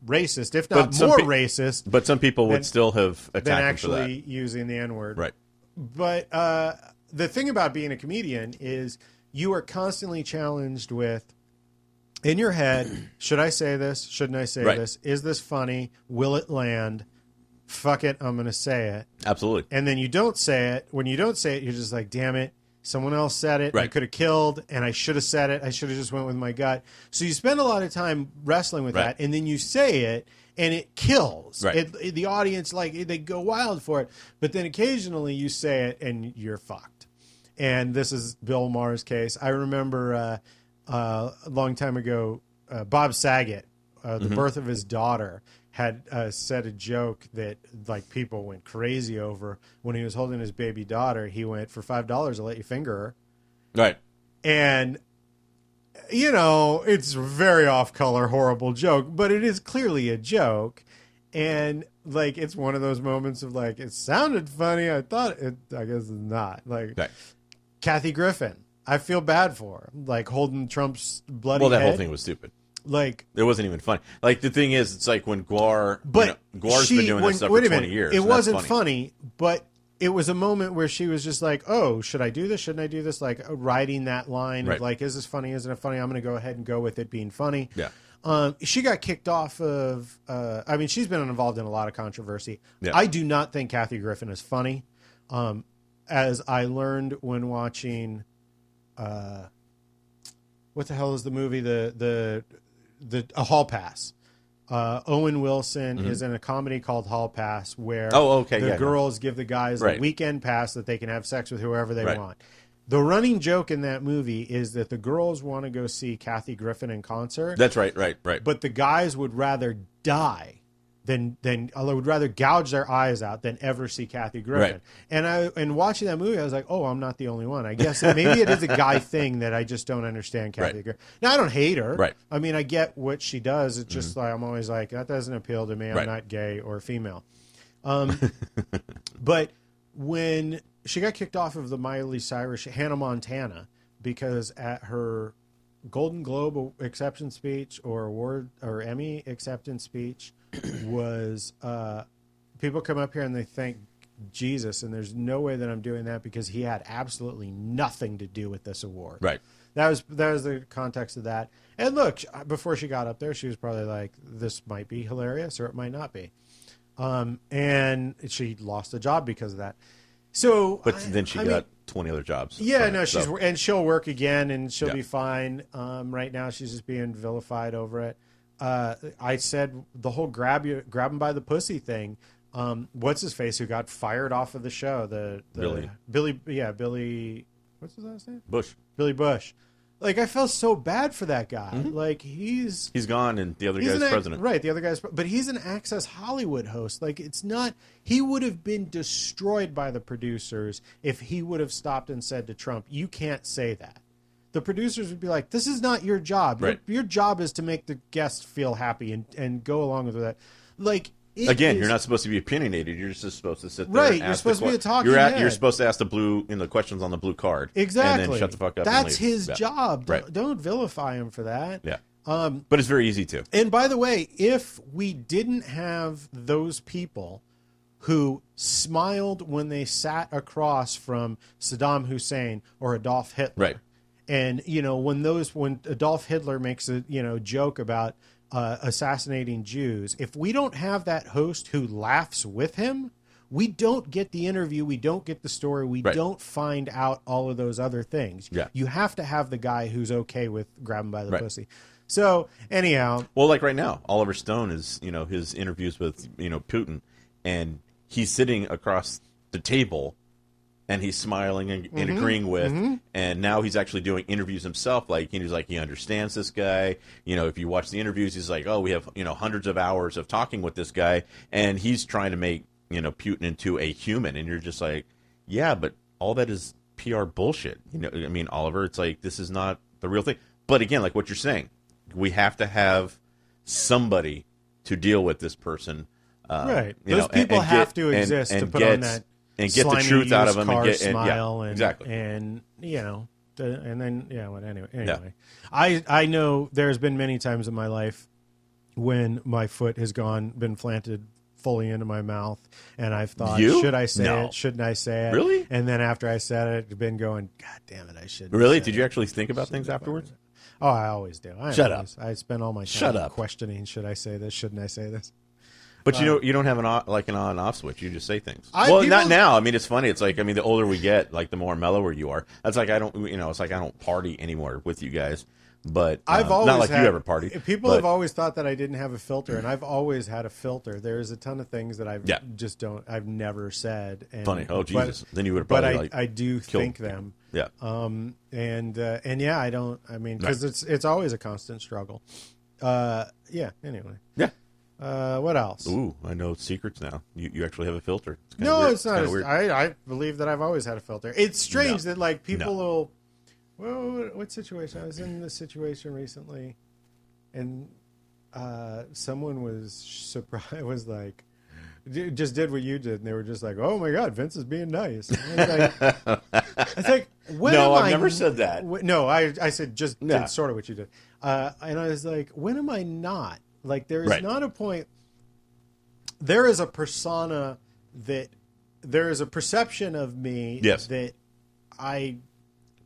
Speaker 1: racist, if
Speaker 3: But
Speaker 1: not
Speaker 3: some
Speaker 1: more
Speaker 3: pe-
Speaker 1: racist,
Speaker 3: But some people would
Speaker 1: Then-
Speaker 3: still have attacked
Speaker 1: than
Speaker 3: him for that.
Speaker 1: actually using the N word.
Speaker 3: Right.
Speaker 1: But uh, the thing about being a comedian is you are constantly challenged with in your head, *clears throat* should I say this? Shouldn't I say
Speaker 3: Right.
Speaker 1: this? Is this funny? Will it land? Fuck it, I'm going to say it.
Speaker 3: Absolutely.
Speaker 1: And then you don't say it. When you don't say it, you're just like, damn it. Someone else said it. I
Speaker 3: Right.
Speaker 1: could have killed, and I should have said it. I should have just went with my gut. So you spend a lot of time wrestling with
Speaker 3: Right.
Speaker 1: that, and then you say it, and it kills.
Speaker 3: Right.
Speaker 1: It, it- the audience like they go wild for it. But then occasionally you say it, and you're fucked. And this is Bill Maher's case. I remember uh, uh, a long time ago, uh, Bob Saget, uh,
Speaker 3: Mm-hmm.
Speaker 1: the birth of his daughter, had uh, said a joke that like people went crazy over when he was holding his baby daughter. He went for five dollars, I'll let you finger her
Speaker 3: Right.
Speaker 1: and you know it's a very off color horrible joke but it is clearly a joke and like it's one of those moments of like it sounded funny i thought it i guess it's not like
Speaker 3: Right.
Speaker 1: kathy griffin i feel bad for like holding trump's bloody
Speaker 3: Well, that whole
Speaker 1: head.
Speaker 3: thing was stupid.
Speaker 1: like
Speaker 3: It wasn't even funny. Like the thing is, it's like when Guar,
Speaker 1: but
Speaker 3: you know, Guar's
Speaker 1: she,
Speaker 3: been doing
Speaker 1: when-
Speaker 3: this stuff
Speaker 1: wait
Speaker 3: for
Speaker 1: a minute,
Speaker 3: twenty years.
Speaker 1: It
Speaker 3: and that's
Speaker 1: wasn't
Speaker 3: funny.
Speaker 1: funny, but it was a moment where she was just like, "Oh, should I do this? Shouldn't I do this?" Like uh, riding that line
Speaker 3: Right.
Speaker 1: of like, "Is this funny? Isn't it funny?" I'm going to go ahead and go with it being funny.
Speaker 3: Yeah.
Speaker 1: Um, she got kicked off of. Uh, I mean, she's been involved in a lot of controversy.
Speaker 3: Yeah.
Speaker 1: I do not think Kathy Griffin is funny, um, as I learned when watching. Uh, what the hell is the movie? The the the a Hall Pass. Uh, Owen Wilson is in a comedy called Hall Pass where
Speaker 3: Mm-hmm. Oh, okay,
Speaker 1: the
Speaker 3: yeah, yeah.
Speaker 1: girls give the guys
Speaker 3: Right.
Speaker 1: a weekend pass that they can have sex with whoever they
Speaker 3: Right.
Speaker 1: want. The running joke in that movie is that the girls want to go see Kathy Griffin in concert,
Speaker 3: That's right. Right. Right.
Speaker 1: but the guys would rather die than than although would rather gouge their eyes out than ever see Kathy Griffin.
Speaker 3: Right.
Speaker 1: And I and watching that movie, I was like, oh, I'm not the only one. I guess that maybe it is a
Speaker 3: *laughs*
Speaker 1: guy thing that I just don't understand Kathy
Speaker 3: Right.
Speaker 1: Griffin. Now I don't hate her.
Speaker 3: Right. Mm-hmm.
Speaker 1: I mean, I get what she does. It's just like I'm always like that doesn't appeal to me. I'm
Speaker 3: Right.
Speaker 1: not gay or
Speaker 3: *laughs*
Speaker 1: female. Um, But when she got kicked off of the Miley Cyrus Hannah Montana because at her Golden Globe acceptance speech or award or Emmy acceptance
Speaker 3: *clears throat*
Speaker 1: speech was uh, people come up here and they thank Jesus and there's no way that I'm doing that because he had absolutely nothing to do with this award.
Speaker 3: right.
Speaker 1: That was that was the context of that. And look, sh- before she got up there, she was probably like, "This might be hilarious, or it might not be." Um, and she lost a job because of that. So,
Speaker 3: But
Speaker 1: I-
Speaker 3: then she
Speaker 1: I
Speaker 3: got
Speaker 1: mean,
Speaker 3: twenty other jobs.
Speaker 1: yeah,
Speaker 3: from it,
Speaker 1: no, she's
Speaker 3: so-
Speaker 1: and she'll work again, and she'll
Speaker 3: Yeah.
Speaker 1: be fine. Um, right now, she's just being vilified over it. Uh, I said the whole grab you, grab him by the pussy thing. Um, what's his face who got fired off of the show? The, the
Speaker 3: Billy.
Speaker 1: Billy, yeah, Billy. What's his last name?
Speaker 3: Bush.
Speaker 1: Billy Bush. Like I felt so bad for that guy.
Speaker 3: Mm-hmm.
Speaker 1: Like he's
Speaker 3: He's gone, and the other
Speaker 1: he's
Speaker 3: guy's
Speaker 1: an ac-
Speaker 3: president.
Speaker 1: right? The other guy's pre- but he's an Access Hollywood host. Like it's not he would have been destroyed by the producers if he would have stopped and said to Trump, "You can't say that." The producers would be like, "This is not your job.
Speaker 3: Right.
Speaker 1: Your, your job is to make the guest feel happy and and go along with that." Like it
Speaker 3: Again,
Speaker 1: is-
Speaker 3: you're not supposed to be opinionated. You're just supposed to sit there.
Speaker 1: Right,
Speaker 3: and
Speaker 1: you're
Speaker 3: ask
Speaker 1: supposed
Speaker 3: the
Speaker 1: to be a
Speaker 3: que-
Speaker 1: talking
Speaker 3: You're, you're
Speaker 1: head.
Speaker 3: supposed to ask the blue in the questions on the blue card.
Speaker 1: exactly
Speaker 3: And then shut the fuck up. and
Speaker 1: That's
Speaker 3: leave.
Speaker 1: his
Speaker 3: Yeah.
Speaker 1: job.
Speaker 3: Right.
Speaker 1: Don't, don't vilify him for that.
Speaker 3: Yeah. Um, but it's very easy to.
Speaker 1: And by the way, if we didn't have those people who smiled when they sat across from Saddam Hussein or Adolf Hitler,
Speaker 3: Right.
Speaker 1: And you know when those when Adolf Hitler makes a you know joke about uh, assassinating Jews, if we don't have that host who laughs with him, we don't get the interview, we don't get the story, we
Speaker 3: Right.
Speaker 1: don't find out all of those other things.
Speaker 3: Yeah.
Speaker 1: You have to have the guy who's okay with grabbing by the
Speaker 3: Right.
Speaker 1: pussy. So anyhow,
Speaker 3: Well, like right now, Oliver Stone is, you know, his interviews with, you know, Putin, and he's sitting across the table and he's smiling and, and agreeing with. And now he's actually doing interviews himself. Like, he's like, he understands this guy. You know, if you watch the interviews, he's like, oh, we have, you know, hundreds of hours of talking with this guy. And he's trying to make, you know, Putin into a human. And you're just like, yeah, but all that is PR bullshit. You know, I mean, Oliver, it's like this is not the real thing. But again, like what you're saying, we have to have somebody to deal with this person. Uh,
Speaker 1: Right.
Speaker 3: you
Speaker 1: Those
Speaker 3: know, and-
Speaker 1: people
Speaker 3: and
Speaker 1: have
Speaker 3: get-
Speaker 1: to
Speaker 3: and-
Speaker 1: exist
Speaker 3: and
Speaker 1: to put
Speaker 3: get-
Speaker 1: on that
Speaker 3: and get the
Speaker 1: slimy
Speaker 3: truth out of
Speaker 1: used
Speaker 3: them and
Speaker 1: car
Speaker 3: get- and- yeah,
Speaker 1: smile and
Speaker 3: exactly.
Speaker 1: and you know the, and then yeah well, anyway anyway I I know there's been many times in my life when my foot has gone been planted fully into my mouth and I've thought
Speaker 3: You?
Speaker 1: should I say
Speaker 3: No.
Speaker 1: it shouldn't I say it
Speaker 3: Really?
Speaker 1: and then after I said it I've been going god damn it I should
Speaker 3: Really? Did you actually think about things afterwards?
Speaker 1: oh I always do I
Speaker 3: Shut up.
Speaker 1: always, I spend all my time
Speaker 3: Shut up.
Speaker 1: questioning should I say this shouldn't I say this
Speaker 3: But
Speaker 1: Uh,
Speaker 3: you know, you don't have an on, like an on and off switch. You just say things.
Speaker 1: I-
Speaker 3: well,
Speaker 1: people-
Speaker 3: not now. I mean, it's funny. It's like I mean, the older we get, like the more mellower you are. That's like I don't, you know, it's like I don't party anymore with you guys. But uh,
Speaker 1: I've always
Speaker 3: not like
Speaker 1: had,
Speaker 3: you ever party.
Speaker 1: People
Speaker 3: but,
Speaker 1: have always thought that I didn't have a filter, and I've always had a filter. There's a ton of things that I've
Speaker 3: Yeah.
Speaker 1: just don't. I've never said. And,
Speaker 3: funny. Oh
Speaker 1: but-
Speaker 3: Jesus! then you would have
Speaker 1: But,
Speaker 3: probably
Speaker 1: I,
Speaker 3: like
Speaker 1: I do
Speaker 3: killed
Speaker 1: think them,
Speaker 3: yeah.
Speaker 1: um, and uh, and yeah, I don't. I mean, because
Speaker 3: Right.
Speaker 1: it's it's always a constant struggle. Uh, yeah. Anyway,
Speaker 3: Yeah.
Speaker 1: uh, what else?
Speaker 3: Ooh, I know secrets now. You you actually have a filter. It's kinda
Speaker 1: No,
Speaker 3: weird.
Speaker 1: it's not.
Speaker 3: kinda
Speaker 1: as-
Speaker 3: weird.
Speaker 1: I, I believe that I've always had a filter. It's strange that like people
Speaker 3: No.
Speaker 1: will. Well, what- what situation? I was in this situation recently, and uh, someone was *laughs* surprised. Was like, d- just did what you did, and they were just like, "Oh my god, Vince is being nice." And I was like,
Speaker 3: *laughs*
Speaker 1: it's like, when
Speaker 3: No,
Speaker 1: am
Speaker 3: I've
Speaker 1: I-
Speaker 3: never said that.
Speaker 1: wh- no, I I said just
Speaker 3: Yeah.
Speaker 1: did sort of what you did, uh, and I was like, when am I not? Like, there is
Speaker 3: Right.
Speaker 1: not a point there is a persona that there is a perception of me
Speaker 3: Yes.
Speaker 1: that I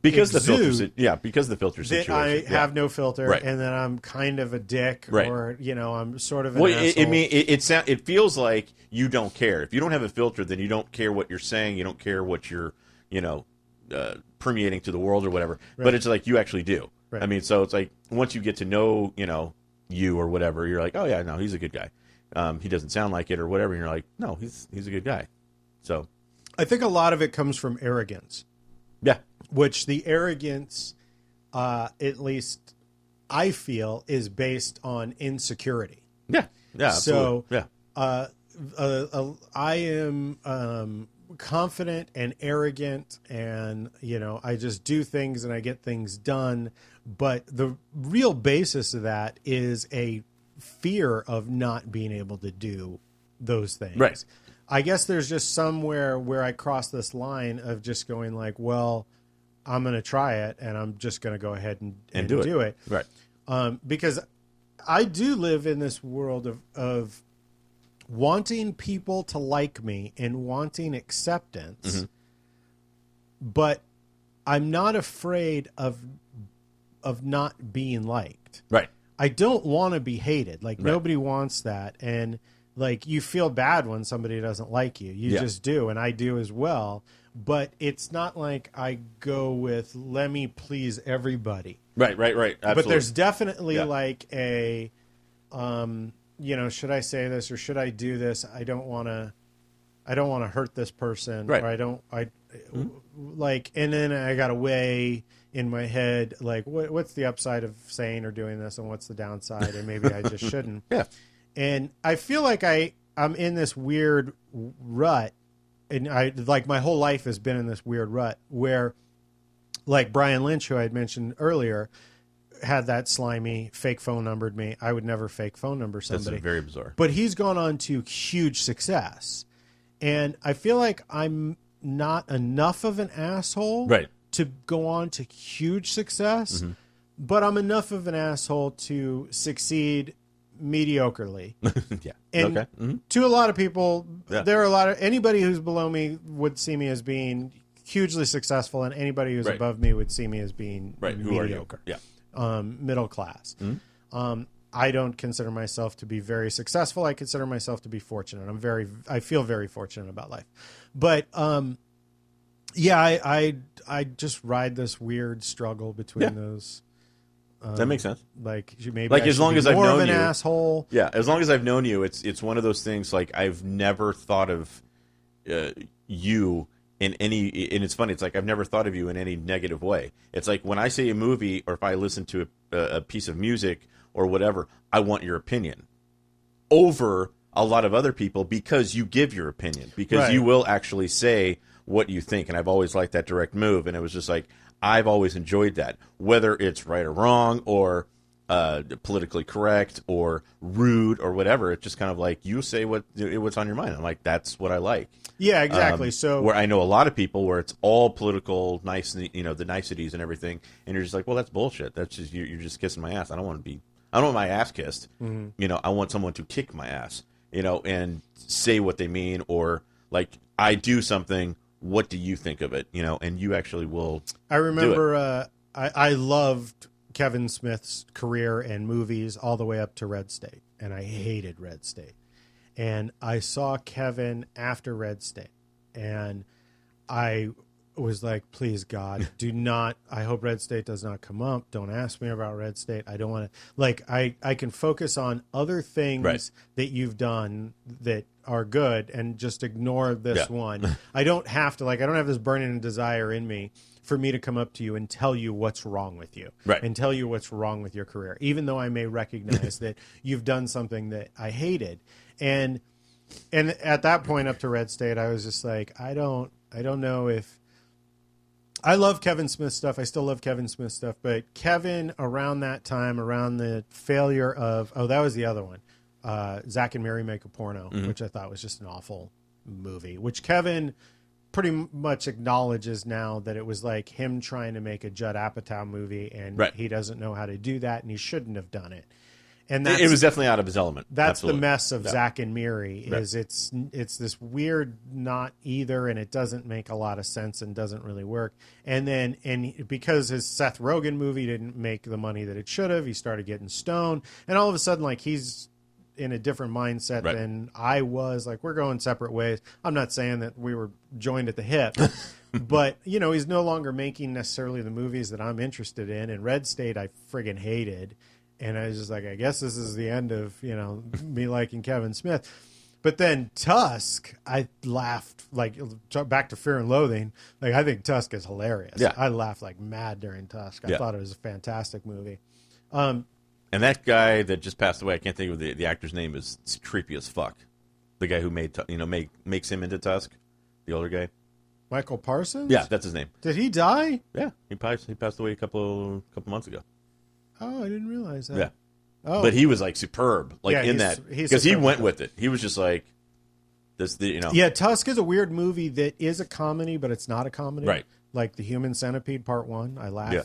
Speaker 3: because the
Speaker 1: exude
Speaker 3: filter. si- Yeah, because the filter
Speaker 1: that
Speaker 3: situation.
Speaker 1: I
Speaker 3: yeah.
Speaker 1: have no filter
Speaker 3: Right.
Speaker 1: and then I'm kind of a dick
Speaker 3: Right.
Speaker 1: or you know I'm sort of an
Speaker 3: Well, it,
Speaker 1: asshole.
Speaker 3: it mean it, it sound, it feels like you don't care. If you don't have a filter, then you don't care what you're saying. You don't care what you're, you know, uh, permeating to the world or whatever. But it's like you actually do.
Speaker 1: Right.
Speaker 3: I mean, so it's like once you get to know, you know, you or whatever, you're like, oh yeah, no, he's a good guy. Um, he doesn't sound like it or whatever. And you're like, no, he's he's a good guy. So
Speaker 1: I think a lot of it comes from arrogance,
Speaker 3: yeah,
Speaker 1: which the arrogance uh at least I feel is based on insecurity.
Speaker 3: yeah, yeah.
Speaker 1: So-
Speaker 3: absolutely. yeah,
Speaker 1: uh, uh, uh, I am um, confident and arrogant, and you know, I just do things and I get things done. But the real basis of that is a fear of not being able to do those things.
Speaker 3: Right.
Speaker 1: I guess there's just somewhere where I cross this line of just going like, well, I'm going to try it, and I'm just going to go ahead and,
Speaker 3: And do it.
Speaker 1: Do it
Speaker 3: right.
Speaker 1: um, because I do live in this world of of wanting people to like me and wanting acceptance, but I'm not afraid of of not being liked.
Speaker 3: Right.
Speaker 1: I don't want to be hated. Like nobody wants that, and like you feel bad when somebody doesn't like you. You
Speaker 3: Yeah.
Speaker 1: just do, and I do as well. But it's not like I go with let me please everybody
Speaker 3: Right. Right. Right. Absolutely.
Speaker 1: but there's definitely
Speaker 3: Yeah.
Speaker 1: like a um you know should i say this or should i do this i don't want to i don't want to hurt this person
Speaker 3: Right. Mm-hmm.
Speaker 1: or i don't i like and then i got a weigh in my head like what, what's the upside of saying or doing this and what's the downside and maybe i
Speaker 3: *laughs*
Speaker 1: just shouldn't
Speaker 3: yeah.
Speaker 1: and i feel like i i'm in this weird rut and i like my whole life has been in this weird rut where like brian lynch who i had mentioned earlier had that slimy fake phone numbered me i would never fake phone number
Speaker 3: That's
Speaker 1: somebody
Speaker 3: very bizarre.
Speaker 1: but he's gone on to huge success and i feel like i'm not enough of an asshole
Speaker 3: Right. *laughs* Mm-hmm.
Speaker 1: to go on to huge success but i'm enough of an asshole to succeed mediocrely
Speaker 3: yeah.
Speaker 1: and
Speaker 3: okay. Mhm.
Speaker 1: to a lot of people
Speaker 3: Yeah.
Speaker 1: there are a lot of anybody who's below me would see me as being hugely successful and anybody who's
Speaker 3: Right.
Speaker 1: above me would see me as being
Speaker 3: Right. Who are you? Mm-hmm.
Speaker 1: mediocre
Speaker 3: Yeah.
Speaker 1: um, middle class. Um, I don't consider myself to be very successful. I consider myself to be fortunate. I'm very, I feel very fortunate about life. But um, yeah, I, I, I just ride this weird struggle between
Speaker 3: Yeah.
Speaker 1: those. Uh,
Speaker 3: that makes sense.
Speaker 1: Like you- maybe
Speaker 3: Like,
Speaker 1: I
Speaker 3: as
Speaker 1: should
Speaker 3: long
Speaker 1: be
Speaker 3: as I've
Speaker 1: more of
Speaker 3: known
Speaker 1: an
Speaker 3: you-
Speaker 1: asshole.
Speaker 3: Yeah, as long as I've known you, it's it's one of those things. Like I've never thought of uh, you in any, and it's funny. It's like I've never thought of you in any negative way. It's like when I see a movie or if I listen to a, a piece of music or whatever, I want your opinion over. a lot of other people because you give your opinion because
Speaker 1: Right.
Speaker 3: you will actually say what you think and I've always liked that direct move and it was just like I've always enjoyed that whether it's right or wrong or uh, politically correct or rude or whatever it's just kind of like you say what what's on your mind I'm like that's what I like
Speaker 1: Yeah, exactly.
Speaker 3: um,
Speaker 1: so
Speaker 3: where I know a lot of people where it's all political, nice, you know, the niceties and everything, and you're just like, well, that's bullshit. That's just you're, you're just kissing my ass. I don't want to be. I don't want my ass kissed.
Speaker 1: Mm-hmm.
Speaker 3: You know, I want someone to kick my ass. You know, and say what they mean, or like I do something. What do you think of it? You know, and you actually will.
Speaker 1: I remember uh, I, I loved Kevin Smith's career and movies all the way up to Red State, and I hated Red State. And I saw Kevin after Red State, and I was like, please,
Speaker 3: *laughs*
Speaker 1: God, do not. I hope Red State does not come up. Don't ask me about Red State. I don't want to. Like, I, I can focus on other things
Speaker 3: Right.
Speaker 1: that you've done that are good and just ignore this
Speaker 3: Yeah. *laughs*
Speaker 1: one. I don't have to, like, I don't have this burning desire in me for me to come up to you and tell you what's wrong with you
Speaker 3: Right.
Speaker 1: and tell you what's wrong with your career, even though I may
Speaker 3: *laughs*
Speaker 1: recognize that you've done something that I hated. And and at that point up to red state i was just like i don't i don't know if i love kevin smith stuff i still love kevin smith stuff but kevin around that time around the failure of oh that was the other one uh, zach and mary make a porno
Speaker 3: Mm-hmm.
Speaker 1: which i thought was just an awful movie which kevin pretty m- much acknowledges now that it was like him trying to make a judd apatow movie and
Speaker 3: Right.
Speaker 1: he doesn't know how to do that and he shouldn't have done it and
Speaker 3: It,
Speaker 1: that's
Speaker 3: it was definitely out of his element.
Speaker 1: that's
Speaker 3: Absolutely.
Speaker 1: the mess of
Speaker 3: Yeah.
Speaker 1: Zach and Miri
Speaker 3: Right.
Speaker 1: is it's it's this weird not either and it doesn't make a lot of sense and doesn't really work. And then and because his Seth Rogen movie didn't make the money that it should have, he started getting stoned and all of a sudden like he's in a different mindset
Speaker 3: Right.
Speaker 1: than I was. Like we're going separate ways. I'm not saying that we were joined at the
Speaker 3: *laughs*
Speaker 1: hip. But you know he's no longer making necessarily the movies that I'm interested in. And Red State, I friggin' hated, and I was just like, I guess this is the end of you know *laughs* me liking Kevin Smith. But then Tusk, I laughed like back to Fear and Loathing. Like I think Tusk is hilarious.
Speaker 3: Yeah.
Speaker 1: I laughed like mad during Tusk. I
Speaker 3: Yeah.
Speaker 1: thought it was a fantastic movie.
Speaker 3: And that guy that just passed away, I can't think of the, the actor's name, is it's creepy as fuck. The guy who made Tu- you know make makes him into Tusk, the older guy.
Speaker 1: Michael Parsons.
Speaker 3: Yeah, that's his name.
Speaker 1: Did he die?
Speaker 3: Yeah, he passed. He passed away a couple couple months ago.
Speaker 1: Oh, I didn't realize that.
Speaker 3: Yeah,
Speaker 1: Oh,
Speaker 3: but he was like superb, like
Speaker 1: Yeah,
Speaker 3: in
Speaker 1: he's-
Speaker 3: that
Speaker 1: he's
Speaker 3: because he
Speaker 1: superb.
Speaker 3: went with it. He was just like this, the, you know.
Speaker 1: Yeah, Tusk is a weird movie that is a comedy, but it's not a comedy.
Speaker 3: Right.
Speaker 1: Like the Human Centipede Part One, I laughed.
Speaker 3: Yeah.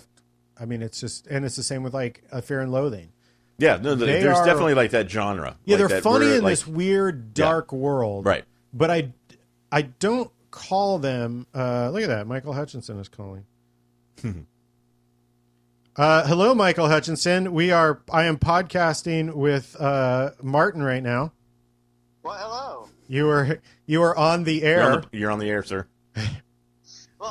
Speaker 1: I mean, it's just, and it's the same with like a Fear and Loathing.
Speaker 3: yeah. No, the,
Speaker 1: They
Speaker 3: there's
Speaker 1: are-
Speaker 3: definitely like that genre.
Speaker 1: Yeah,
Speaker 3: like
Speaker 1: they're
Speaker 3: that
Speaker 1: funny
Speaker 3: weird,
Speaker 1: in
Speaker 3: like-
Speaker 1: this weird, dark world.
Speaker 3: *laughs* Right.
Speaker 1: But I, I don't call them. Uh, look at that, Michael Hutchinson is calling.
Speaker 3: Hmm.
Speaker 1: uh, hello, Michael Hutchinson. We are. I am podcasting with uh, Martin right now.
Speaker 2: Well, hello.
Speaker 1: You are you are on the air.
Speaker 3: You're on, the, you're on the air, sir.
Speaker 2: Well,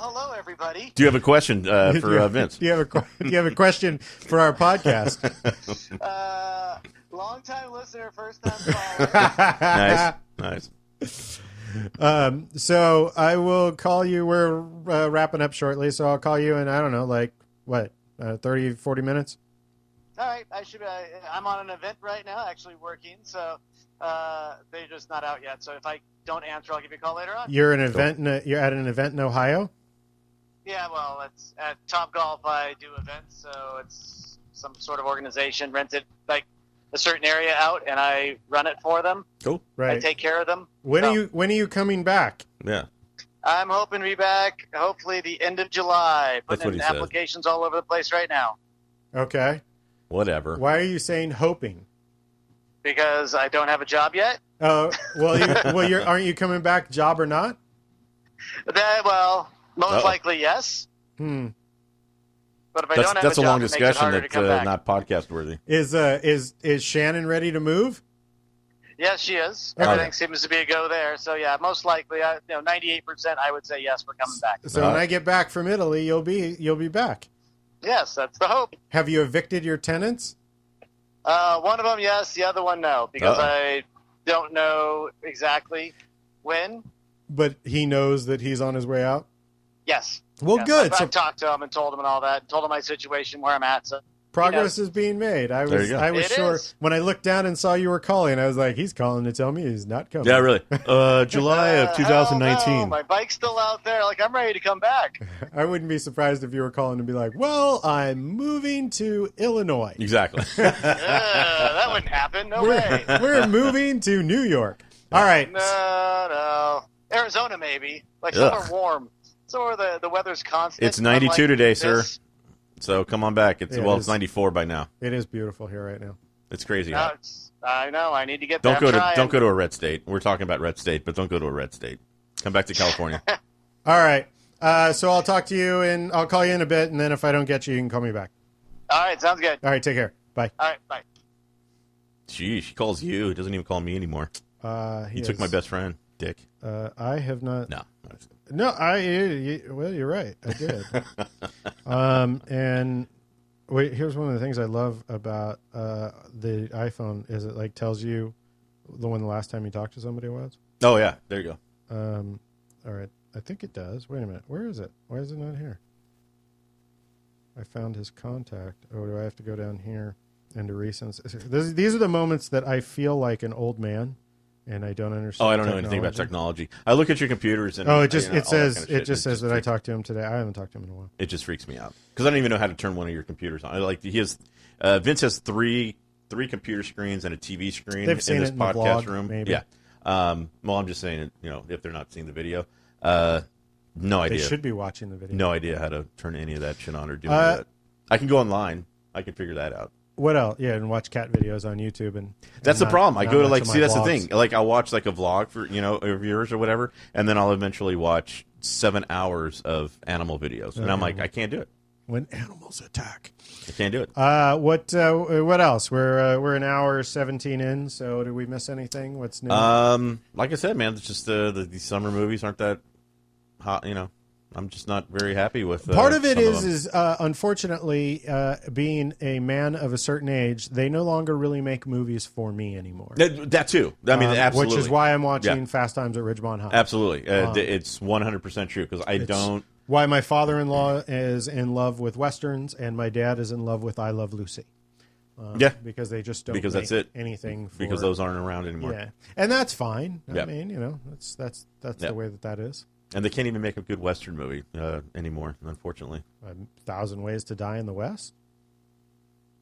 Speaker 2: hello,
Speaker 3: *laughs*
Speaker 2: everybody.
Speaker 3: Do you have a
Speaker 1: *laughs*
Speaker 3: question uh,
Speaker 1: Do you-
Speaker 3: for uh, Vince?
Speaker 1: Do you have a que- *laughs* do you have a question for our podcast?
Speaker 2: Uh, long time listener, first
Speaker 3: *laughs*
Speaker 2: time caller.
Speaker 3: nice, nice.
Speaker 1: *laughs* Um, so I will call you. We're uh, wrapping up shortly, so I'll call you in, I don't know, like, what, uh, 30, 40 minutes?
Speaker 2: All right, I should. Uh, I'm on an event right now, actually working, so uh, they're just not out yet. So if I don't answer, I'll give you a call later on.
Speaker 1: You're an event. In a, you're at an event in Ohio.
Speaker 2: Yeah, well, it's at Top Golf. I do events, so it's some sort of organization rented like a certain area out, and I run it for them.
Speaker 3: Cool.
Speaker 2: I
Speaker 1: Right.
Speaker 2: take care of them.
Speaker 1: when
Speaker 2: so.
Speaker 1: are you When are you coming back?
Speaker 3: Yeah.
Speaker 2: I'm hoping to be back hopefully the end of July.
Speaker 3: That's
Speaker 2: Putting
Speaker 3: what
Speaker 2: in
Speaker 3: he said.
Speaker 2: applications all over the place right now.
Speaker 1: Okay.
Speaker 3: Whatever.
Speaker 1: Why are you saying hoping?
Speaker 2: because I don't have a job yet.
Speaker 1: Oh, well, you, well, you're aren't you coming back, job or not?
Speaker 2: That, well, most
Speaker 3: Uh-oh.
Speaker 2: likely yes.
Speaker 1: Hmm.
Speaker 2: But if I
Speaker 3: That's
Speaker 2: don't have
Speaker 3: that's
Speaker 2: a,
Speaker 3: a
Speaker 2: job,
Speaker 3: long
Speaker 2: it makes it
Speaker 3: discussion
Speaker 2: harder to
Speaker 3: that's
Speaker 2: come
Speaker 3: uh,
Speaker 2: back.
Speaker 3: not podcast
Speaker 1: *laughs*
Speaker 3: worthy.
Speaker 1: Is uh is is Shannon ready to move?
Speaker 2: Yes, she is.
Speaker 1: Okay.
Speaker 2: Everything seems to be a go there. So yeah, most likely, I, you know, ninety-eight percent, I would say yes, we're coming back.
Speaker 1: So
Speaker 3: Uh,
Speaker 1: when I get back from Italy, you'll be you'll be back.
Speaker 2: Yes, that's the hope.
Speaker 1: Have you evicted your tenants?
Speaker 2: Uh, one of them, yes. The other one, no, because
Speaker 3: Uh-oh.
Speaker 2: I don't know exactly when.
Speaker 1: But he knows that he's on his way out.
Speaker 2: Yes.
Speaker 1: Well,
Speaker 2: yes.
Speaker 1: good.
Speaker 2: I've,
Speaker 1: So
Speaker 2: I've talked to him and told him and all that. Told him my situation, where I'm at. So
Speaker 1: Progress is being made. I
Speaker 3: There
Speaker 1: was
Speaker 3: you go.
Speaker 1: I was
Speaker 2: It
Speaker 1: sure
Speaker 2: is.
Speaker 1: when I looked down and saw you were calling. I was like, he's calling to tell me he's not coming.
Speaker 3: Yeah,
Speaker 1: *laughs*
Speaker 3: really.
Speaker 4: Uh, July
Speaker 2: Uh, *laughs*
Speaker 4: of
Speaker 2: hell no,
Speaker 4: 2019.
Speaker 2: my bike's still out there. Like I'm ready to
Speaker 3: *laughs*
Speaker 2: come back.
Speaker 1: I wouldn't be surprised if you were calling to be like, well, I'm moving to Illinois. *laughs*
Speaker 3: Exactly.
Speaker 2: Ugh, that wouldn't happen. No way.
Speaker 1: We're, *laughs* we're moving to New York. All right.
Speaker 2: No, no. Arizona, maybe. Like
Speaker 3: Ugh.
Speaker 2: somewhere warm. Somewhere the, the weather's constant.
Speaker 3: It's 92
Speaker 2: unlike
Speaker 3: today, sir.
Speaker 2: this.
Speaker 3: so come on back. It's
Speaker 1: Yeah, it
Speaker 3: well,
Speaker 1: is.
Speaker 3: it's 94 by now.
Speaker 1: It is beautiful here right now.
Speaker 3: It's crazy.
Speaker 2: No, it's- I know. I need to get
Speaker 3: don't
Speaker 2: there.
Speaker 3: go
Speaker 2: I'm
Speaker 3: to
Speaker 2: trying.
Speaker 3: don't go to a red state. We're talking about red state, but don't go to a red state. Come back to *laughs* California.
Speaker 1: All right. Uh, so I'll talk to you and I'll call you in a bit. And then if I don't get you, you can call me back.
Speaker 2: All right, sounds good.
Speaker 1: All right. Take care. Bye.
Speaker 2: All right, bye.
Speaker 3: Gee, she calls you. It doesn't even call me anymore.
Speaker 1: Uh,
Speaker 3: He took
Speaker 1: is-
Speaker 3: my best friend, Dick.
Speaker 1: Uh, I have not.
Speaker 3: No.
Speaker 1: No, I. You, you- well, you're right. I
Speaker 3: *laughs*
Speaker 1: did. um, and wait, here's one of the things I love about uh, the iPhone is it like tells you the when the last time you talked to somebody was.
Speaker 3: Oh yeah, there you go.
Speaker 1: Um, all right, I think it does. Wait a minute, where is it? Why is it not here? I found his contact. Oh, do I have to go down here into recent? This, these are the moments that I feel like an old man, and I don't understand.
Speaker 3: Oh, I don't know anything about technology. I look at your computers and
Speaker 1: Oh, it just
Speaker 3: you know,
Speaker 1: it
Speaker 3: all that
Speaker 1: says
Speaker 3: kind of shit,
Speaker 1: it just
Speaker 3: and
Speaker 1: says that I
Speaker 3: freaks-
Speaker 1: talked to him today. I haven't talked to him in a while.
Speaker 3: It just freaks me out because I don't even know how to turn one of your computers on. I Like he has, uh, Vince has three three computer screens and a TV screen
Speaker 1: They've
Speaker 3: in
Speaker 1: seen
Speaker 3: this
Speaker 1: it in the
Speaker 3: podcast
Speaker 1: vlog,
Speaker 3: room.
Speaker 1: maybe.
Speaker 3: Yeah. Um, well, I'm just saying, you know, if they're not seeing the video, uh, no
Speaker 1: They
Speaker 3: idea.
Speaker 1: should be watching the video.
Speaker 3: No idea how to turn any of that shit on or do
Speaker 1: Uh,
Speaker 3: any of that. I can go online. I can figure that out.
Speaker 1: What else? Yeah, and watch cat videos on YouTube and. and
Speaker 3: That's the
Speaker 1: not-
Speaker 3: problem. I
Speaker 1: not
Speaker 3: go to
Speaker 1: much
Speaker 3: like
Speaker 1: of
Speaker 3: see
Speaker 1: my
Speaker 3: that's the
Speaker 1: vlogs.
Speaker 3: thing. Like I watch like a vlog for you know of yours or whatever, and then I'll eventually watch seven hours of animal videos, and I'm like, I can't do it.
Speaker 1: When animals attack.
Speaker 3: I can't do it.
Speaker 1: Uh, what uh, what else? We're uh, we're an hour seventeen in. So did we miss anything? What's new?
Speaker 3: Um, like I said, man, it's just uh, the these summer movies aren't that hot. You know, I'm just not very happy with. Uh,
Speaker 1: Part of it
Speaker 3: some
Speaker 1: is
Speaker 3: them.
Speaker 1: is uh, unfortunately uh, being a man of a certain age, they no longer really make movies for me anymore.
Speaker 3: that, that too. I mean,
Speaker 1: Um,
Speaker 3: absolutely.
Speaker 1: which is why I'm watching
Speaker 3: Yeah.
Speaker 1: Fast Times at Ridgemont High.
Speaker 3: absolutely, uh, th- it's 100 percent true because I don't.
Speaker 1: Why my father-in-law is in love with westerns, and my dad is in love with I Love Lucy uh,
Speaker 3: yeah,
Speaker 1: because they just don't
Speaker 3: Because
Speaker 1: make
Speaker 3: that's it.
Speaker 1: anything for,
Speaker 3: because those aren't around anymore,
Speaker 1: yeah, and that's fine. I
Speaker 3: Yeah.
Speaker 1: mean, you know, that's that's that's
Speaker 3: Yeah.
Speaker 1: the way that that is.
Speaker 3: and they can't even make a good western movie uh, anymore, unfortunately.
Speaker 1: A thousand ways to die in the West.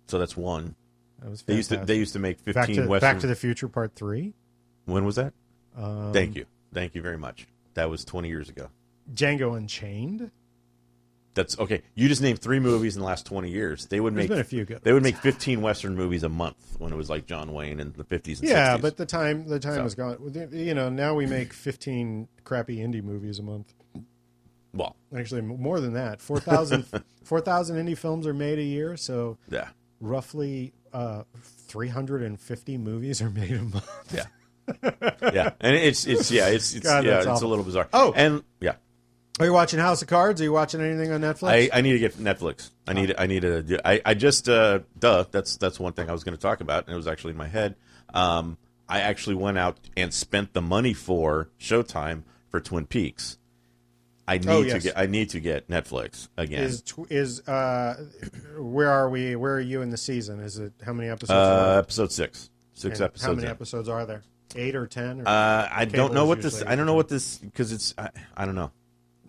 Speaker 3: So that's one.
Speaker 1: That was
Speaker 3: They used to they
Speaker 1: fantastic.
Speaker 3: used to make 15
Speaker 1: back to
Speaker 3: westerns.
Speaker 1: Back to the Future Part Three.
Speaker 3: when was that?
Speaker 1: Um,
Speaker 3: Thank you, thank you very much. That was 20 years ago.
Speaker 1: Django Unchained.
Speaker 3: That's okay. You just named three movies in the last 20 years. They would
Speaker 1: There's
Speaker 3: make
Speaker 1: been a few good.
Speaker 3: They would make 15 Western movies a month when it was like John Wayne in the 50s and
Speaker 1: yeah,
Speaker 3: 60s.
Speaker 1: but the time the time
Speaker 3: So.
Speaker 1: is gone. Well, the- You know, now we make 15 crappy indie movies a month.
Speaker 3: well,
Speaker 1: Actually, m- more than that. 4,000
Speaker 3: *laughs*
Speaker 1: 4,000 indie films are made a year, so
Speaker 3: yeah,
Speaker 1: roughly uh, 350 movies are made a month. *laughs*
Speaker 3: yeah, yeah, and it's it's yeah, it's it's
Speaker 1: God,
Speaker 3: yeah,
Speaker 1: that's
Speaker 3: it's
Speaker 1: awful.
Speaker 3: a little bizarre.
Speaker 1: Oh.
Speaker 3: and yeah,
Speaker 1: Are you watching House of Cards? Are you watching anything on Netflix?
Speaker 3: I, I need to get Netflix. I need I need to do. I I just uh duh. That's that's one thing I was going to talk about, and it was actually in my head. Um, I actually went out and spent the money for Showtime for Twin Peaks. I need
Speaker 1: Oh,
Speaker 3: to
Speaker 1: yes.
Speaker 3: get I need to get Netflix again.
Speaker 1: is tw- is uh, where are we? Where are you in the season? Is it how many episodes?
Speaker 3: uh,
Speaker 1: are
Speaker 3: episode six, six
Speaker 1: And
Speaker 3: episodes.
Speaker 1: How many
Speaker 3: in.
Speaker 1: episodes are there? Eight or ten? Or,
Speaker 3: Uh, I
Speaker 1: Cable
Speaker 3: don't know
Speaker 1: is
Speaker 3: what this.
Speaker 1: usually-
Speaker 3: I don't know what this because it's. I, I don't know.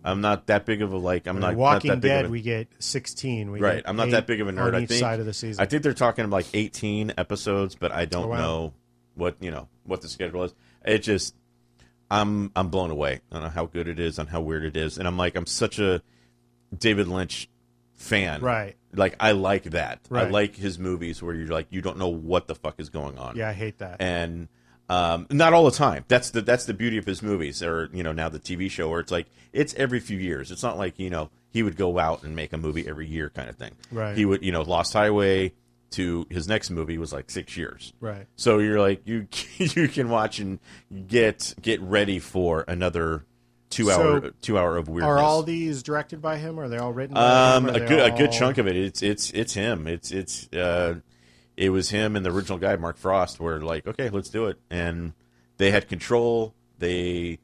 Speaker 3: I'm not that big of a like. I'm not
Speaker 1: In Walking
Speaker 3: not that big
Speaker 1: Dead,
Speaker 3: Of a,
Speaker 1: we get sixteen. We
Speaker 3: right.
Speaker 1: get
Speaker 3: I'm not
Speaker 1: eight
Speaker 3: that big of a nerd.
Speaker 1: On
Speaker 3: I
Speaker 1: each
Speaker 3: think.
Speaker 1: side of the season.
Speaker 3: I think they're talking like 18 episodes, but I don't
Speaker 1: Oh, wow.
Speaker 3: know what you know what the schedule is. It just. I'm I'm blown away on how good it is, on how weird it is, and I'm like I'm such a David Lynch fan.
Speaker 1: right.
Speaker 3: Like I like that. I
Speaker 1: Right.
Speaker 3: like his movies where you're like you don't know what the fuck is going on
Speaker 1: Yeah, I hate that.
Speaker 3: and um, not all the time. That's the that's the beauty of his movies, or you know, now the TV show, where it's like it's every few years. It's not like you know he would go out and make a movie every year kind of thing.
Speaker 1: Right.
Speaker 3: He would you know Lost Highway to his next movie was like six years.
Speaker 1: right.
Speaker 3: So you're like you *laughs* you can watch and get get ready for another two hour
Speaker 1: So,
Speaker 3: two hour of weirdness.
Speaker 1: Are all these directed by him? Are they all written? By
Speaker 3: Um,
Speaker 1: him?
Speaker 3: a good a good chunk of it. It's it's it's him. It's it's uh, it was him and the original guy, Mark Frost. Were like, okay, let's do it, and they had control. They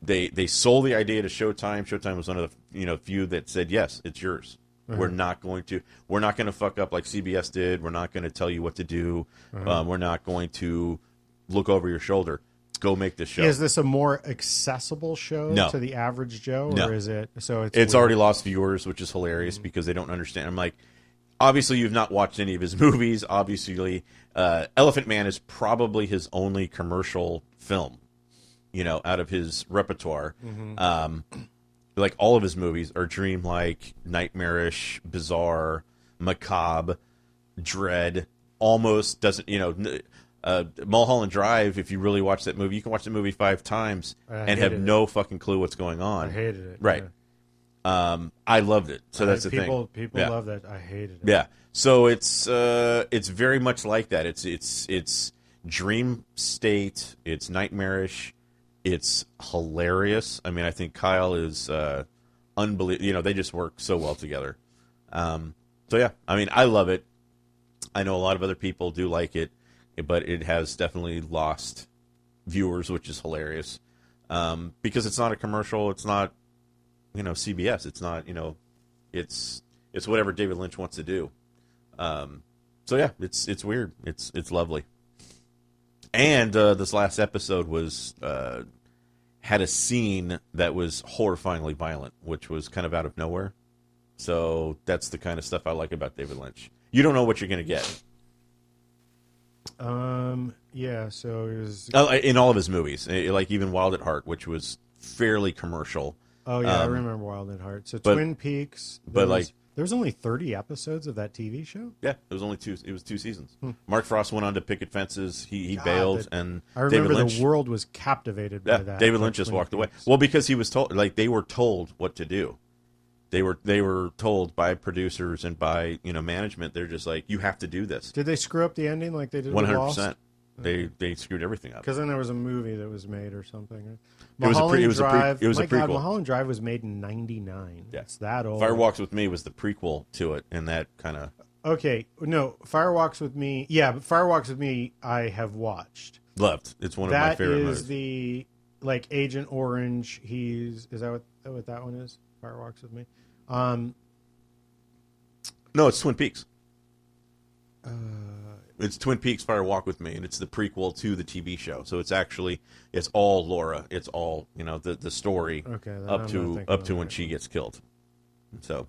Speaker 3: they they sold the idea to Showtime. Showtime was one of the you know few that said yes, it's yours.
Speaker 1: Uh-huh.
Speaker 3: We're not going to. We're not going to fuck up like CBS did. We're not going to tell you what to do. Um, we're not going to look over your shoulder. Go make this show.
Speaker 1: Is this a more accessible show
Speaker 3: No.
Speaker 1: to the average Joe,
Speaker 3: No.
Speaker 1: or is it? So it's
Speaker 3: it's
Speaker 1: weird. Mm-hmm.
Speaker 3: already lost viewers, which is hilarious because they don't understand. I'm like, obviously you've not watched any of his *laughs* movies. Obviously, uh, Elephant Man is probably his only commercial film, you know, out of his repertoire.
Speaker 1: Mm-hmm.
Speaker 3: Um, like all of his movies are dreamlike, nightmarish, bizarre, macabre, dread. Almost doesn't you know. n- Uh, Mulholland Drive. If you really watch that movie, you can watch the movie five times
Speaker 1: I
Speaker 3: and have
Speaker 1: hated it.
Speaker 3: no fucking clue what's going on.
Speaker 1: I hated it.
Speaker 3: Right.
Speaker 1: Yeah.
Speaker 3: Um, I loved it. So that's the
Speaker 1: people,
Speaker 3: thing.
Speaker 1: People
Speaker 3: yeah.
Speaker 1: love that. I hated it.
Speaker 3: Yeah. So it's uh, it's very much like that. It's it's it's dream state. It's nightmarish. It's hilarious. I mean, I think Kyle is uh, unbelievable. You know, they just work so well together. Um, so yeah, I mean, I love it. I know a lot of other people do like it, but it has definitely lost viewers, which is hilarious um, because it's not a commercial. It's not you know CBS. It's not you know it's it's whatever David Lynch wants to do. Um, so yeah, it's it's weird. It's it's lovely. And uh, this last episode was uh, had a scene that was horrifyingly violent, which was kind of out of nowhere. So that's the kind of stuff I like about David Lynch. You don't know what you're going to get
Speaker 1: Um. Yeah. So it was.
Speaker 3: Uh, in all of his movies, eh, like even Wild at Heart, which was fairly commercial.
Speaker 1: Oh yeah, I
Speaker 3: um,
Speaker 1: remember Wild at Heart. So
Speaker 3: but-
Speaker 1: Twin Peaks.
Speaker 3: but,
Speaker 1: there was-
Speaker 3: like-
Speaker 1: there was only thirty episodes of that TV show.
Speaker 3: Yeah, it was only two. It was two seasons. Mark Frost went on to Picket Fences. He, he
Speaker 1: Hmm. God,
Speaker 3: bailed,
Speaker 1: that-
Speaker 3: and
Speaker 1: I remember
Speaker 3: David Lynch.
Speaker 1: the world was captivated
Speaker 3: Yeah,
Speaker 1: by that. uh,
Speaker 3: David
Speaker 1: for
Speaker 3: Lynch just
Speaker 1: Twin
Speaker 3: walked away.
Speaker 1: Peaks.
Speaker 3: Well, because he was told, like they were told what to do. They were they were told by producers and by you know management. They're just like, you have to do this.
Speaker 1: Did they screw up the ending like they did?
Speaker 3: One hundred
Speaker 1: One
Speaker 3: percent. They they screwed everything up.
Speaker 1: Because then there was a movie that was made or something.
Speaker 3: It was a pre- it was a pre-
Speaker 1: Mulholland Drive-
Speaker 3: it was a
Speaker 1: My God,
Speaker 3: prequel.
Speaker 1: Mulholland Drive was made in '99.
Speaker 3: Yeah.
Speaker 1: It's that old.
Speaker 3: Fire Walks with Me was the prequel to it, and that kind of
Speaker 1: Okay, no, Firewalks with Me. Yeah, but Firewalks with Me, I have watched.
Speaker 3: loved. It's one of my
Speaker 1: That
Speaker 3: favorite
Speaker 1: is
Speaker 3: movies.
Speaker 1: the like Agent Orange. He's is that what, that what that one is? Firewalks with Me. Um,
Speaker 3: no, it's Twin Peaks.
Speaker 1: uh,
Speaker 3: It's Twin Peaks Fire Walk with Me, and it's the prequel to the TV show. So it's actually it's all Laura. It's all you know the the story
Speaker 1: okay, then I'm
Speaker 3: up
Speaker 1: not
Speaker 3: to
Speaker 1: thinking
Speaker 3: up
Speaker 1: of
Speaker 3: to
Speaker 1: it.
Speaker 3: when she gets killed. So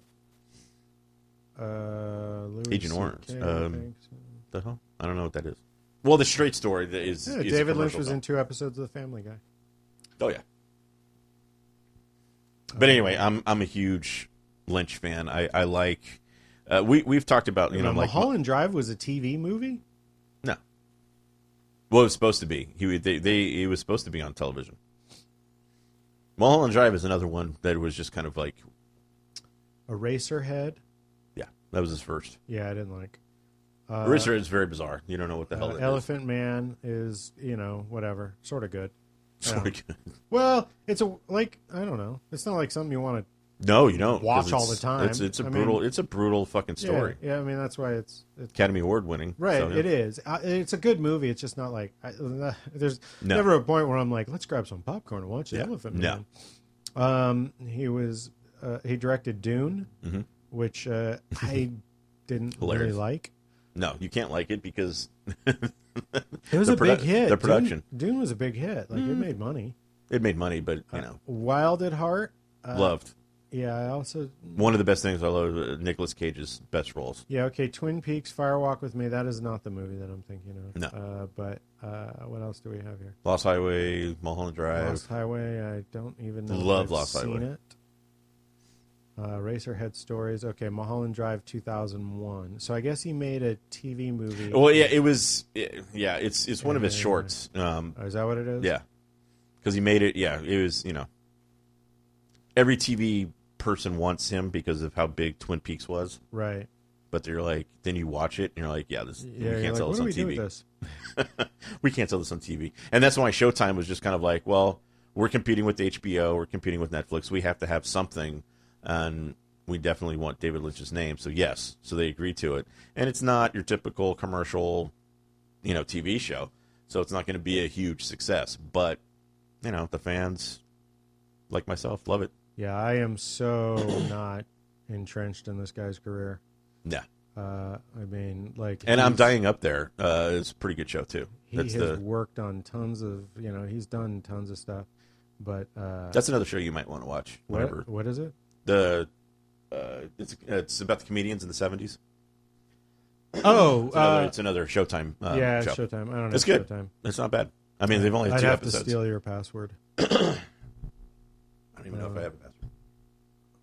Speaker 1: uh, Louis
Speaker 3: Agent Orange,
Speaker 1: CK, I
Speaker 3: um,
Speaker 1: think.
Speaker 3: the hell? I don't know what that is. Well, the straight story that is.
Speaker 1: Yeah,
Speaker 3: is a
Speaker 1: David Lynch
Speaker 3: commercial
Speaker 1: was
Speaker 3: film.
Speaker 1: in two episodes of The Family Guy.
Speaker 3: Oh yeah. But anyway, I'm I'm a huge Lynch fan. I I like. Uh, we we've talked about you know like
Speaker 1: Mulholland Drive was a TV movie.
Speaker 3: no. Well, it was supposed to be. He would- they they it was supposed to be on television. Mulholland Drive is another one that was just kind of like
Speaker 1: Eraserhead.
Speaker 3: yeah that was his first.
Speaker 1: Yeah, I didn't like.
Speaker 3: Uh,
Speaker 1: Uh,
Speaker 3: is very bizarre. You don't know what the hell
Speaker 1: uh,
Speaker 3: that is.
Speaker 1: Elephant Man is you know whatever, sort of good. uh,
Speaker 3: *laughs* Sorry.
Speaker 1: Well, it's a like I don't know. It's not like something you want
Speaker 3: no, you don't 'cause
Speaker 1: Watch
Speaker 3: it's-
Speaker 1: all the time.
Speaker 3: It's it's a
Speaker 1: I mean-
Speaker 3: brutal it's a brutal fucking
Speaker 1: to.
Speaker 3: story.
Speaker 1: Yeah, yeah, I mean that's why it's it's
Speaker 3: Academy Award winning.
Speaker 1: right.
Speaker 3: so, yeah.
Speaker 1: It is. Uh, It's a good movie. It's just not like I, *laughs* uh, there's
Speaker 3: No.
Speaker 1: never a point where I'm like, let's grab some popcorn and watch the
Speaker 3: Yeah.
Speaker 1: Elephant
Speaker 3: No.
Speaker 1: Man. Um, he was uh, he directed Dune,
Speaker 3: Mhm.
Speaker 1: which uh,
Speaker 3: *laughs*
Speaker 1: I didn't really
Speaker 3: Hilarious.
Speaker 1: like.
Speaker 3: No, you can't like it because *laughs*
Speaker 1: It was
Speaker 3: The
Speaker 1: a
Speaker 3: produ-
Speaker 1: big hit.
Speaker 3: the
Speaker 1: Dune-
Speaker 3: production. Mm.
Speaker 1: Dune, was a big hit. Like it made money.
Speaker 3: it made money, but you know,
Speaker 1: Wild at Heart. Uh,
Speaker 3: loved.
Speaker 1: Yeah, I also
Speaker 3: One of the best things I love uh, Nicolas Cage's best roles.
Speaker 1: Yeah, okay. Twin Peaks, Firewalk with Me. That is not the movie that I'm thinking of.
Speaker 3: No.
Speaker 1: Uh, but uh, what else do we have here?
Speaker 3: Lost Highway, Mulholland Drive.
Speaker 1: Lost Highway. I don't even know. if
Speaker 3: Love
Speaker 1: I've
Speaker 3: Lost
Speaker 1: seen
Speaker 3: Highway.
Speaker 1: It. Uh, Racerhead Stories. Okay, Mulholland Drive, 2001. So I guess he made a TV movie.
Speaker 3: Well, yeah, it was yeah, it's it's one of his
Speaker 1: Yeah.
Speaker 3: shorts. Um
Speaker 1: Oh, is that what it is?
Speaker 3: yeah. Cuz he made it, yeah, it was, you know. Every TV person wants him because of how big Twin Peaks was.
Speaker 1: Right.
Speaker 3: but they're like then you watch it and you're like yeah this
Speaker 1: Yeah.
Speaker 3: we
Speaker 1: you're
Speaker 3: can't
Speaker 1: like,
Speaker 3: sell
Speaker 1: what
Speaker 3: this
Speaker 1: do
Speaker 3: on
Speaker 1: we do with
Speaker 3: tv
Speaker 1: this?
Speaker 3: *laughs* we can't sell this on tv and that's why showtime was just kind of like well we're competing with hbo we're competing with netflix we have to have something and we definitely want david lynch's name so yes so they agreed to it and it's not your typical commercial you know tv show so it's not going to be a huge success but you know the fans like myself love it
Speaker 1: Yeah, I am so *coughs* not entrenched in this guy's career.
Speaker 3: Yeah.
Speaker 1: Uh, I mean, like,
Speaker 3: And I'm
Speaker 1: he's-
Speaker 3: dying up there. Uh, it's a pretty good show too.
Speaker 1: He
Speaker 3: That's
Speaker 1: has
Speaker 3: the
Speaker 1: worked on tons of, you know, he's done tons of stuff, but uh,
Speaker 3: that's another show you might want to watch whenever
Speaker 1: what, what is it?
Speaker 3: the uh, it's it's about the comedians in the 70s.
Speaker 1: Oh,
Speaker 3: It's another,
Speaker 1: uh,
Speaker 3: it's another Showtime uh,
Speaker 1: yeah,
Speaker 3: show.
Speaker 1: it's Showtime. I don't know.
Speaker 3: It's good.
Speaker 1: Showtime.
Speaker 3: It's not bad. I mean, they've only had
Speaker 1: I'd
Speaker 3: two
Speaker 1: have
Speaker 3: episodes.
Speaker 1: to steal your password.
Speaker 3: I don't even know if I have a password.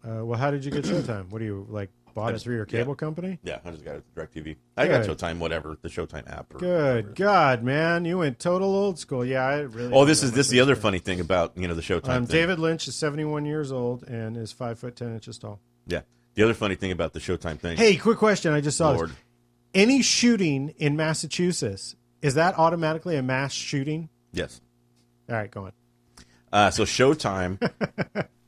Speaker 1: Uh, well, how did you get Showtime? What do you like? Bought
Speaker 3: I
Speaker 1: it
Speaker 3: just-
Speaker 1: through your
Speaker 3: yeah.
Speaker 1: cable company?
Speaker 3: Yeah, I just got it direct TV. I got
Speaker 1: Good.
Speaker 3: Showtime, whatever the Showtime app. Or
Speaker 1: Good God, man, you went total old school. Yeah, I really.
Speaker 3: Oh, this
Speaker 1: don't
Speaker 3: is
Speaker 1: know
Speaker 3: this
Speaker 1: much
Speaker 3: the other
Speaker 1: about
Speaker 3: funny thing about you know the Showtime.
Speaker 1: that. Um,
Speaker 3: thing.
Speaker 1: David Lynch is 71 years old and is five foot ten inches tall.
Speaker 3: Yeah, the other funny thing about the Showtime thing.
Speaker 1: Hey, quick question! I just saw this.
Speaker 3: Lord,
Speaker 1: any shooting in Massachusetts is that automatically a mass shooting?
Speaker 3: yes.
Speaker 1: All right, go on.
Speaker 3: Uh, so
Speaker 1: *laughs*
Speaker 3: Showtime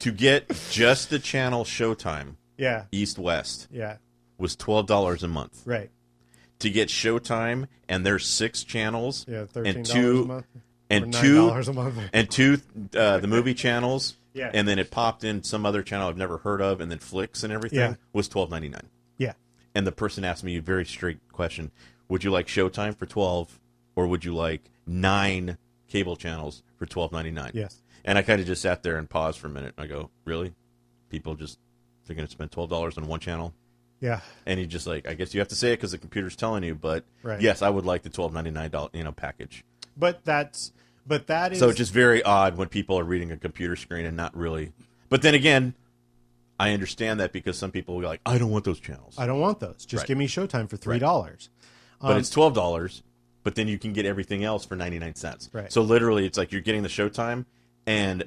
Speaker 3: to get just the channel Showtime
Speaker 1: Yeah,
Speaker 3: East West
Speaker 1: yeah,
Speaker 3: was twelve dollars a month.
Speaker 1: right.
Speaker 3: To get Showtime and their six channels
Speaker 1: Yeah, thirteen
Speaker 3: and
Speaker 1: dollars
Speaker 3: two
Speaker 1: a month or
Speaker 3: and
Speaker 1: nine
Speaker 3: two
Speaker 1: dollars a month.
Speaker 3: and two uh, the movie channels.
Speaker 1: Yeah.
Speaker 3: And then it popped in some other channel I've never heard of, and then Flicks and everything
Speaker 1: Yeah.
Speaker 3: was twelve ninety nine.
Speaker 1: Yeah,
Speaker 3: and the person asked me a very straight question would you like showtime for 12 or would you like nine cable channels for 12.99
Speaker 1: yes.
Speaker 3: and i kind of just sat there and paused for a minute i go really people just they're going to spend $12 on one channel
Speaker 1: Yeah,
Speaker 3: and he just like i guess you have to say it because the computer's telling you but
Speaker 1: Right.
Speaker 3: yes i would like the 12.99 dollar you know package
Speaker 1: but that's but that is
Speaker 3: so it's just very odd when people are reading a computer screen and not really but then again i understand that because some people will be like i don't want those channels
Speaker 1: I um, don't want those. Just
Speaker 3: Right.
Speaker 1: give me Showtime for three dollars.
Speaker 3: but it's twelve dollars. But then you can get everything else for ninety nine cents.
Speaker 1: Right.
Speaker 3: So literally, it's like you're getting the Showtime and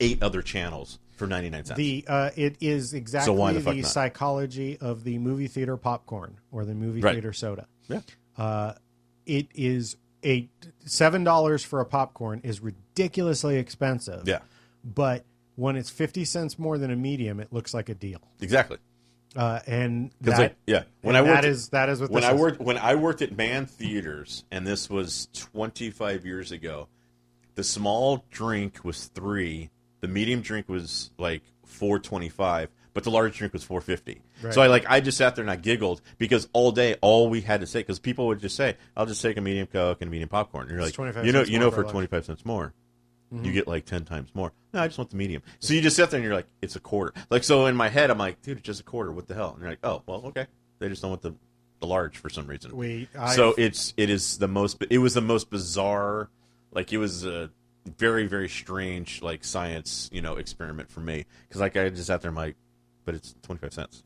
Speaker 3: eight other channels for ninety nine cents.
Speaker 1: The uh, it is exactly
Speaker 3: why the
Speaker 1: the,
Speaker 3: fuck not?
Speaker 1: psychology of the movie theater popcorn or the movie
Speaker 3: Right.
Speaker 1: theater soda.
Speaker 3: yeah.
Speaker 1: Uh, it is a seven dollars for a popcorn is ridiculously expensive.
Speaker 3: Yeah.
Speaker 1: but when it's fifty cents more than a medium, it looks like a deal.
Speaker 3: Exactly.
Speaker 1: Uh, and
Speaker 3: 'Cause,
Speaker 1: that
Speaker 3: like, yeah. When I
Speaker 1: and
Speaker 3: worked,
Speaker 1: that is that is what
Speaker 3: when
Speaker 1: this
Speaker 3: I
Speaker 1: is.
Speaker 3: worked when I worked at Man Theaters, and this was twenty five years ago. The small drink was three. The medium drink was like four twenty five, but the large drink was four fifty.
Speaker 1: Right.
Speaker 3: So I like I just sat there and I giggled because all day all we had to say because people would just say, "I'll just take a medium coke and a medium popcorn." And you're
Speaker 1: It's
Speaker 3: like,
Speaker 1: 25
Speaker 3: you know,
Speaker 1: cents
Speaker 3: you
Speaker 1: more
Speaker 3: know,
Speaker 1: for
Speaker 3: for
Speaker 1: a large.
Speaker 3: twenty five cents more,
Speaker 1: Mm-hmm.
Speaker 3: you get like ten times more. No, I just want the medium. So you just sit there and you're like, it's a quarter. Like so in my head, I'm like, dude, it's just a quarter. What the hell? And you're like, oh well, okay. They just don't want the the large for some reason.
Speaker 1: We I,
Speaker 3: so it's it is the most it was the most bizarre, like it was a very very strange like science you know experiment for me because like I just sat there and I'm like, but it's twenty five cents.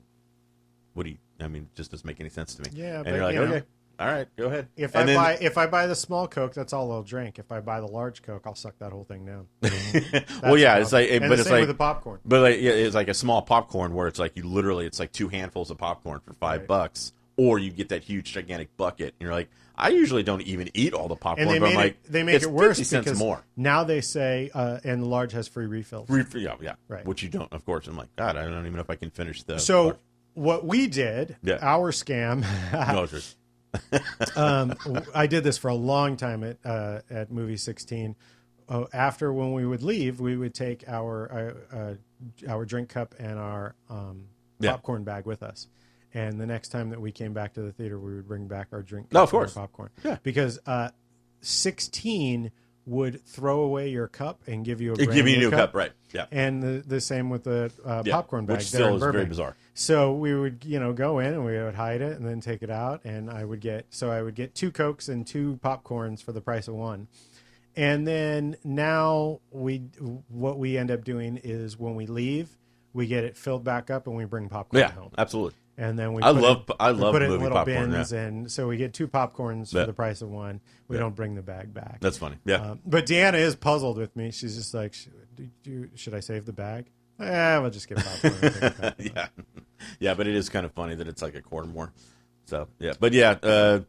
Speaker 3: What do you? I mean, it just doesn't make any sense to me.
Speaker 1: Yeah,
Speaker 3: and
Speaker 1: but,
Speaker 3: you're like,
Speaker 1: you know,
Speaker 3: okay, all right, go ahead.
Speaker 1: If
Speaker 3: And
Speaker 1: I
Speaker 3: then-
Speaker 1: buy if I buy the small Coke, that's all I'll drink. If I buy the large Coke, I'll suck that whole thing down.
Speaker 3: *laughs* well,
Speaker 1: That's the
Speaker 3: yeah, it's
Speaker 1: problem.
Speaker 3: like,
Speaker 1: and
Speaker 3: but
Speaker 1: the
Speaker 3: it's
Speaker 1: same
Speaker 3: like
Speaker 1: with the popcorn.
Speaker 3: But like, yeah, it's like a small popcorn where it's like you literally it's like two handfuls of popcorn for five
Speaker 1: Right.
Speaker 3: bucks, or you get that huge gigantic bucket and you're like, I usually don't even eat all the popcorn,
Speaker 1: And they
Speaker 3: but
Speaker 1: made
Speaker 3: I'm like,
Speaker 1: it, they make
Speaker 3: it's
Speaker 1: it worse
Speaker 3: 50 cents
Speaker 1: because
Speaker 3: more.
Speaker 1: now they say uh, and the large has free refills.
Speaker 3: Re- yeah, yeah,
Speaker 1: Right.
Speaker 3: Which you don't, of course. I'm like, God, I don't even know if I can finish the.
Speaker 1: so what we did,
Speaker 3: Yeah.
Speaker 1: our scam, *laughs*
Speaker 3: no, it's just-
Speaker 1: um, w- I did this for a long time at uh, at movie sixteen. Oh, after when we would leave, we would take our uh, uh, our drink cup and our um,
Speaker 3: Yeah.
Speaker 1: popcorn bag with us. And the next time that we came back to the theater, we would bring back our drink.
Speaker 3: No,
Speaker 1: cup
Speaker 3: of
Speaker 1: and our
Speaker 3: course.
Speaker 1: popcorn.
Speaker 3: Yeah.
Speaker 1: because uh, sixteen would throw away your cup and give you a brand
Speaker 3: give me a new cup, right? Yeah,
Speaker 1: And the, the same with the uh,
Speaker 3: yeah.
Speaker 1: popcorn bag.
Speaker 3: which
Speaker 1: there in
Speaker 3: still is very
Speaker 1: Burbank.
Speaker 3: bizarre.
Speaker 1: So we would, you know, go in and we would hide it and then take it out. And I would get, so I would get two Cokes and two popcorns for the price of one. And then now we, what we end up doing is when we leave, we get it filled back up and we bring popcorn
Speaker 3: Yeah,
Speaker 1: home.
Speaker 3: absolutely.
Speaker 1: And then we,
Speaker 3: I
Speaker 1: put
Speaker 3: love
Speaker 1: it,
Speaker 3: I
Speaker 1: we
Speaker 3: love
Speaker 1: put it in
Speaker 3: movie
Speaker 1: little
Speaker 3: popcorn. Yeah.
Speaker 1: bins. And so we get two popcorns
Speaker 3: Yeah.
Speaker 1: for the price of one. We
Speaker 3: Yeah.
Speaker 1: don't bring the bag back.
Speaker 3: That's funny. Yeah, *laughs*
Speaker 1: Um, but Deanna is puzzled with me. She's just like, "Sh- do, do, should I save the bag? Eh, we'll just get popcorn. and take it back."
Speaker 3: yeah, yeah. But it is kind of funny that it's like a quarter more. So yeah, but yeah, uh,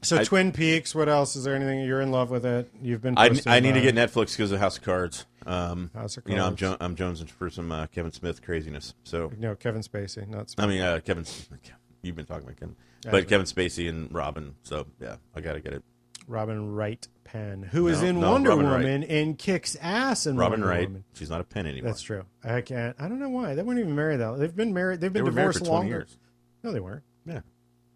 Speaker 1: So
Speaker 3: I-
Speaker 1: Twin Peaks. What else is there? Anything you're in love with it? You've been.
Speaker 3: I,
Speaker 1: posting
Speaker 3: I need to
Speaker 1: about
Speaker 3: get
Speaker 1: it.
Speaker 3: Netflix because of House of Cards. Um,
Speaker 1: House of
Speaker 3: You know, I'm,
Speaker 1: Cards.
Speaker 3: jo- I'm jonesing for some uh, Kevin Smith craziness. So
Speaker 1: no Kevin Spacey. Not Spacey.
Speaker 3: I mean, uh, *laughs* Kevin, you've been talking about Kevin,
Speaker 1: Yeah, I
Speaker 3: but
Speaker 1: know.
Speaker 3: Kevin Spacey and Robin. So yeah, I gotta get it.
Speaker 1: Robin Wright Penn, who is
Speaker 3: No,
Speaker 1: in
Speaker 3: no,
Speaker 1: Wonder
Speaker 3: Robin Wright.
Speaker 1: Woman and kicks ass in
Speaker 3: Robin
Speaker 1: Wonder
Speaker 3: Wright.
Speaker 1: Woman.
Speaker 3: She's not a pen anymore.
Speaker 1: That's true. I can't. I don't know why they weren't even married that. They've been married. They've
Speaker 3: they
Speaker 1: been
Speaker 3: were married
Speaker 1: divorced
Speaker 3: for 20
Speaker 1: longer.
Speaker 3: years.
Speaker 1: No, they weren't.
Speaker 3: Yeah.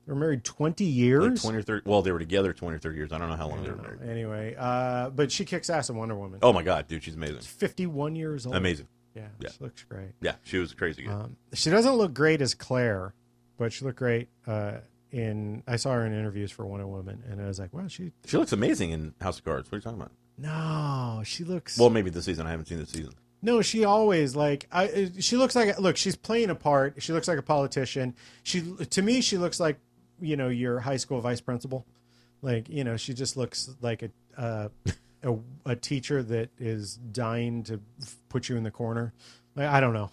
Speaker 1: They were married twenty
Speaker 3: Like
Speaker 1: years.
Speaker 3: 20 or 30. Well, they were together 20 or 30 years. I don't know how
Speaker 1: I
Speaker 3: long they were
Speaker 1: don't know.
Speaker 3: married.
Speaker 1: Anyway, uh, but she kicks ass in Wonder Woman.
Speaker 3: Oh, my God, dude. She's amazing.
Speaker 1: Fifty-one years old.
Speaker 3: Amazing.
Speaker 1: Yeah,
Speaker 3: Yeah.
Speaker 1: she looks great.
Speaker 3: Yeah. She was crazy good.
Speaker 1: Um, she doesn't look great as Claire, but she looked great uh, in. I saw her in interviews for Wonder Woman, and I was like, wow, she
Speaker 3: she looks amazing in House of Cards. What are you talking about?
Speaker 1: no, she looks
Speaker 3: Well, maybe this season. I haven't seen this season.
Speaker 1: no, she always like I. She looks like look, she's playing a part. She looks like a politician. She to me, she looks like you know your high school vice principal, like you know she just looks like a. Uh, a, a teacher that is dying to f- put you in the corner. Like, I don't know.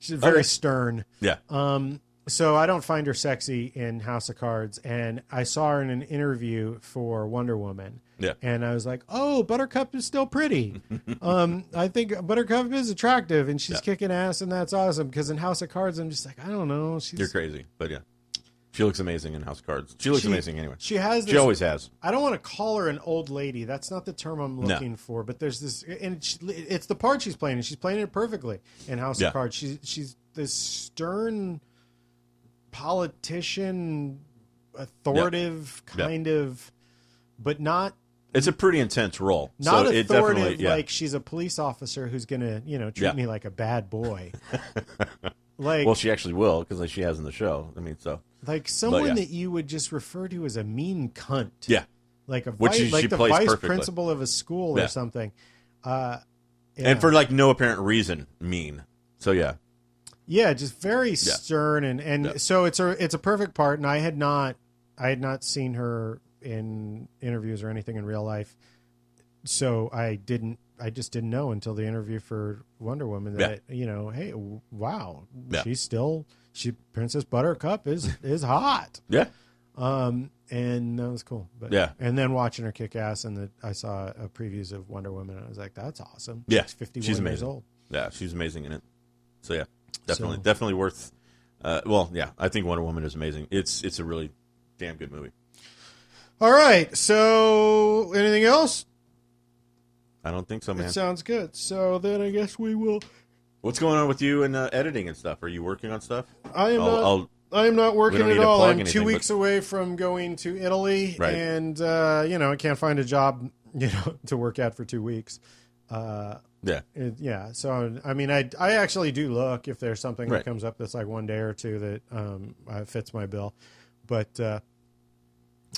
Speaker 1: She's very
Speaker 3: Okay.
Speaker 1: stern.
Speaker 3: Yeah.
Speaker 1: Um, so I don't find her sexy in House of Cards, and I saw her in an interview for Wonder Woman.
Speaker 3: Yeah.
Speaker 1: And I was like, "Oh, Buttercup is still
Speaker 3: *laughs*
Speaker 1: pretty. um, I think Buttercup is attractive, and she's
Speaker 3: Yeah.
Speaker 1: kicking ass, and that's awesome." Because in House of Cards, I'm just like, I don't know. She's
Speaker 3: You're crazy. But yeah. She looks amazing in House of Cards. She looks
Speaker 1: She-
Speaker 3: amazing anyway.
Speaker 1: she has this.
Speaker 3: She always has.
Speaker 1: I don't want to call her an old lady. That's not the term I'm
Speaker 3: No.
Speaker 1: looking for. But there's this, and she, it's the part she's playing, and she's playing it perfectly in House
Speaker 3: Yeah.
Speaker 1: of Cards. She's she's this stern politician, authoritative
Speaker 3: Yeah.
Speaker 1: kind of, but not
Speaker 3: It's a pretty intense role.
Speaker 1: not
Speaker 3: so it
Speaker 1: authoritative.
Speaker 3: definitely, yeah.
Speaker 1: Like she's a police officer who's gonna you know treat
Speaker 3: Yeah.
Speaker 1: me like a bad
Speaker 3: *laughs*
Speaker 1: boy. like
Speaker 3: well, she actually will because like, she has in the show. I mean, so
Speaker 1: like someone
Speaker 3: yeah.
Speaker 1: that you would just refer to as a mean cunt.
Speaker 3: yeah,
Speaker 1: like a
Speaker 3: Which
Speaker 1: vice,
Speaker 3: she-
Speaker 1: like
Speaker 3: she
Speaker 1: the
Speaker 3: plays
Speaker 1: vice
Speaker 3: perfectly.
Speaker 1: principal of a school
Speaker 3: Yeah.
Speaker 1: or something. Uh, yeah.
Speaker 3: and for like no apparent reason, mean. So yeah,
Speaker 1: yeah, just very stern and and
Speaker 3: Yeah.
Speaker 1: so it's a it's a perfect part. And I had not I had not seen her in interviews or anything in real life, so I didn't. I just didn't know until the interview for Wonder Woman that you know, hey, w- wow,
Speaker 3: Yeah.
Speaker 1: she's still she Princess Buttercup is is hot.
Speaker 3: yeah,
Speaker 1: Um, and that was cool. But
Speaker 3: Yeah.
Speaker 1: and then watching her kick ass, and the, I saw uh previews of Wonder Woman, and I was like, "That's awesome."
Speaker 3: Yeah.
Speaker 1: she's fifty-one
Speaker 3: She's
Speaker 1: years
Speaker 3: amazing.
Speaker 1: old.
Speaker 3: yeah. She's amazing in it. So yeah, definitely,
Speaker 1: So-
Speaker 3: definitely worth. Uh, well, yeah, I think Wonder Woman is amazing. It's it's a really damn good movie.
Speaker 1: All right. So, anything else?
Speaker 3: I don't think so,
Speaker 1: It
Speaker 3: Oh, man.
Speaker 1: sounds good. So then, I guess we will.
Speaker 3: What's going on with you and uh, editing and stuff? Are you working on stuff?
Speaker 1: I am
Speaker 3: I'll,
Speaker 1: not.
Speaker 3: I'll
Speaker 1: I am not working
Speaker 3: don't need
Speaker 1: at
Speaker 3: to
Speaker 1: all.
Speaker 3: plug
Speaker 1: I'm
Speaker 3: anything,
Speaker 1: two
Speaker 3: but-
Speaker 1: weeks away from going to Italy,
Speaker 3: Right.
Speaker 1: and uh, you know, I can't find a job, *laughs* you know, to work at for two weeks. Uh,
Speaker 3: yeah,
Speaker 1: It, yeah. So I mean, I I actually do look if there's something
Speaker 3: Right.
Speaker 1: that comes up that's like one day or two that um uh, fits my bill, but uh,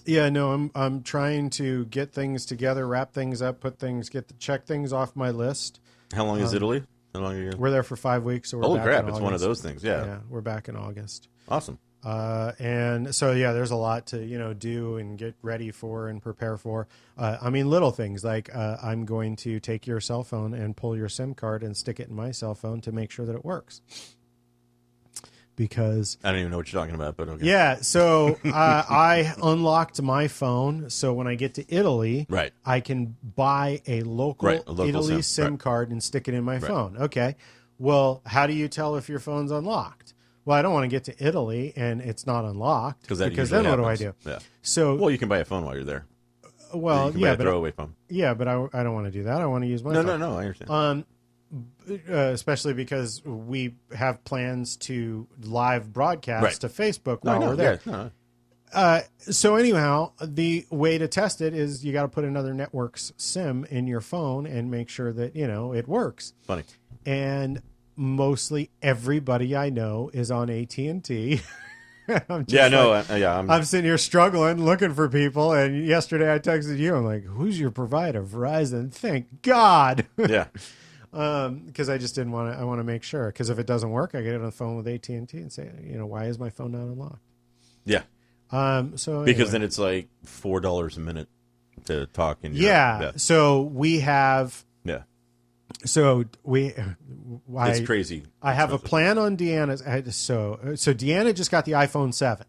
Speaker 1: yeah, no, I'm I'm trying to get things together, wrap things up, put things, get the check things off my list.
Speaker 3: How long is
Speaker 1: Um,
Speaker 3: Italy? How long are you? Gonna...
Speaker 1: We're there for five weeks, so we're
Speaker 3: Holy
Speaker 1: back
Speaker 3: crap!
Speaker 1: in
Speaker 3: It's one of
Speaker 1: August.
Speaker 3: those things. Yeah,
Speaker 1: we're back in August.
Speaker 3: awesome.
Speaker 1: Uh, and so yeah, there's a lot to you know do and get ready for and prepare for. Uh, I mean, little things like uh, I'm going to take your cell phone and pull your SIM card and stick it in my cell phone to make sure that it works. Because
Speaker 3: I don't even know what you're talking about, but okay.
Speaker 1: yeah, so uh, I unlocked my phone, so when I get to Italy,
Speaker 3: right.
Speaker 1: I can buy a local,
Speaker 3: Right, a local
Speaker 1: Italy SIM,
Speaker 3: SIM, right.
Speaker 1: card and stick it in my phone. Okay. Well, how do you tell if your phone's unlocked? Well, I don't want to get to Italy and it's not unlocked
Speaker 3: Because that
Speaker 1: because
Speaker 3: usually
Speaker 1: then what do I do?
Speaker 3: happens. Yeah.
Speaker 1: So
Speaker 3: Well, you can buy a phone while you're there.
Speaker 1: well,
Speaker 3: you can
Speaker 1: yeah,
Speaker 3: buy a
Speaker 1: but
Speaker 3: throwaway phone.
Speaker 1: yeah, but I, I don't want to do that. I want to use my
Speaker 3: No,
Speaker 1: phone.
Speaker 3: no, no. I understand.
Speaker 1: Um, b- uh, especially because we have plans to live broadcast
Speaker 3: Right.
Speaker 1: to Facebook
Speaker 3: no,
Speaker 1: while
Speaker 3: no,
Speaker 1: we're there.
Speaker 3: yeah, no, no.
Speaker 1: Uh, so anyhow, the way to test it is you got to put another network's SIM in your phone and make sure that you know it works.
Speaker 3: Funny.
Speaker 1: And mostly everybody I know is on AT and T. *laughs*
Speaker 3: Yeah, no, um, I, yeah. I'm,
Speaker 1: I'm sitting here struggling, looking for people. And yesterday I texted you. I'm like, "Who's your provider? Verizon? Thank God." *laughs*
Speaker 3: yeah,
Speaker 1: um because i just didn't want to i want to make sure because if it doesn't work i get it on the phone with at&t and say you know why is my phone not unlocked
Speaker 3: yeah.
Speaker 1: um so
Speaker 3: Because
Speaker 1: anyway.
Speaker 3: then it's like four dollars a minute to talk. And you're-
Speaker 1: yeah,
Speaker 3: yeah,
Speaker 1: so we have
Speaker 3: yeah.
Speaker 1: so we i
Speaker 3: it's crazy.
Speaker 1: i have a plan on deanna's I- so so deanna just got the iphone 7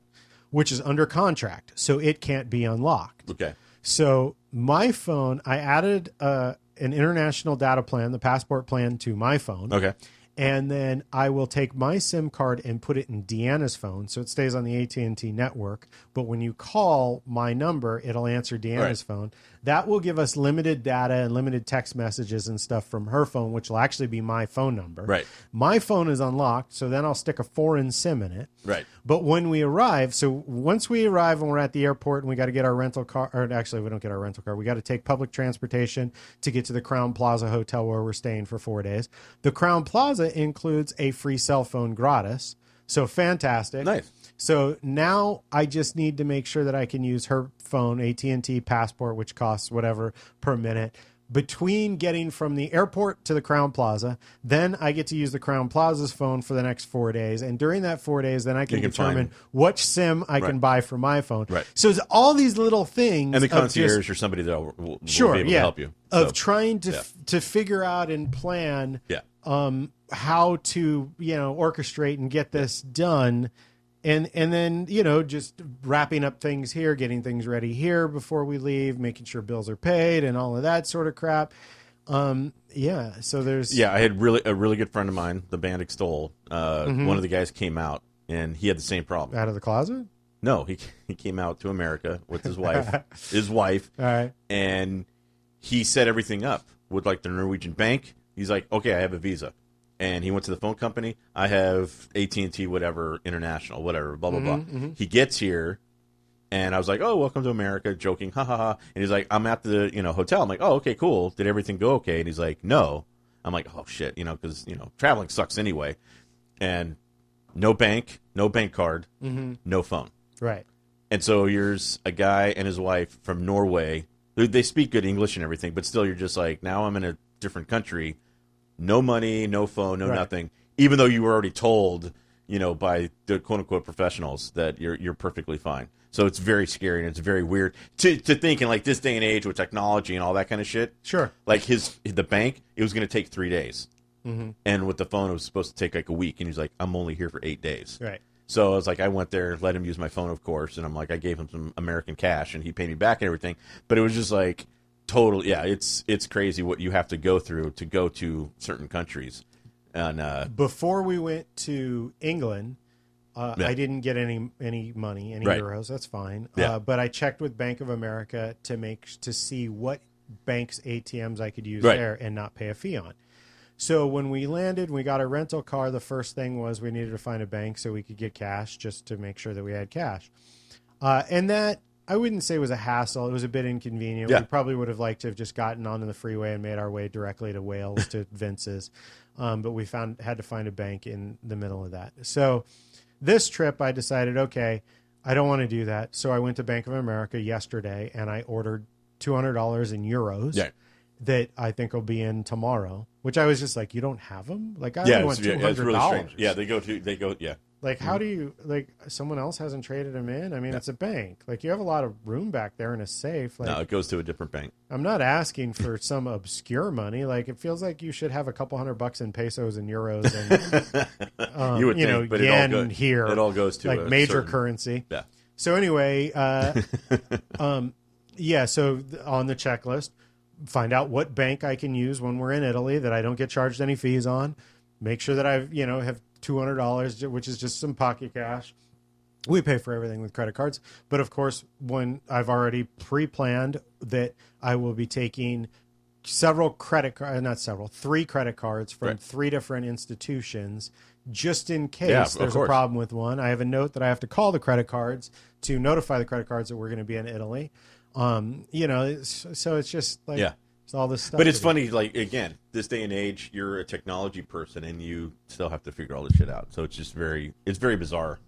Speaker 1: which is under contract so it can't be unlocked
Speaker 3: Okay.
Speaker 1: So my phone, I added uh, an international data plan, the passport plan, to my phone,
Speaker 3: Okay.
Speaker 1: and then I will take my SIM card and put it in Deanna's phone, so it stays on the AT and T network. But when you call my number, it'll answer Deanna's phone. That will give us limited data and limited text messages and stuff from her phone, which will actually be my phone number.
Speaker 3: Right.
Speaker 1: My phone is unlocked, so then I'll stick a foreign SIM in it.
Speaker 3: Right.
Speaker 1: But when we arrive, so once we arrive and we're at the airport and we got to get our rental car, or actually, we don't get our rental car. We got to take public transportation to get to the Crown Plaza Hotel where we're staying for four days. The Crown Plaza includes a free cell phone gratis. So fantastic.
Speaker 3: Nice.
Speaker 1: So now I just need to make sure that I can use her phone, AT&T passport, which costs whatever per minute. Between getting from the airport to the Crown Plaza, then I get to use the Crown Plaza's phone for the next four days. And during that four days, then I can,
Speaker 3: You can
Speaker 1: determine
Speaker 3: find-
Speaker 1: which SIM I can
Speaker 3: Right.
Speaker 1: buy for my phone.
Speaker 3: Right.
Speaker 1: So it's all these little things.
Speaker 3: And the
Speaker 1: of just-
Speaker 3: concierge or somebody that will, will
Speaker 1: sure,
Speaker 3: be able
Speaker 1: yeah,
Speaker 3: to help you.
Speaker 1: Of
Speaker 3: So,
Speaker 1: trying to
Speaker 3: yeah.
Speaker 1: f- to figure out and plan
Speaker 3: yeah.
Speaker 1: um, how to you know orchestrate and get this done and and then you know just wrapping up things here getting things ready here before we leave making sure bills are paid and all of that sort of crap um yeah so there's
Speaker 3: Yeah, I had really a really good friend of mine, the band Extol. Uh,
Speaker 1: Mm-hmm.
Speaker 3: One of the guys came out, and he had the same problem.
Speaker 1: out of the closet
Speaker 3: No, he he came out to America with his wife,
Speaker 1: *laughs*
Speaker 3: his wife,
Speaker 1: all right
Speaker 3: and he set everything up with like the Norwegian bank. He's like, okay, I have a visa, and he went to the phone company. I have AT and T, whatever, international, whatever, blah blah
Speaker 1: Mm-hmm.
Speaker 3: blah. He gets here, and I was like, oh, welcome to America, joking, ha ha ha. And he's like, I'm at the you know hotel. I'm like, oh, okay, cool. Did everything go okay? And he's like, no. I'm like, oh shit, you know, because you know traveling sucks anyway, and no bank, no bank card, no phone.
Speaker 1: Mm-hmm. right
Speaker 3: And so here's a guy and his wife from Norway. They- They speak good English and everything, but still, you're just like, now I'm in a different country. No money, no phone, no
Speaker 1: Right.
Speaker 3: nothing. Even though you were already told, you know, by the quote unquote professionals that you're you're perfectly fine. So it's very scary and it's very weird to to think in like this day and age with technology and all that kind of shit.
Speaker 1: sure
Speaker 3: Like his the bank, it was going to take three days,
Speaker 1: Mm-hmm.
Speaker 3: and with the phone, it was supposed to take like a week. And he's like, I'm only here for eight days.
Speaker 1: right
Speaker 3: So I was like, I went there, let him use my phone, of course, and I'm like, I gave him some American cash, and he paid me back and everything. But it was just like total, yeah, it's it's crazy what you have to go through to go to certain countries, and uh,
Speaker 1: before we went to England, uh,
Speaker 3: Yeah.
Speaker 1: I didn't get any any money, any
Speaker 3: Right.
Speaker 1: euros. That's fine.
Speaker 3: Yeah.
Speaker 1: Uh, but I checked with Bank of America to make to see what banks ATMs I could use
Speaker 3: Right.
Speaker 1: there and not pay a fee on. So when we landed, we got a rental car. The first thing was we needed to find a bank so we could get cash, just to make sure that we had cash. Uh, and that I wouldn't say was a hassle. It was a bit inconvenient.
Speaker 3: Yeah.
Speaker 1: We probably would have liked to have just gotten onto the freeway and made our way directly to Wales to *laughs* Vince's, um, but we found had to find a bank in the middle of that. So this trip, I decided, okay, I don't want to do that. So I went to Bank of America yesterday and I ordered two hundred dollars in euros.
Speaker 3: Yeah.
Speaker 1: That I think will be in tomorrow, which I was just like, you don't have them? Like I
Speaker 3: yeah,
Speaker 1: only
Speaker 3: it's,
Speaker 1: want
Speaker 3: yeah,
Speaker 1: two
Speaker 3: it's
Speaker 1: hundred
Speaker 3: really
Speaker 1: dollars.
Speaker 3: strange. Yeah, they go to they go, yeah,
Speaker 1: Like, how do you like? Someone else hasn't traded them in. I mean,
Speaker 3: Yeah.
Speaker 1: it's a bank. Like, you have a lot of room back there in a safe. Like,
Speaker 3: no, it goes to a different
Speaker 1: *laughs*
Speaker 3: bank. *laughs*
Speaker 1: I'm not asking for some obscure money. Like, it feels like you should have a couple hundred bucks in pesos and euros
Speaker 3: *laughs*
Speaker 1: and um,
Speaker 3: you would
Speaker 1: you
Speaker 3: think,
Speaker 1: know,
Speaker 3: but
Speaker 1: yen
Speaker 3: it all go,
Speaker 1: here,
Speaker 3: It all goes to
Speaker 1: like
Speaker 3: a
Speaker 1: major
Speaker 3: certain-
Speaker 1: currency.
Speaker 3: Yeah,
Speaker 1: So anyway,
Speaker 3: *laughs*
Speaker 1: uh, um, yeah. So th- on the checklist, find out what bank I can use when we're in Italy that I don't get charged any fees on. Make sure that I've you know have two hundred dollars, which is just some pocket cash. We pay for everything with credit cards, but of course, when I've already pre-planned that I will be taking several credit cards, not several, three credit cards from
Speaker 3: Right.
Speaker 1: three different institutions, just in case
Speaker 3: Yeah, of
Speaker 1: there's a
Speaker 3: course.
Speaker 1: problem with one. I have a note that I have to call the credit cards to notify the credit cards that we're going to be in Italy. Um, you know, it's, so it's just like
Speaker 3: Yeah.
Speaker 1: it's all this stuff.
Speaker 3: but it's
Speaker 1: to do.
Speaker 3: funny, like again, this day and age, you're a technology person, and you still have to figure all this shit out. So it's just very, it's very bizarre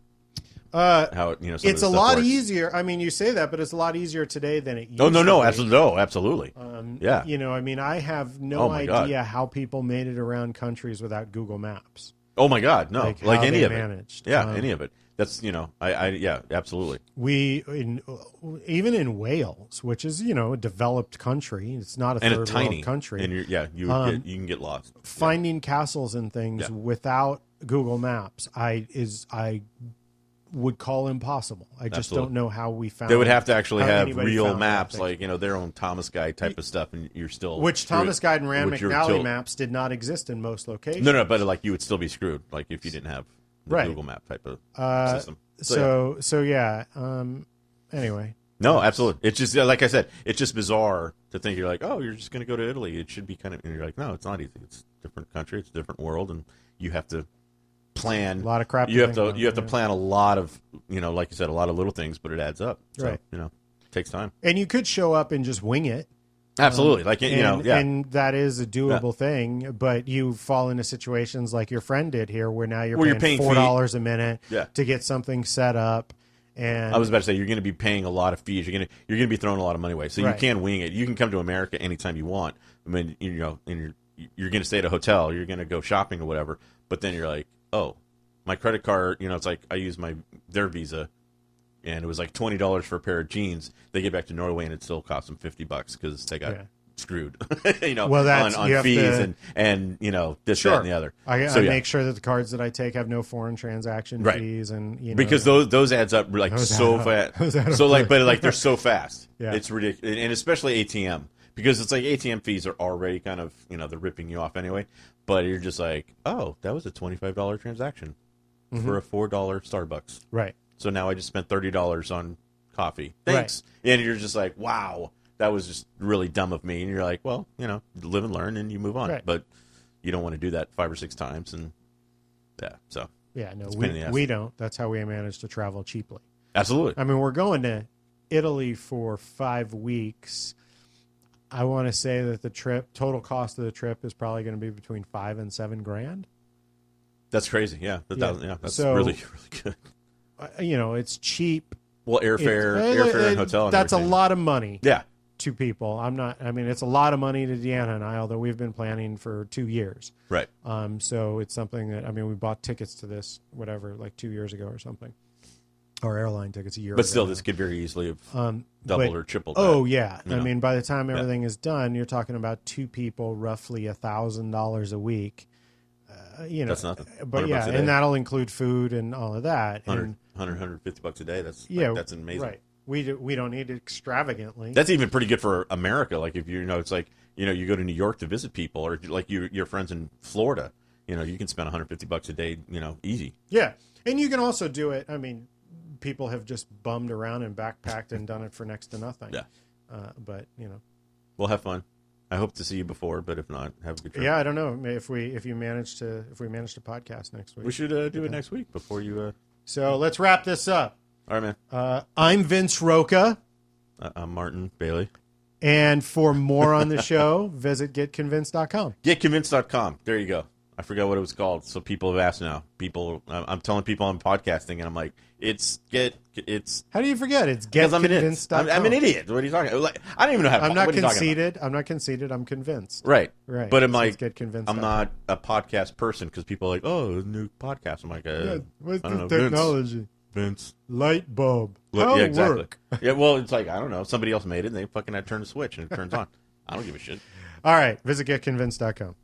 Speaker 1: Uh,
Speaker 3: how it, you know. some of
Speaker 1: it's
Speaker 3: this
Speaker 1: a
Speaker 3: stuff
Speaker 1: lot
Speaker 3: works.
Speaker 1: easier. I mean, you say that, but it's a lot easier today than it used.
Speaker 3: No, no,
Speaker 1: to
Speaker 3: no,
Speaker 1: be.
Speaker 3: absolutely, no, absolutely.
Speaker 1: Um,
Speaker 3: Yeah.
Speaker 1: You know, I mean, I have no
Speaker 3: Oh my God.
Speaker 1: idea how people made it around countries without Google Maps.
Speaker 3: Oh my God, no, like,
Speaker 1: how
Speaker 3: any
Speaker 1: they
Speaker 3: of
Speaker 1: managed.
Speaker 3: it. Yeah,
Speaker 1: Um,
Speaker 3: any of it. That's you know, I, I yeah, absolutely.
Speaker 1: we in even in Wales, which is you know a developed country, it's not a
Speaker 3: And
Speaker 1: third
Speaker 3: a tiny
Speaker 1: world country.
Speaker 3: and you're, yeah, you would
Speaker 1: Um,
Speaker 3: get, you can get lost.
Speaker 1: finding castles and things
Speaker 3: Yeah.
Speaker 1: without Google Maps, I is I would call impossible. I just
Speaker 3: Absolutely.
Speaker 1: don't know how we found.
Speaker 3: They would have to actually
Speaker 1: how
Speaker 3: have
Speaker 1: anybody
Speaker 3: real
Speaker 1: found that
Speaker 3: maps,
Speaker 1: thing.
Speaker 3: like you know their own Thomas Guide type of stuff, and you're still
Speaker 1: which
Speaker 3: screwed.
Speaker 1: Thomas Guide and Rand
Speaker 3: Which you're
Speaker 1: McNally
Speaker 3: still-
Speaker 1: maps did not exist in most locations.
Speaker 3: No, no, but like you would still be screwed, like if you didn't have the
Speaker 1: Right.
Speaker 3: Google Map type of
Speaker 1: Uh,
Speaker 3: system.
Speaker 1: so so yeah. Um, anyway,
Speaker 3: No, absolutely. It's just yeah, like I said. It's just bizarre to think you're like, oh, you're just going to go to Italy. It should be kind of. And you're like, no, it's not easy. It's a different country. It's a different world, and you have to
Speaker 1: a
Speaker 3: plan.
Speaker 1: lot of crap.
Speaker 3: You have
Speaker 1: think
Speaker 3: to
Speaker 1: about,
Speaker 3: you have to
Speaker 1: yeah.
Speaker 3: plan a lot of you know, like you said, a lot of little things, but it adds up. So,
Speaker 1: Right.
Speaker 3: You know, it takes time.
Speaker 1: and you could show up and just wing it.
Speaker 3: Absolutely. like you
Speaker 1: And,
Speaker 3: know, yeah.
Speaker 1: and that is a doable thing, but you fall into situations like your friend did here, where now you're,
Speaker 3: Where
Speaker 1: paying,
Speaker 3: you're paying fee-
Speaker 1: four dollars a minute
Speaker 3: Yeah.
Speaker 1: to get something set up, and
Speaker 3: I was about to say you're going to be paying a lot of fees. You're going to you're going to be throwing a lot of money away. So
Speaker 1: Right.
Speaker 3: you can wing it. You can come to America anytime you want. I mean, you know, and you're you're going to stay at a hotel. You're going to go shopping or whatever. But then you're like, oh, my credit card. You know, it's like I use my their Visa, and it was like twenty dollars for a pair of jeans. They get back to Norway and it still costs them fifty bucks because they got.
Speaker 1: Yeah.
Speaker 3: Screwed, *laughs* you know,
Speaker 1: Well, that's-
Speaker 3: on,
Speaker 1: you
Speaker 3: on
Speaker 1: have
Speaker 3: fees
Speaker 1: to-
Speaker 3: and and you know this
Speaker 1: Sure.
Speaker 3: that and the other.
Speaker 1: I,
Speaker 3: So,
Speaker 1: I
Speaker 3: yeah.
Speaker 1: make sure that the cards that I take have no foreign transaction
Speaker 3: Right.
Speaker 1: fees, and you know,
Speaker 3: because those those adds up like
Speaker 1: Those
Speaker 3: so
Speaker 1: add up. Those add
Speaker 3: fast.
Speaker 1: up
Speaker 3: So like,
Speaker 1: quick.
Speaker 3: but like they're so fast.
Speaker 1: *laughs* Yeah.
Speaker 3: It's ridiculous, and especially ATM because it's like ATM fees are already kind of you know they're ripping you off anyway. But you're just like, oh, that was a twenty five dollar transaction
Speaker 1: Mm-hmm.
Speaker 3: for a four dollar Starbucks.
Speaker 1: right,
Speaker 3: So now I just spent thirty dollars on coffee. Thanks. And you're just like, wow, that was just really dumb of me. And you're like, well, you know, live and learn, and you move on.
Speaker 1: Right.
Speaker 3: But you don't want to do that five or six times, and yeah, so
Speaker 1: yeah, no,
Speaker 3: It's a pain in
Speaker 1: we,
Speaker 3: the ass.
Speaker 1: we don't. That's how we manage to travel cheaply.
Speaker 3: absolutely.
Speaker 1: I mean, we're going to Italy for five weeks. I want to say that the trip total cost of the trip is probably going to be between five and seven grand.
Speaker 3: That's crazy. Yeah, the
Speaker 1: Yeah.
Speaker 3: Thousand, yeah that's
Speaker 1: So-
Speaker 3: really *laughs* really good.
Speaker 1: Uh, you know, it's cheap.
Speaker 3: Well, airfare,
Speaker 1: It's-
Speaker 3: airfare,
Speaker 1: it-
Speaker 3: and hotel. And
Speaker 1: that's a
Speaker 3: everything.
Speaker 1: lot of money
Speaker 3: Yeah,
Speaker 1: to people. I'm not. I mean, it's a lot of money to Deanna and I, although we've been planning for two years.
Speaker 3: right.
Speaker 1: Um, so it's something that I mean, we bought tickets to this whatever like two years ago or something, or airline tickets a year.
Speaker 3: But
Speaker 1: ago
Speaker 3: still,
Speaker 1: now.
Speaker 3: this could very easily have
Speaker 1: um,
Speaker 3: doubled
Speaker 1: but-
Speaker 3: or tripled.
Speaker 1: Oh
Speaker 3: that.
Speaker 1: yeah,
Speaker 3: you
Speaker 1: I
Speaker 3: know.
Speaker 1: mean, by the time
Speaker 3: Yeah.
Speaker 1: everything is done, you're talking about two people, roughly a thousand dollars a week. Uh, you know,
Speaker 3: That's nothing.
Speaker 1: But
Speaker 3: 100
Speaker 1: yeah,
Speaker 3: bucks a
Speaker 1: and
Speaker 3: day.
Speaker 1: that'll include food and all of that.
Speaker 3: 100,
Speaker 1: And
Speaker 3: 100, 150 bucks a day. That's like,
Speaker 1: yeah,
Speaker 3: that's amazing.
Speaker 1: Right. We do, we don't need it extravagantly.
Speaker 3: That's even pretty good for America. Like if you know, it's like you know, you go to New York to visit people, or like you, your friends in Florida. You know, you can spend 150 bucks a day. You know, easy.
Speaker 1: yeah, and you can also do it. I mean, people have just bummed around and backpacked and done it for next to nothing.
Speaker 3: Yeah.
Speaker 1: Uh, but you know,
Speaker 3: We'll have fun. I hope to see you before, but if not, have a good trip.
Speaker 1: yeah, I don't know if we if you manage to if we manage to podcast next week.
Speaker 3: we should uh, do it next week before you. Uh...
Speaker 1: so let's wrap this up.
Speaker 3: All right, man.
Speaker 1: Uh, I'm Vince Roca.
Speaker 3: Uh, I'm Martin Bailey.
Speaker 1: And for more on
Speaker 3: *laughs*
Speaker 1: the show, visit getconvinced.com.
Speaker 3: GetConvinced.com. There you go. I forgot what it was called, so people have asked now. People, I'm I'm telling people I'm podcasting, and I'm like, it's get, it's
Speaker 1: How do you forget? It's
Speaker 3: because I'm an idiot.
Speaker 1: getconvinced.com.
Speaker 3: I'm, I'm an idiot. What are you talking? About? Like, I don't even know how. to
Speaker 1: I'm
Speaker 3: po-
Speaker 1: not
Speaker 3: what are you talking about?
Speaker 1: conceited. I'm not conceited. I'm convinced.
Speaker 3: Right,
Speaker 1: Right.
Speaker 3: But I'm
Speaker 1: So
Speaker 3: like,
Speaker 1: it's getconvinced.
Speaker 3: I'm not a podcast person because people are like, oh, a new podcast. I'm like, uh,
Speaker 1: What's
Speaker 3: I don't
Speaker 1: the
Speaker 3: know,
Speaker 1: technology?
Speaker 3: Vince.
Speaker 1: Light bulb.
Speaker 3: Look-
Speaker 1: How
Speaker 3: yeah, exactly.
Speaker 1: work?
Speaker 3: yeah, well, it's like I don't know. Somebody else made it, and they fucking had to turn the switch, and it turns on. I don't give a shit.
Speaker 1: All right. Visit getconvinced.com.